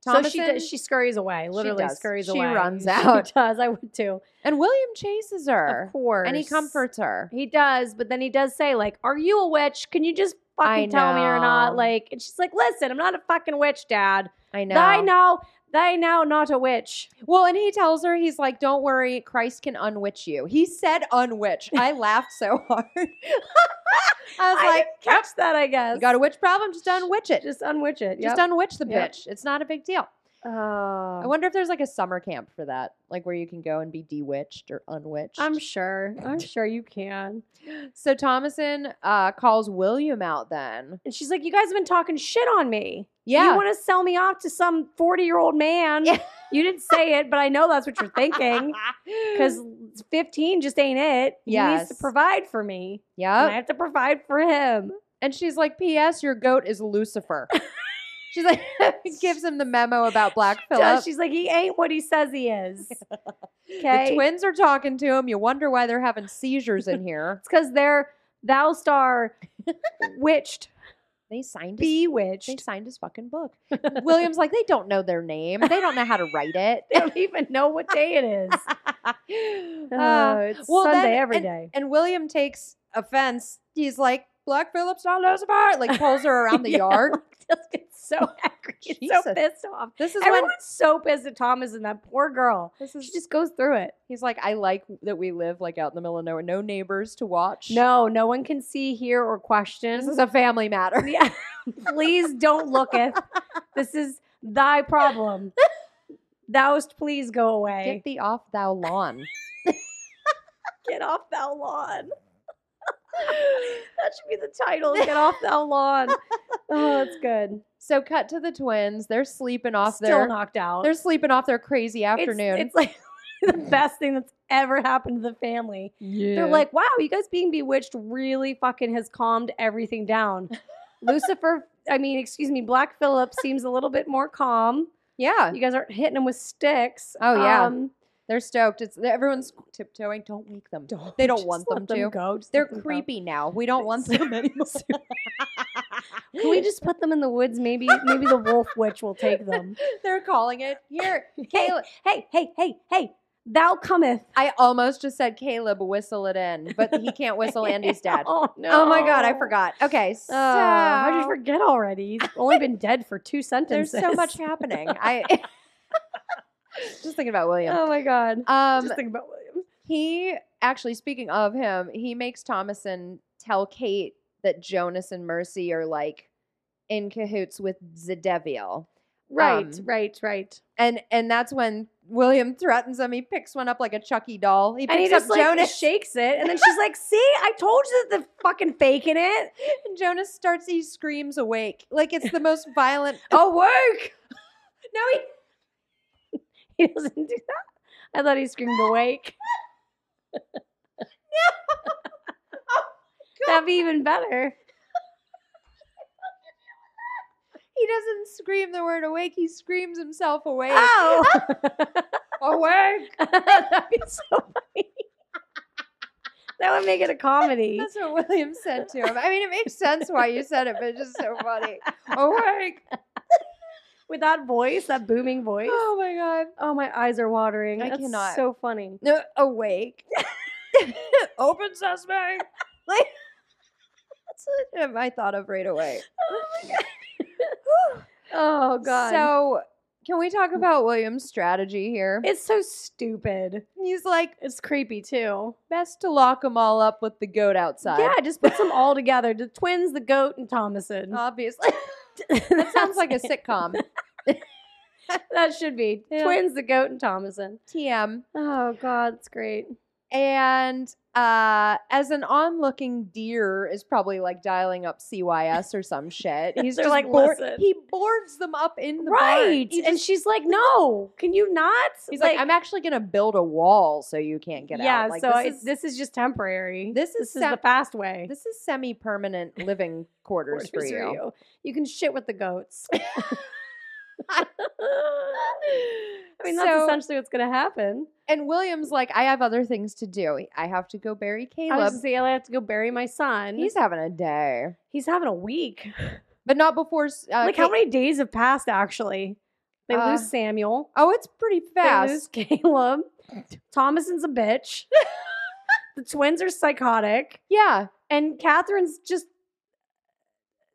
A: so she
B: Thomason-
A: does, she scurries away. Literally
B: does.
A: scurries
B: She
A: away.
B: runs
A: She
B: out.
A: does. I would too.
B: and William chases her,
A: Of course.
B: and he comforts her.
A: He does, but then he does say, like, are you a witch? Can you just
B: I
A: fucking tell me or
B: know.
A: not? Like, and she's like, listen, I'm not a fucking witch, Dad.
B: I know.
A: Thy now, thy now not a witch.
B: Well, and he tells her, he's like, "Don't worry, Christ can unwitch you." He said, "Unwitch." I laughed so hard. I was
A: I
B: like,
A: didn't catch that, I guess.
B: "You got a witch problem? Just unwitch it. Just,
A: just unwitch it. Yep.
B: unwitch the
A: Yep.
B: bitch. It's not a big deal." I
A: Oh.
B: wonder if there's like a summer camp for that, like where you can go and be bewitched or unwitched.
A: I'm sure. I'm sure you can.
B: So Thomason uh, calls William out then.
A: And she's like, you guys have been talking shit on me. You
B: Yeah.
A: want to sell me off to some 40 year old man.
B: Yeah.
A: you didn't say it, but I know that's what you're thinking. Because 15 just ain't it. He needs to
B: Yes.
A: provide for me. and I
B: yeah.
A: have to provide for him.
B: And she's like, P.S. Your goat is Lucifer. she's like, gives him the memo about Black Phillip.
A: Does- She's like, he ain't what he says he is.
B: the
A: Okay. It's
B: twins are talking to him. You wonder why they're having seizures in here.
A: because they're thou star witched,
B: They signed his, they
A: bewitched.
B: signed his fucking book. William's like, they don't know their name. They don't know how to write it.
A: They don't even know what day it is.
B: Uh,
A: Oh, it's
B: well,
A: Sunday
B: then-
A: every day.
B: And William takes offense. He's like, Black Phillip's not Lucifer. Like pulls her around the
A: Yeah.
B: yard.
A: Just gets so angry, and
B: Jesus.
A: so pissed off.
B: This is
A: Everyone's
B: when
A: so pissed at Thomas and that poor girl.
B: this
A: She
B: is
A: just goes through it.
B: he's like, I like that we live like out in the middle of nowhere, no neighbors to watch.
A: No, no one can see, hear, or
B: This
A: question.
B: is a family matter.
A: Yeah. please don't looketh. This is thy problem. Thou'st please go away.
B: Get thee off thou lawn.
A: Get off thou lawn. that should be the title. Get off thou lawn. Oh, it's good.
B: So cut to the twins. They're sleeping off
A: Still
B: their
A: knocked out.
B: they're sleeping off their crazy
A: It's-
B: afternoon.
A: It's, like the best thing that's ever happened to the family. They're like, wow, you guys being bewitched really fucking has calmed everything down. Lucifer, I mean, excuse me, Black Phillip seems a little bit more calm.
B: Yeah.
A: You guys aren't hitting them with sticks.
B: Oh, yeah.
A: Um,
B: They're stoked. It's everyone's tiptoeing. Don't wake them. They don't
A: just
B: want
A: let
B: them to.
A: go. Just
B: They're
A: let them go.
B: creepy now. We don't want them anymore.
A: Can we just put them in the woods? Maybe maybe the wolf witch will take them.
B: They're calling it here,
A: Hey,
B: Caleb.
A: hey, hey, hey, hey. Thou cometh.
B: I almost just said Caleb whistle it in, but he can't whistle. Andy's dad.
A: Oh no.
B: Oh my god, I forgot. Okay, so
A: Oh, how'd you forget already? He's only been dead for two
B: there's
A: sentences.
B: so much happening. I just thinking about William.
A: Oh my god.
B: Um,
A: just think about William.
B: he actually, speaking of him, he makes Thomason tell Kate that Jonas and Mercy are like in cahoots with Zedeviel,
A: Right,
B: um,
A: right, right.
B: and and that's when William threatens him. He picks one up like a Chucky doll. He picks
A: And he
B: up
A: just like
B: Jonas.
A: shakes it, and then she's like, "See, I told you that the fucking faking it.
B: and Jonas starts. He screams awake. Like it's the most violent.
A: Awake!" Oh, no, he he doesn't do that. I thought he screamed awake. no, that'd be even better.
B: He doesn't scream the word awake. He screams himself awake.
A: Oh,
B: Awake.
A: that'd be so funny. that would make it a comedy.
B: That's what William said to him. I mean, it makes sense why you said it, but it's just so funny. Awake.
A: with that voice, that booming voice.
B: Oh my god.
A: Oh, my eyes are watering.
B: I
A: That's
B: cannot.
A: So funny.
B: No, awake. Open sesame. Like that's what I thought of right away.
A: Oh god. Mm.
B: So can we talk about William's strategy here?
A: it's so stupid.
B: He's like
A: It's creepy too.
B: best to lock them all up with the goat outside.
A: Yeah, just puts them all together: the twins, the goat, and Thomason.
B: obviously. Uh, that sounds like a sitcom.
A: that should be
B: Yeah.
A: twins, the goat, and Thomason.
B: TM.
A: Oh god, it's great.
B: And uh, as an onlooking deer is probably like dialing up CYS or some shit. He's
A: They're
B: just
A: like,
B: board-
A: "Listen."
B: he boards them up in the barn.
A: right,
B: He
A: and
B: just-
A: she's like, "No, can you not?"
B: he's like, I'm actually gonna build a wall so you can't get
A: yeah,
B: out. Like,
A: so
B: this
A: I-
B: is
A: this is just temporary.
B: this is
A: This is
B: sem-
A: the fast way.
B: this is semi-permanent living quarters,
A: Orders
B: for you.
A: You can shit with the goats. I mean, that's
B: So-
A: essentially what's going to happen.
B: And William's like, I have other things to do. I have to go bury
A: I was
B: Caleb.
A: gonna say, I have to go bury my son.
B: He's
A: He's
B: having a day,
A: he's having a week.
B: but not before. s- Uh,
A: like, how
B: Ca-
A: many days have passed? Actually, they
B: Uh,
A: lose Samuel.
B: Oh, it's pretty
A: They lose
B: fast.
A: Caleb. Thomason's a bitch. the twins are psychotic,
B: Yeah,
A: and Catherine's just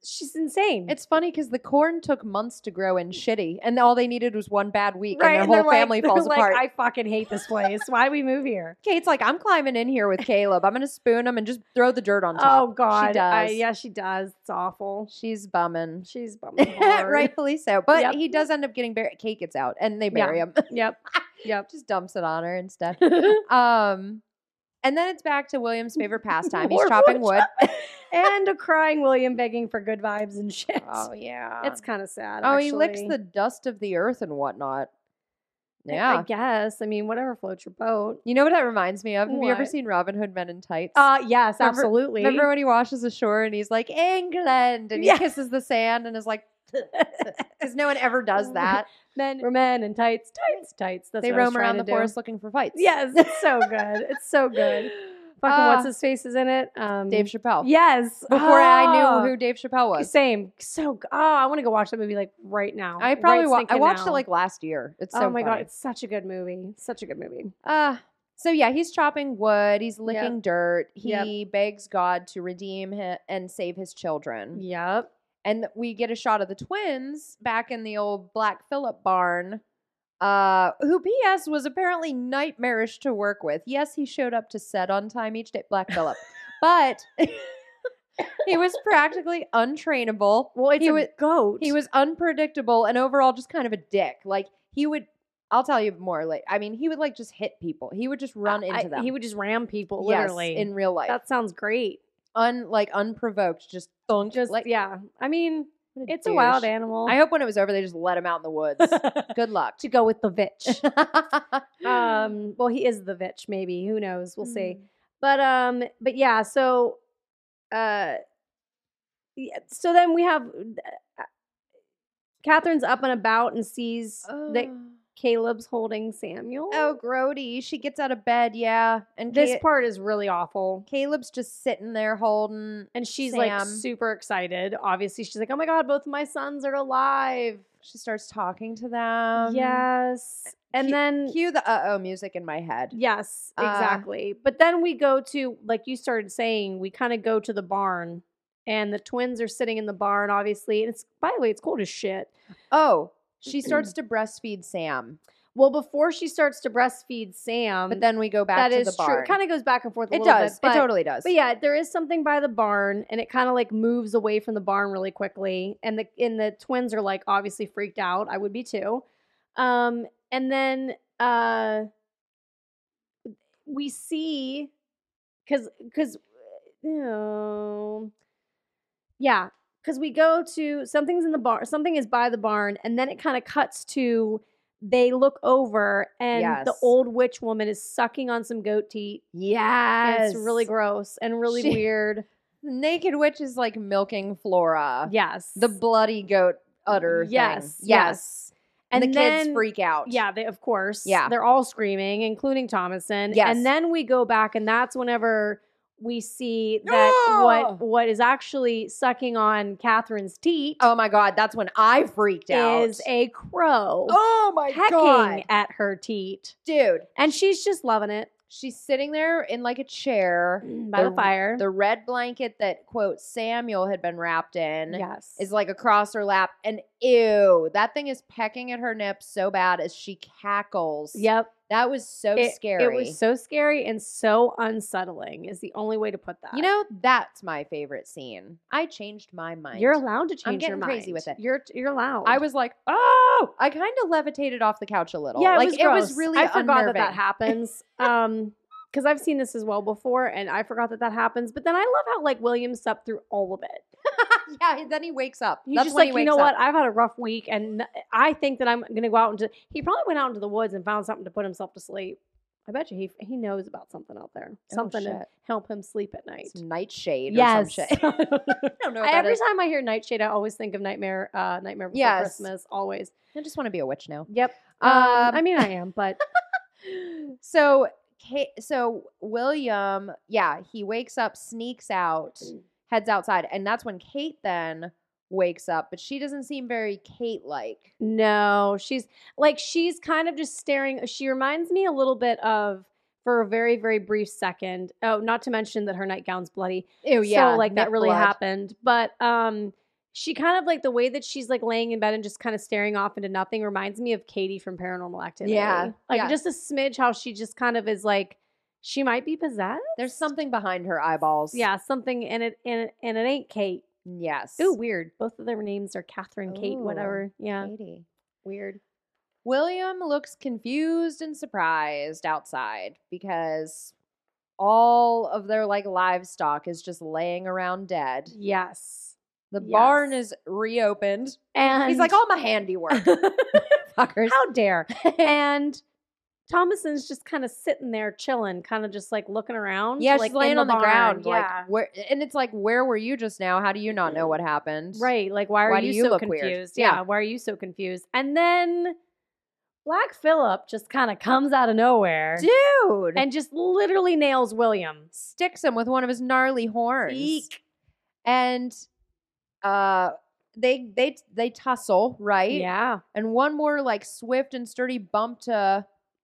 A: she's insane.
B: It's funny because the corn took months to grow and shitty, and all they needed was one bad week, and their
A: they're
B: whole
A: like-
B: family
A: they're
B: falls
A: like,
B: apart.
A: I fucking hate this place. Why we move here?
B: Kate's like, I'm climbing in here with Caleb. I'm gonna spoon him and just throw the dirt on
A: Oh
B: top.
A: God, I-
B: does.
A: yeah, she does. It's awful.
B: She's bumming.
A: She's bumming hard.
B: Rightfully so, but
A: Yep.
B: he does end up getting buried. Kate gets out, and they
A: Yeah.
B: bury him.
A: Yep. Yep.
B: just dumps it on her instead. Um, and then it's back to William's favorite pastime. He's
A: More
B: chopping wood.
A: and a crying William begging for good vibes and shit.
B: Oh, yeah.
A: It's kind of sad.
B: oh, he licks
A: actually.
B: the dust of the earth and whatnot.
A: I-
B: Yeah,
A: I guess. I mean, whatever floats your boat.
B: You know what that reminds me of? Have you ever
A: What?
B: seen Robin Hood Men in Tights?
A: Uh yes,
B: Remember-
A: absolutely.
B: Remember when he washes ashore and he's like, England, and he
A: Yeah.
B: kisses the sand and is like, because no one ever does that.
A: men were men in tights, tights, tights. That's
B: they
A: what I was
B: roam around
A: trying
B: the
A: to do.
B: forest looking for fights.
A: Yes, it's so good. It's so good. Fucking
B: Ah,
A: what's his face is in it? Um
B: Dave Chappelle.
A: Yes.
B: Before I
A: Ah.
B: knew who Dave Chappelle was.
A: Same. So g- oh, I want to go watch that movie like right now.
B: I probably
A: right
B: wa- I
A: stinking
B: watched it
A: now.
B: like last year. It's
A: Oh
B: so
A: my god,
B: funny.
A: it's such a good movie. Such a good movie.
B: Uh, so yeah, he's chopping wood. He's licking dirt. He
A: Yep.
B: begs God to redeem him and save his children.
A: Yep.
B: and we get a shot of the twins back in the old Black Phillip barn. Uh, who PS was apparently nightmarish to work with. Yes, he showed up to set on time each day, Black Phillip, but he was practically untrainable.
A: Well, it's
B: He
A: a
B: wa-
A: goat.
B: He was unpredictable and overall just kind of a dick. Like he would, I'll tell you more. Like I mean, he would like just hit people. He would just run
A: I-
B: into them.
A: He would just ram people
B: Yes,
A: literally.
B: in real life,
A: that sounds great.
B: un like unprovoked, just thunk.
A: Just
B: like
A: yeah. I mean,
B: what
A: it's a wild
B: douche.
A: animal.
B: I hope when it was over, they just let him out in the woods. Good luck.
A: to go with the vitch. um, well, he is the vitch. Maybe who knows?
B: Hmm.
A: We'll see. But um, but yeah. So, uh, yeah, so then we have uh, Catherine's up and about and sees that Caleb's holding Samuel.
B: oh, Grody. She gets out of bed. Yeah. And
A: this
B: Ca-
A: part is really awful.
B: Caleb's just sitting there holding.
A: And she's like
B: Sam.
A: super excited. Obviously, she's like, "Oh my god, both of my sons are alive!" Um,
B: She starts talking to them.
A: yes. And
B: Cu-
A: then
B: Cue the uh oh music in my head.
A: Yes,
B: Uh,
A: exactly. but then we go to, like you started saying, we kind of go to the barn, and the twins are sitting in the barn, obviously. And it's, by the way, it's cold as shit.
B: Oh, she starts to breastfeed Sam.
A: Well, before she starts to breastfeed Sam,
B: But then we go back
A: Um, that
B: to
A: is
B: the barn.
A: true. It kind of goes back and forth. A
B: it
A: little
B: does.
A: Bit, but,
B: it totally does.
A: But yeah, there is something by the barn, and it kind of like moves away from the barn really quickly. And the and the twins are like obviously freaked out. I would be too. Um, and then uh we see because because yeah because we go to something's in the barn something is by the barn and then it kind of cuts to they look over and the
B: Yes.
A: old witch woman is sucking on some goat teat and
B: Yes.
A: it's really gross and really
B: She-
A: weird
B: The naked witch is like milking Flora.
A: yes
B: The bloody goat udder. thing.
A: Yes,
B: Yes. And, the
A: then-
B: kids freak out.
A: Yeah, they, of course.
B: Yeah.
A: They're all screaming, including Thomason.
B: Yes.
A: And then we go back, and that's whenever we see that
B: Ah!
A: what what is actually sucking on Catherine's teat
B: Oh my god, that's when I freaked out.
A: is a crow
B: oh my
A: pecking
B: god.
A: at her teat.
B: Dude,
A: And she's just loving it
B: she's sitting there in like a chair
A: by the,
B: The-
A: fire.
B: The red blanket that quote Samuel had been wrapped in
A: yes.
B: is like across her lap, and ew, that thing is pecking at her nip so bad as she cackles.
A: yep.
B: that was so
A: it,
B: scary.
A: It was so scary and so unsettling is the only way to put that.
B: you know, that's my favorite scene. I changed my mind.
A: you're allowed to change your
B: getting
A: mind.
B: crazy with it.
A: You're you're allowed.
B: I was like, oh, I kind of levitated off the couch a little.
A: Yeah,
B: like
A: it was, gross.
B: really.
A: I forgot that that
B: unnerving.
A: happens. Um, because I've seen this as well before, and I forgot that that happens. But then I love how like William slept through all of it.
B: yeah, then he wakes up.
A: He's
B: that's
A: just
B: when
A: like,
B: he
A: you
B: wakes
A: know
B: up.
A: what? I've had a rough week, and I think that I'm gonna go out into. He probably went out into the woods and found something to put himself to sleep. I bet you he he knows about something out there,
B: Oh,
A: something to
B: shit.
A: help him sleep at night.
B: Some nightshade
A: Yes.
B: or some shit. I don't know. What
A: I-
B: that
A: every
B: is.
A: time I hear Nightshade, I always think of Nightmare, uh, Nightmare Before
B: Yes.
A: Christmas. Always.
B: I just want to be a witch now.
A: Yep. Um,
B: Um,
A: I mean, I am, but
B: so Kate, so William, yeah, he wakes up, sneaks out,
A: Mm.
B: heads outside, and that's when Kate then wakes up, but she doesn't seem very Kate like.
A: No, she's like she's kind of just staring. She reminds me a little bit of for a very very brief second. Oh, not to mention that her nightgown's bloody.
B: Oh
A: so like that
B: nip
A: really
B: blood.
A: happened. But um, she kind of like the way that she's like laying in bed and just kind of staring off into nothing reminds me of Katie from Paranormal Activity.
B: Yeah,
A: like
B: yeah.
A: just a smidge how she just kind of is like she might be possessed.
B: There's something behind her eyeballs.
A: Yeah, something in it and it, and it ain't Kate.
B: Yes. Oh,
A: Ooh, weird. Both of their names are Catherine, Kate,
B: Ooh,
A: whatever. Yeah,
B: Katie.
A: weird.
B: William looks confused and surprised outside because all of their like livestock is just laying around dead.
A: Yes.
B: The
A: Yes.
B: barn is reopened.
A: And
B: He's like, "Oh, all my handiwork, fuckers.
A: how dare. And Thomason's just kind of sitting there chilling, kind of just like looking around.
B: Yeah,
A: like,
B: she's laying
A: in the
B: on the
A: barn.
B: ground,
A: Yeah.
B: like where, and it's like, where were you just now? How do you not know what happened?
A: right. Like, why are
B: Why do
A: you,
B: you
A: so
B: look weird?
A: confused?
B: Yeah.
A: Yeah. why are you so confused? And then Black Phillip just kind of comes out of nowhere
B: dude, and
A: and just literally nails William.
B: sticks him with one of his gnarly horns.
A: Eek.
B: And uh, they they they tussle, right?
A: Yeah,
B: And one more like swift and sturdy bump to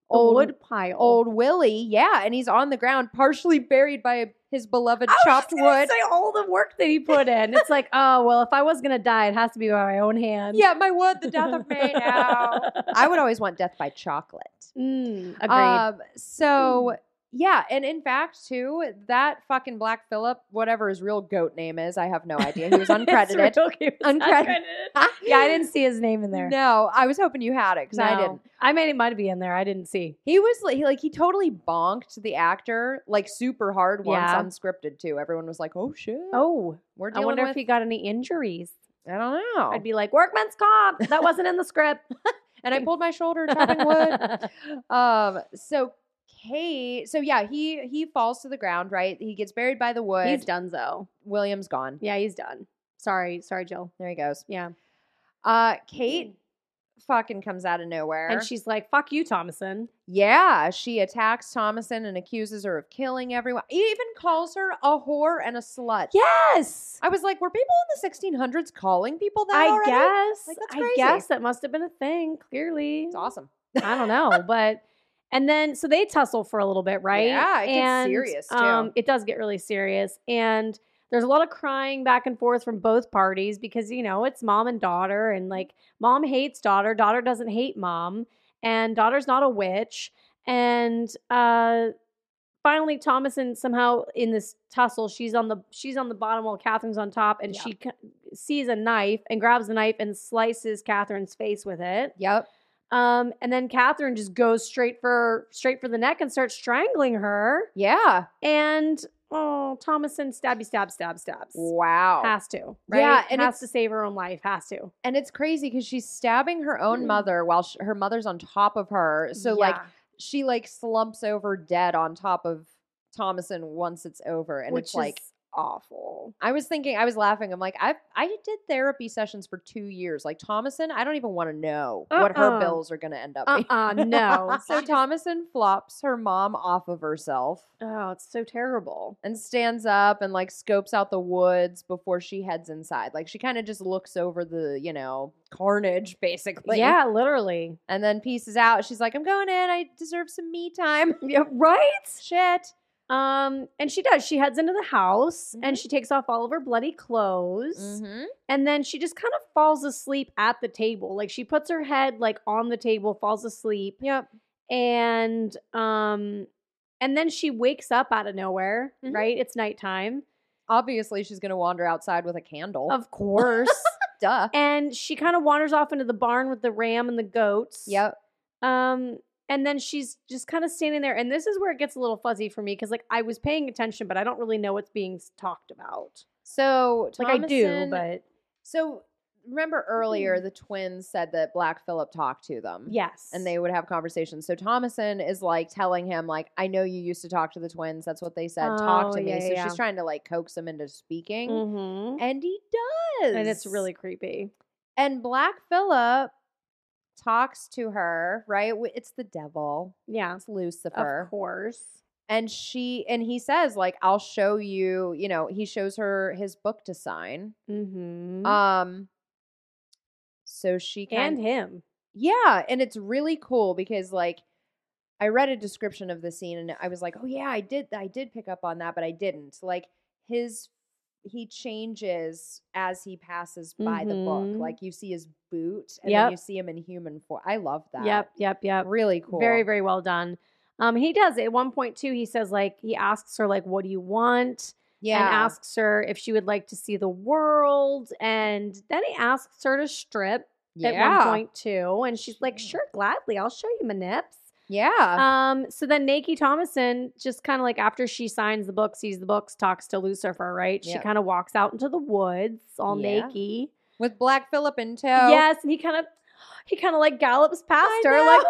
A: the
B: old
A: wood pile.
B: old Willie, yeah, and he's on the ground, partially buried by his beloved
A: I was
B: chopped
A: just gonna
B: wood.
A: Say all the work that he put in. It's like, oh well, if I was gonna die, it has to be by my own hand.
B: yeah, my wood, the death of me now. I would always want death by chocolate.
A: Mm, agreed.
B: Um, so yeah, and in fact, too, that fucking Black Phillip, whatever his real goat name is, I have no idea. He
A: It's
B: was uncredited.
A: real- he was
B: Uncredited.
A: Yeah, I didn't see his name in there.
B: No, I was hoping you had it because I
A: No.
B: didn't.
A: I mean, it might be in there. I didn't see.
B: He was like he, like he totally bonked the actor like super hard once
A: Yeah.
B: unscripted too. Everyone was like, "Oh shit,
A: Oh,
B: we're
A: I
B: dealing
A: wonder
B: with." Oh.
A: if he got any injuries.
B: I don't know.
A: I'd be like, workman's comp. That wasn't in the script.
B: and I pulled my shoulder chopping wood. Um, so Kate, so yeah, he he falls to the ground. Right, he gets buried by the wood.
A: he's done, though.
B: William's gone.
A: Yeah, he's done. Sorry, sorry, Jill.
B: There he goes.
A: Yeah,
B: Uh, Kate fucking comes out of nowhere.
A: and she's like, "Fuck you, Thomason."
B: yeah, she attacks Thomason and accuses her of killing everyone. He even calls her a whore and a slut.
A: Yes,
B: I was like, were people in the 1600s calling people that
A: I
B: already?
A: guess.
B: Like, that's
A: I
B: crazy.
A: guess that must have been a thing. Clearly,
B: It's awesome.
A: I don't know, but and then so they tussle for a little bit, right?
B: Yeah, it gets
A: and, um,
B: serious, too.
A: it does get really serious, and there's a lot of crying back and forth from both parties because you know it's mom and daughter, and like mom hates daughter, daughter doesn't hate mom, and daughter's not a witch, and uh. Finally, Thomason somehow in this tussle, she's on the she's on the bottom while Catherine's on top, and
B: Yeah.
A: she c- sees a knife and grabs the knife and slices Catherine's face with it.
B: Yep.
A: Um, and then Catherine just goes straight for straight for the neck and starts strangling her.
B: Yeah.
A: And oh, Thomason stabby stab stab stabs.
B: Wow.
A: Has to, right?
B: Yeah, and
A: has to save her own life. Has to.
B: and it's crazy because she's stabbing her own
A: Mhm.
B: mother while sh- her mother's on top of her. So like
A: Yeah.
B: she like slumps over dead on top of Thomason once it's over, and
A: Which
B: it's like
A: is awful.
B: I was thinking, I was laughing. I'm like, I I did therapy sessions for two years. Like Thomason, I don't even want to know what her
A: Uh-uh.
B: bills are going to end up.
A: Uh
B: being.
A: uh no.
B: So Thomason flops her mom off of herself
A: oh, it's so terrible.
B: and stands up and like scopes out the woods before she heads inside. Like she kind of just looks over the you know carnage basically.
A: yeah, literally.
B: and then pieces out. She's like, I'm going in. I deserve some me time.
A: Yeah, right.
B: Shit.
A: Um, and she does. She heads into the house and
B: Mhm.
A: she takes off all of her bloody clothes.
B: Mm-hmm.
A: And then she just kind of falls asleep at the table. Like she puts her head like on the table, falls asleep,
B: Yep.
A: and um and then she wakes up out of nowhere,
B: Mhm.
A: right? It's nighttime.
B: Obviously, she's gonna wander outside with a candle.
A: Of course.
B: Duh.
A: and she kind of wanders off into the barn with the ram and the goats.
B: Yep.
A: Um, and then she's just kind of standing there, and this is where it gets a little fuzzy for me because like I was paying attention, but I don't really know what's being s- talked about.
B: So
A: like I do,
B: Thomason-
A: but Mm-hmm.
B: so remember earlier the twins said that Black Phillip talked to them.
A: yes,
B: And they would have conversations. So Thomason is like telling him, like, I know you used to talk to the twins. That's what they said.
A: Oh,
B: talk to me.
A: yeah,
B: so
A: yeah, yeah.
B: she's trying to like coax him into speaking.
A: Mhm.
B: And he does.
A: and it's really creepy.
B: and Black Phillip talks to her, right? W- It's the devil.
A: Yeah,
B: It's Lucifer.
A: of course.
B: and she and he says, like, I'll show you, you know, he shows her his book to sign.
A: Mm-hmm.
B: Um so she
A: and
B: kind
A: him.
B: Yeah, and it's really cool because like I read a description of the scene and I was like, "Oh yeah, I did I did pick up on that, but I didn't." Like his he changes as he passes by the
A: Mhm.
B: book. Like you see his boot and
A: Yep.
B: then you see him in human form. I love that.
A: Yep, yep, yep.
B: Really cool.
A: Very, very well done. Um, he does at one point too. He says like he asks her like, "What do you want?"
B: yeah.
A: and asks her if she would like to see the world. And then he asks her to strip
B: yeah.
A: at one point too. And she's like,
B: Sure.
A: sure, gladly, I'll show you my nips.
B: Yeah.
A: Um, so then Nakey Thomason just kind of like after she signs the book, sees the books, talks to Lucifer, right? She
B: Yep.
A: kind of walks out into the woods all
B: Yeah.
A: naked.
B: With Black Phillip in tow.
A: Yes, and he kind of he kind of like gallops past
B: Oh. I
A: her,
B: know.
A: like,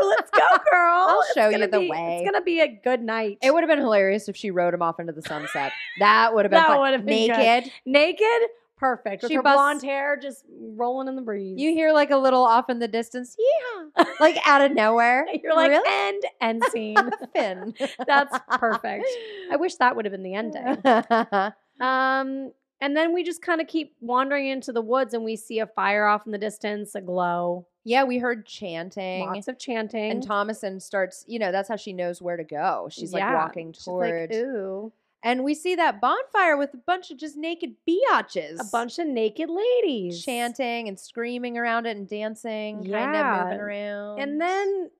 A: woo, let's go, girl.
B: I'll
A: It's
B: show you
A: gonna
B: the
A: be-
B: way."
A: It's gonna be a good night.
B: It would have been hilarious if she rode him off into the sunset. That would have been
A: That
B: fun.
A: would have been good.
B: naked.
A: naked, perfect. With
B: She
A: her
B: busts-
A: blonde hair just rolling in the breeze.
B: You hear like a little off in the distance, yeah, like out of nowhere.
A: You're like
B: really
A: end end scene.
B: Finn.
A: That's perfect. I wish that would have been the ending. Um, and then we just kind of keep wandering into the woods, and we see a fire off in the distance, a glow,
B: yeah, we heard chanting,
A: lots of chanting.
B: and Thomason starts. You know, that's how she knows where to go. She's
A: Yeah.
B: like walking
A: She's like,
B: toward,
A: ooh,
B: and we see that bonfire with a bunch of just naked biatches,
A: a bunch of naked ladies
B: chanting and screaming around it and dancing, kind
A: Yeah.
B: of moving around.
A: And then,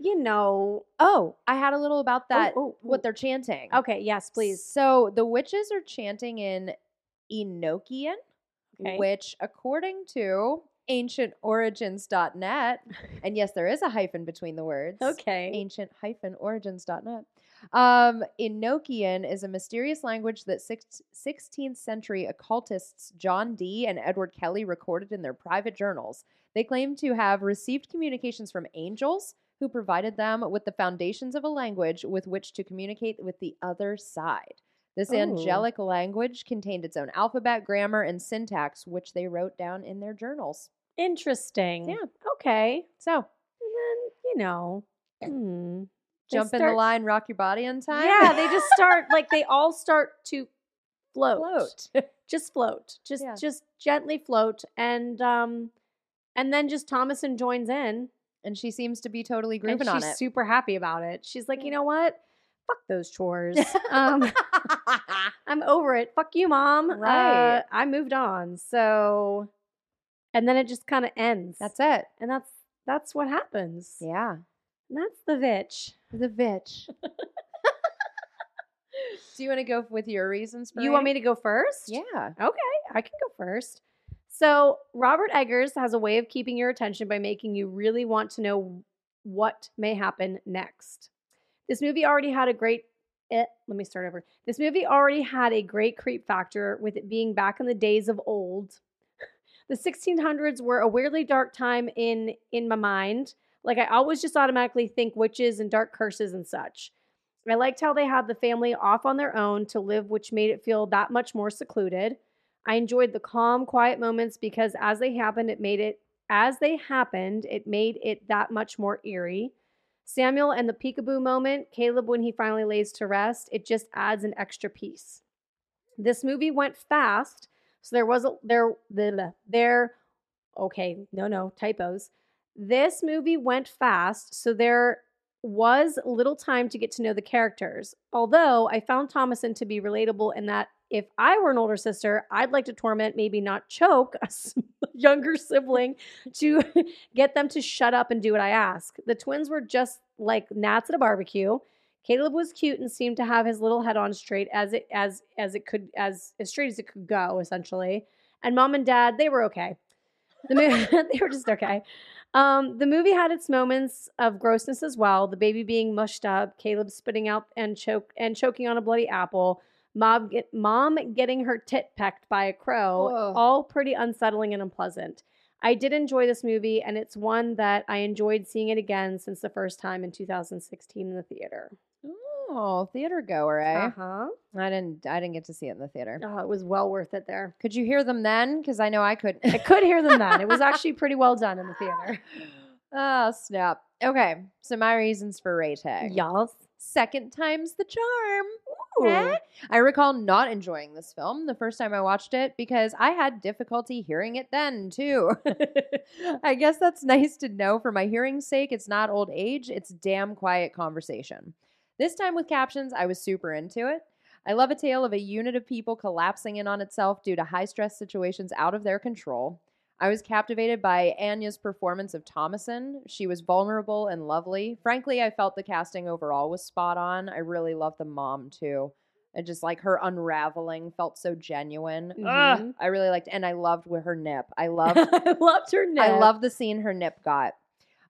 A: you know,
B: oh, I had a little about that.
A: oh,
B: What they're chanting?
A: okay, yes, please.
B: So the witches are chanting in Enochian,
A: Okay.
B: which, according to ancientorigins.net, and yes, there is a hyphen between the words.
A: Okay,
B: Ancient hyphen origins.net. Um, Enochian is a mysterious language that six, 16th century occultists John Dee and Edward Kelly recorded in their private journals. They claim to have received communications from angels who provided them with the foundations of a language with which to communicate with the other side. This
A: Ooh.
B: angelic language contained its own alphabet, grammar, and syntax, which they wrote down in their journals.
A: interesting.
B: Yeah.
A: Okay,
B: So,
A: and then you know, hmm, they
B: jump in the
A: start-
B: line, rock your body in time.
A: Yeah, they just start like they all start to float.
B: float.
A: Just float. Just
B: Yeah.
A: just gently float and um and then just Thomason joins in
B: and she seems to be totally
A: and
B: grooving
A: she's
B: on it.
A: super happy about it. She's like, "You know what? Fuck those chores. um I'm over it. Fuck you, mom. Uh,
B: Right.
A: I moved on." So and then it just kind of ends.
B: That's it.
A: and that's that's what happens.
B: Yeah.
A: And that's the bitch.
B: The bitch. Do you want to go with your reasons for
A: You want me to go first?
B: Yeah.
A: Okay, I can go first. So, Robert Eggers has a way of keeping your attention by making you really want to know what may happen next. This movie already had a great eh, let me start over. This movie already had a great creep factor with it being back in the days of old. The 1600s were a weirdly dark time in in my mind. Like I always just automatically think witches and dark curses and such. I liked how they had the family off on their own to live, which made it feel that much more secluded. I enjoyed the calm, quiet moments because as they happened, it made it as they happened, it made it that much more eerie. Samuel and the peekaboo moment, Caleb when he finally lays to rest, it just adds an extra piece. This movie went fast, so there was a, there the there okay, no no, typos. This movie went fast, so there was little time to get to know the characters. Although I found Thomason to be relatable in that if I were an older sister, I'd like to torment, maybe not choke, a s- younger sibling to get them to shut up and do what I ask. The twins were just like gnats at a barbecue. Caleb was cute and seemed to have his little head on straight as it as as it could as as straight as it could go essentially. And mom and dad, they were okay. The movie, they were just okay. Um, the movie had its moments of grossness as well. The baby being mushed up, Caleb spitting out and choke and choking on a bloody apple, mom get, mom getting her tit pecked by a crow,
B: Ugh.
A: all pretty unsettling and unpleasant. I did enjoy this movie, and it's one that I enjoyed seeing it again since the first time in 2016 in the theater.
B: Oh, theater goer, eh?
A: huh.
B: I didn't. I didn't get to see it in the theater.
A: Oh, it was well worth it there.
B: Could you hear them then? Because I know I couldn't.
A: I could hear them then. It was actually pretty well done in the theater.
B: oh snap. Okay, so my reasons for rating.
A: Y'all.
B: Second time's the charm.
A: Ooh.
B: Eh? I recall not enjoying this film the first time I watched it because I had difficulty hearing it then too. I guess that's nice to know for my hearing's sake. It's not old age, it's damn quiet conversation. This time with captions, I was super into it. I love a tale of a unit of people collapsing in on itself due to high stress situations out of their control. I was captivated by Anya's performance of Thomason. She was vulnerable and lovely. Frankly, I felt the casting overall was spot on. I really loved the mom too. And just like her unraveling felt so genuine. Ugh,
A: Mhm.
B: I really liked, and I loved with her nip. I loved
A: I loved her name.
B: I love the scene her nip got.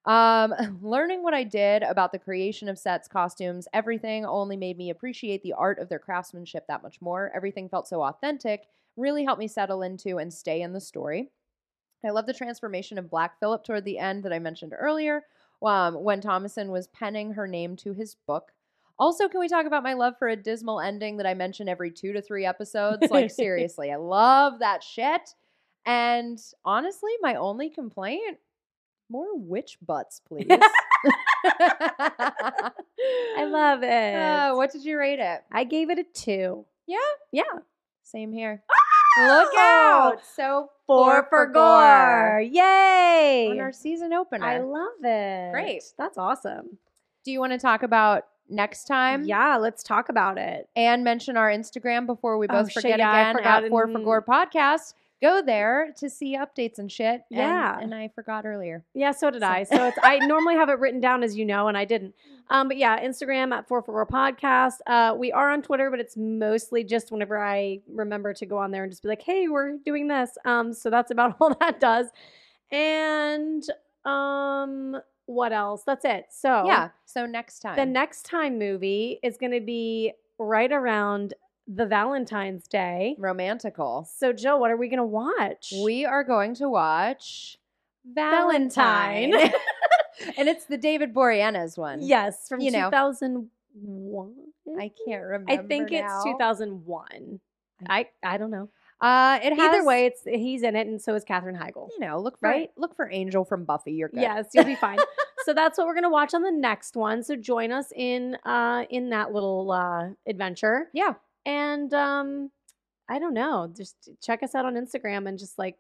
B: Um, learning what I did about the creation of sets, costumes, everything only made me appreciate the art of their craftsmanship that much more. Everything felt so authentic, really helped me settle into and stay in the story. I love the transformation of Black Phillip toward the end that I mentioned earlier, um, when Thomason was penning her name to his book. Also, can we talk about my love for a dismal ending that I mention every two to three episodes? Like, seriously, I love that shit. And honestly, my only complaint more witch butts, please. I
A: I love it.
B: Uh, what did you rate it?
A: I gave it a two.
B: Yeah?
A: Yeah.
B: Same here. Look out! So
A: Four Ah! for gore. Yay.
B: on our season opener.
A: I love it.
B: Great.
A: That's awesome.
B: Do you want to talk about next time?
A: yeah, let's talk about it.
B: And mention our Instagram before we
A: Oh,
B: both
A: shit,
B: forget
A: yeah, I
B: again
A: forgot
B: at Four for
A: and-
B: Gore podcast. Go there to see updates and shit. And-
A: Yeah.
B: and I forgot earlier.
A: Yeah, so did
B: So-
A: I. So it's I normally have it written down as you know, and I didn't. Um, but yeah, Instagram at four four podcast. Uh, we are on Twitter, but it's mostly just whenever I remember to go on there and just be like, "Hey, we're doing this." Um, so that's about all that does. And um, what else? That's it. So
B: Yeah. So next time.
A: Oh. the next time movie is going to be right around the Valentine's Day.
B: romantical.
A: So Jill, what are we going to watch?
B: We are going to watch
A: Valentine.
B: Valentine. and it's the David Boreanaz one.
A: yes from
B: You know.
A: 2001.
B: I can't remember.
A: I think it's
B: now.
A: 2001. I I don't know.
B: Uh, it has,
A: Either way, it's he's in it, and so is Katherine Heigl.
B: you know, look for,
A: right?
B: Look for Angel from Buffy. You're good.
A: Yes, you'll be fine. so that's what we're gonna watch on the next one. So join us in uh in that little uh adventure.
B: Yeah.
A: And um I don't know, just check us out on Instagram and just like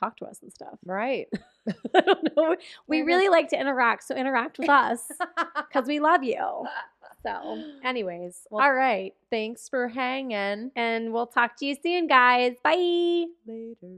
A: talk to us and stuff.
B: Right.
A: I don't know. We
B: Fair
A: really like to interact, so interact with us because we love you. So,
B: so, and
A: anyways,
B: Well-
A: all right.
B: thanks for hanging.
A: And we'll talk to you soon, guys. Bye.
B: Later.